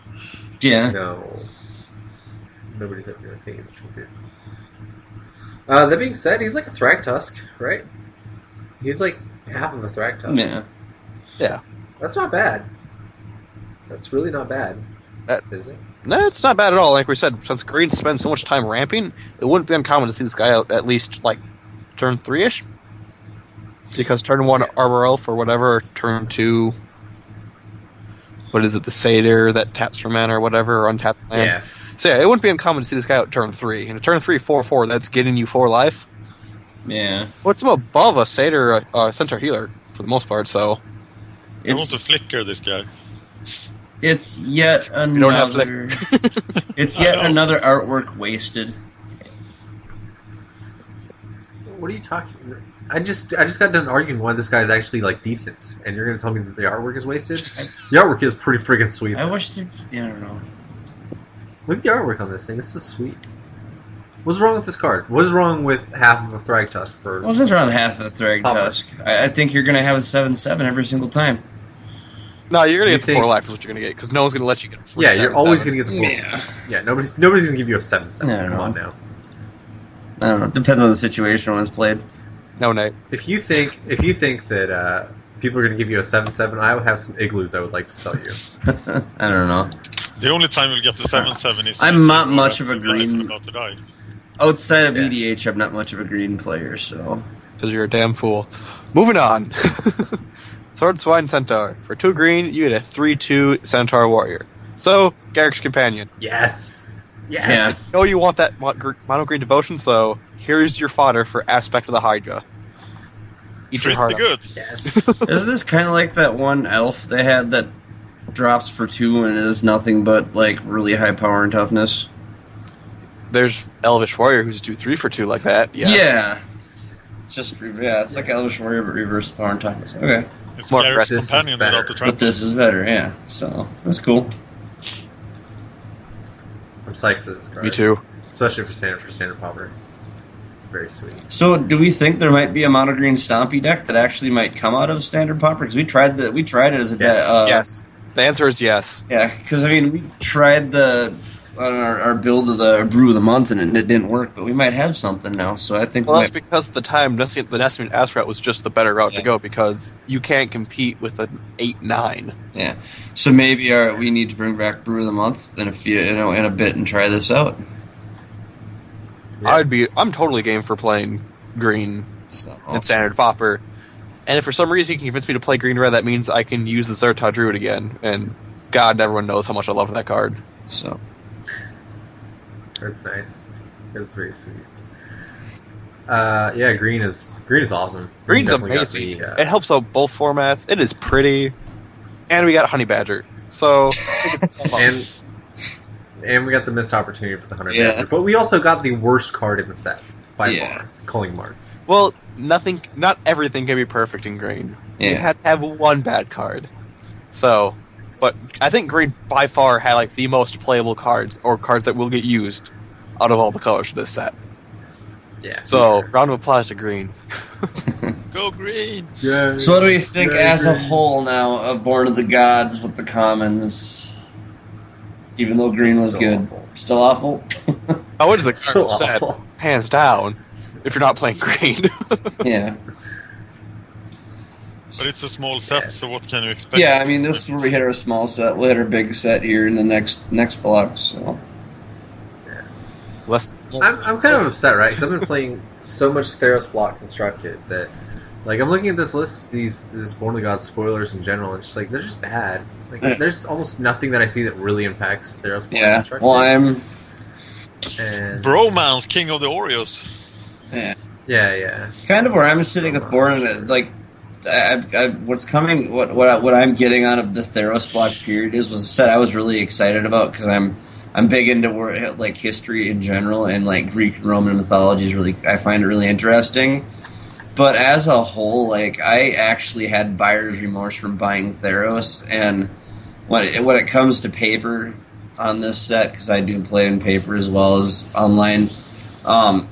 S2: yeah.
S4: no, nobody's ever gonna think which will be. Uh, that being said, he's like a Thragtusk, right? He's like half of a Thragtusk.
S2: Yeah.
S4: That's not bad. That's really not bad.
S3: That-
S4: is it?
S3: No, it's not bad at all. Like we said, since Green spends so much time ramping, it wouldn't be uncommon to see this guy out at least, like, turn 3 ish. Because turn 1 Arbor Elf or whatever, turn 2. What is it, the Satyr that taps for mana or whatever, or untapped land?
S4: Yeah.
S3: So yeah, it wouldn't be uncommon to see this guy out turn three. And a turn three, four, four, that's getting you four life.
S2: Yeah.
S3: What's well, it's above a satyr, uh, uh, centaur healer for the most part. So
S5: I want
S2: It's
S5: to flicker this guy.
S2: it's yet
S3: You don't have
S2: another. it's yet
S5: I know.
S2: another artwork wasted.
S4: What are you talking? I just I just got done arguing why this guy's actually like decent, and you're gonna tell me that the artwork is wasted? The artwork is pretty freaking sweet.
S2: I wish. They, yeah, I don't know.
S4: Look at the artwork on this thing. This is sweet. What's wrong with this card? What is wrong with half of a Thragtusk
S2: I
S4: for?
S2: was around half of the Thrag
S4: Bummer.
S2: Tusk. I, I think you're gonna have a seven seven every single time.
S3: no, you're gonna
S4: You
S3: get the four
S4: think-
S3: life is what you're gonna get because no one's gonna let you get. Four,
S4: Yeah, you're always gonna get the four. Yeah.
S2: Yeah.
S4: nobody's nobody's gonna give you a seven seven.
S2: No, no,
S4: Come on
S2: no.
S4: now.
S2: I don't know. Depends on the situation when it's played.
S3: gonna no night.
S4: If you think if you think that uh, people are gonna give you a seven seven, I would have some igloos I would like to sell you.
S2: I don't know.
S5: The only time you'll get the seven seven is.
S2: I'm
S5: if
S2: not
S5: you
S2: much
S5: have
S2: of a
S5: two guys
S2: green-
S5: About to die.
S2: Outside of
S4: Yeah.
S2: EDH, I'm not much of a green player, so
S3: because you're a damn fool. Moving on. Sword Swine Centaur. For two green, you get a three-two Centaur warrior. So Garrick's companion.
S4: Yes. Yes.
S3: No, you want that mon- gr- mono green devotion, so here's your fodder for aspect of the Hydra. Eat your heart
S5: Pretty
S3: out.
S5: good.
S4: Yes.
S2: Isn't this kind of like that one elf they had that drops for two and is nothing but like really high power and toughness?
S3: There's Elvish Warrior who's do three for two like that. Yeah.
S2: Yeah. It's just yeah, it's like Elvish Warrior but reverse power and toughness. Okay,
S5: It's
S3: More
S5: Garrick's
S4: aggressive is
S5: companion
S4: better.
S5: without the trap.
S2: but this is better. Yeah, so that's cool.
S4: I'm psyched for this card.
S3: Me too.
S4: Especially for standard for standard popper. It's very sweet.
S2: So, do we think there might be a mono green stompy deck that actually might come out of standard popper? Because we tried the we tried it as a deck.
S4: Yes.
S2: Uh,
S3: yes. The answer is yes.
S2: Yeah, because I mean we tried the on our, our build of the brew of the month and it, it didn't work, but we might have something now. So I think
S3: Well,
S2: we
S3: that's
S2: might,
S3: because at the time Nessie- the Nessim Ass route was just the better route
S2: Yeah.
S3: to go because you can't compete with an eight nine.
S2: yeah. So maybe our, we need to bring back brew of the month in a few you know in a bit and try this out.
S4: Yeah.
S3: I'd be I'm totally game for playing green
S2: So
S3: and standard popper. And if for some reason you can convince me to play green red, that means I can use the Zerta Druid again. And God, everyone knows how much I love that card.
S2: so
S4: That's nice. That's very sweet. Uh, yeah, green is green is awesome.
S3: Green's
S4: definitely got
S3: amazing.
S4: the, uh,
S3: It helps out both formats. It is pretty, and we got Honey Badger. So
S4: and and we got the missed opportunity for the hundred.
S2: Yeah.
S4: meter. But we also got the worst card in the set by
S2: Yeah.
S4: far, calling mark.
S3: Well, nothing, not everything can be perfect in green. You
S7: Yeah.
S3: had to have one bad card. So, but I think green by far had like the most playable cards or cards that will get used out of all the colors for this set.
S4: Yeah.
S3: So, round of applause to green.
S5: Go green!
S4: yeah.
S2: So what do we think
S4: Yeah,
S2: as a
S4: green.
S2: whole now of Born of the Gods with the commons? Even though green was
S4: Still
S2: good,
S4: awful.
S2: still awful.
S3: Oh, it is a
S4: So
S3: card set,
S4: awful.
S3: hands down. If you're not playing green,
S2: yeah,
S5: But it's a small set, so what can you expect?
S2: yeah. I mean, this is where we hit our small set. We'll hit our big set here in the next next block. So
S3: less.
S4: I'm, I'm kind of upset, right? Because I've been playing so much Theros block constructed that, like, I'm looking at this list, these this Born of the Gods spoilers in general, and it's just like they're just bad. Like, there's almost nothing that I see that really impacts Theros block
S2: yeah.
S4: constructed.
S2: Well, I'm
S4: and,
S5: Bromance, King of the Oreos.
S4: yeah, yeah,
S2: kind of where I'm sitting with Born. uh, Like, I- I've, I've, what's coming, what what I, what I'm getting out of the Theros block period is was a set I was really excited about because I'm I'm big into wor- like history in general and like Greek and Roman mythology is really I find it really interesting. But as a whole, like I actually had buyer's remorse from buying Theros, and when it, when it comes to paper on this set, because I do play in paper as well as online, um,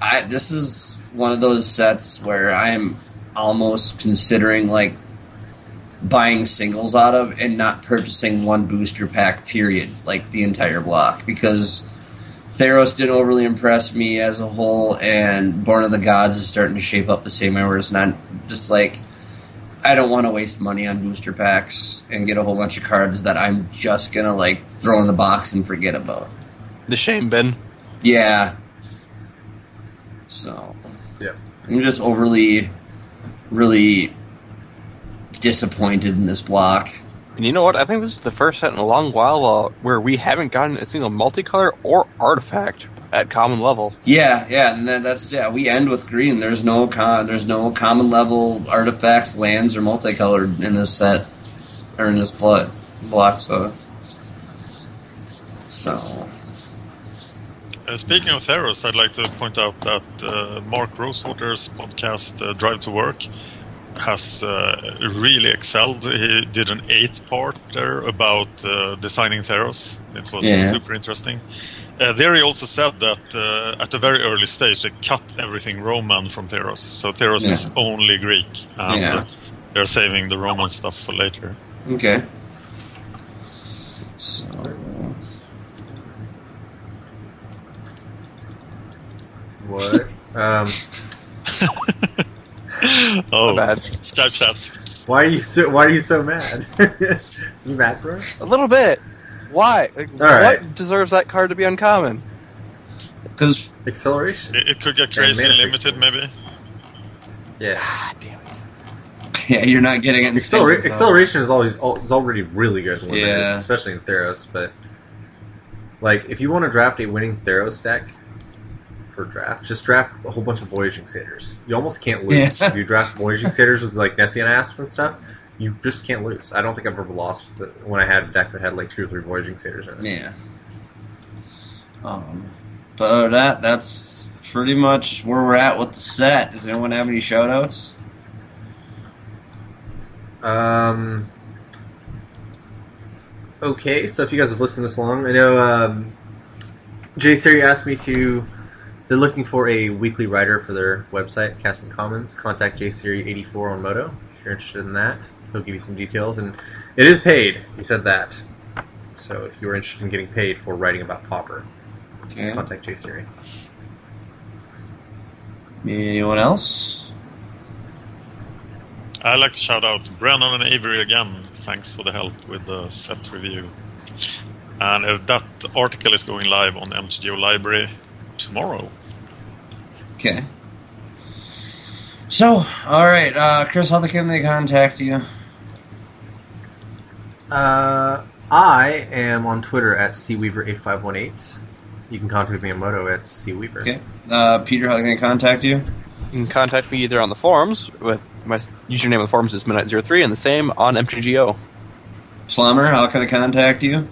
S2: I this is one of those sets where I'm almost considering like buying singles out of and not purchasing one booster pack period like the entire block because Theros didn't overly impress me as a whole and Born of the Gods is starting to shape up the same way where it's not just like I don't want to waste money on booster packs and get a whole bunch of cards that I'm just gonna like throw in the box and forget about.
S3: The shame bin.
S2: Yeah. So.
S4: Yeah.
S2: I'm just overly, really disappointed in this block.
S3: And you know what? I think this is the first set in a long while uh, where we haven't gotten a single multicolor or artifact at common level.
S2: Yeah, yeah, and that, that's yeah. We end with green. There's no con. There's no common level artifacts, lands, or multicolored in this set or in this blood block. So. So.
S5: Uh, speaking of Theros, I'd like to point out that uh, Mark Rosewater's podcast, uh, Drive to Work, has uh, really excelled. He did an eight part there about uh, designing Theros. It was
S2: Yeah.
S5: super interesting. Uh, there, he also said that uh, at a very early stage, they cut everything Roman from Theros. So Theros is only Greek. And
S2: Yeah.
S5: uh, they're saving the Roman stuff for later.
S2: Okay. So.
S4: what? um,
S5: oh,
S3: Bad.
S5: Skype chat.
S4: why are you so Why are you so mad? you mad, bro?
S3: A little bit. Why? Like, what
S4: right.
S3: deserves that card to be uncommon?
S2: Because
S4: Acceleration?
S5: It, it could get
S4: Yeah,
S5: crazy and
S4: Manafix.
S5: limited, maybe.
S4: Yeah.
S3: Ah, damn it.
S2: yeah, you're not getting it. in
S4: Acceler-
S2: standard.
S4: acceleration is always al- is already really good, when they're-
S2: Yeah.
S4: especially in Theros. But like, if you want to draft a winning Theros deck for draft, just draft a whole bunch of Voyaging Satyrs. You almost can't lose
S2: Yeah.
S4: if you draft Voyaging Satyrs with like Nessie and Asp and stuff. You just can't lose. I don't think I've ever lost the, when I had a deck that had like two or three Voyaging Satyrs in it.
S2: Yeah. Um, but other than that, that's pretty much where we're at with the set. Does anyone have any shout outs?
S4: Um. Okay, so if you guys have listened this long, I know um, Jay Siri asked me to. They're looking for a weekly writer for their website, Casting Commons. Contact Jay Siri 84 on Moto if you're interested in that. He'll give you some details, and it is paid. He said that. So if you were interested in getting paid for writing about Popper,
S2: Okay.
S4: contact Jay Siri.
S2: Anyone else?
S5: I'd like to shout out Brennan and Avery again. Thanks for the help with the set review. And uh, that article is going live on MCGO Library tomorrow.
S2: Okay. So, all right, uh, Chris, how can they contact you?
S4: Uh, I am on Twitter at cweaver8518. You can contact me on Moto at cweaver.
S2: Okay. Uh, Peter, how can they contact you?
S3: You can contact me either on the forums with my username on the forums is midnight03 and the same on MTGO.
S2: Plumber, how can they contact you?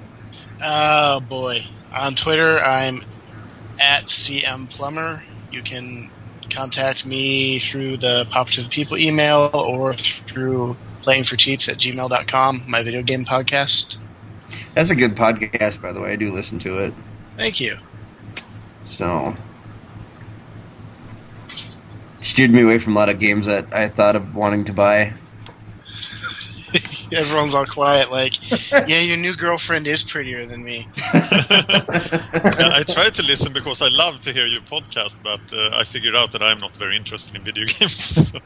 S6: Oh boy. On Twitter, I'm at CM Plumber. You can contact me through the Pop to the People email or through playingforcheats at gmail.com, my video game podcast.
S2: That's a good podcast, by the way. I do listen to it.
S6: Thank you.
S2: So steered me away from a lot of games that I thought of wanting to buy.
S6: Everyone's all quiet, like, yeah, your new girlfriend is prettier than me.
S5: Yeah, I tried to listen because I love to hear your podcast, but uh, I figured out that I'm not very interested in video games. so-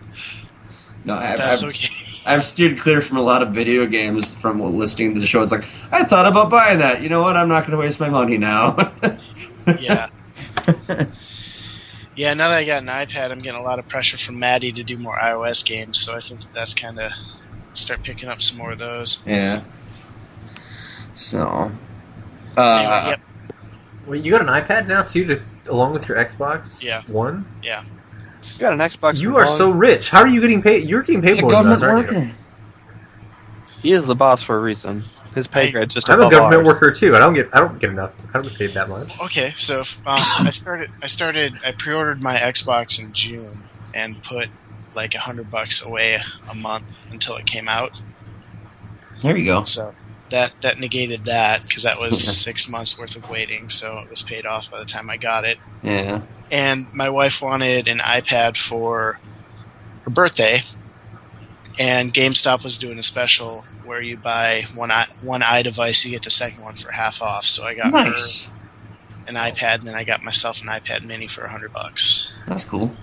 S2: No, I,
S6: That's
S2: I've,
S6: okay.
S2: I've steered clear from a lot of video games from listening to the show. It's like I thought about buying that. You know what? I'm not going to waste my money now.
S6: Yeah. Yeah, now that I got an iPad, I'm getting a lot of pressure from Maddie to do more iOS games, so I think that that's kind of start picking up some more of those.
S2: yeah. So, uh,
S6: Yep.
S4: Well, you got an iPad now too, to, along with your Xbox
S6: Yeah.
S4: One.
S3: You got an Xbox.
S4: You
S3: for
S4: are
S3: long-
S4: so rich. How are you getting paid? You're getting paid
S2: it's a
S4: more than us,
S2: government
S4: aren't you?
S2: worker.
S3: He is the boss for a reason. His pay
S6: Hey,
S3: grade's just
S4: I'm a
S3: above
S4: government
S3: ours.
S4: worker too. I don't get. I don't get enough. I don't get paid that much.
S6: Okay, so if, um, I started. I started. I pre-ordered my Xbox in June and put like a hundred bucks away a month until it came out.
S2: There you go.
S6: So that that negated that because that was six months worth of waiting. So it was paid off by the time I got it.
S2: Yeah.
S6: And my wife wanted an iPad for her birthday, and GameStop was doing a special where you buy one i one i device, you get the second one for half off. So I got her
S2: Nice.
S6: an iPad, and then I got myself an iPad Mini for a hundred bucks.
S2: That's cool.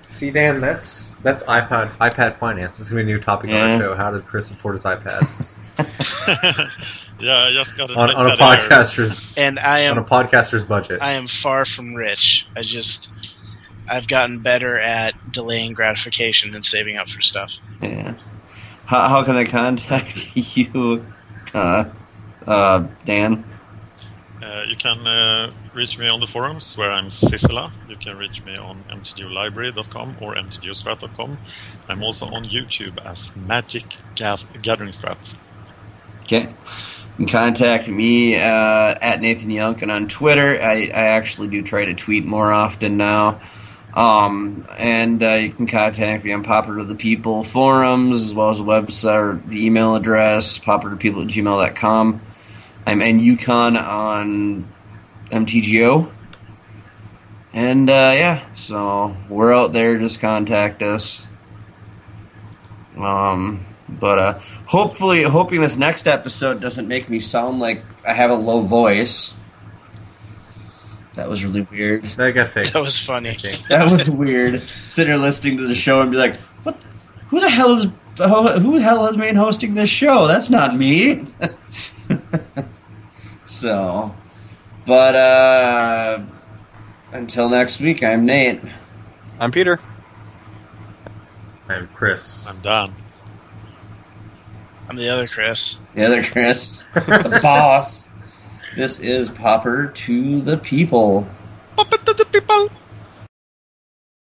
S4: See, Dan, that's that's iPad iPad finance. This is gonna be a new topic on
S2: Yeah.
S4: our show. How did Chris afford his iPad
S5: yeah, I just got an
S4: on, on a
S5: iPad Air.
S4: podcaster's
S6: And I
S4: on
S6: am
S4: a podcaster's budget?
S6: I am far from rich. I just I've gotten better at delaying gratification and saving up for stuff.
S2: Yeah. How, how can they contact you, uh, uh, Dan?
S5: Uh, you can uh, reach me on the forums where I'm Sisela. You can reach me on mtgulibrary.com or mtgstrat.com. I'm also on YouTube as Magic Gath- Gathering Strat.
S2: Okay. You can contact me uh, at Nathan Yelkin on Twitter. I, I actually do try to tweet more often now. Um, and uh, you can contact me on Popper to the People forums, as well as the website or the email address, popper to people at gmail.com. I'm NUCon on MTGO. And uh, yeah, so we're out there. Just contact us. Um, but uh, hopefully, hoping this next episode doesn't make me sound like I have a low voice. That was really weird.
S4: that got fake.
S6: That was funny.
S2: That was weird. Sitting here listening to the show and be like, "What? The, who the hell is who, who the hell is main hosting this show? That's not me." so, but uh, until next week, I'm Nate.
S3: I'm Peter.
S4: I'm Chris.
S5: I'm Dan.
S6: I'm the other Chris.
S2: The other Chris, the boss. This is Popper to the people.
S5: Up to the people!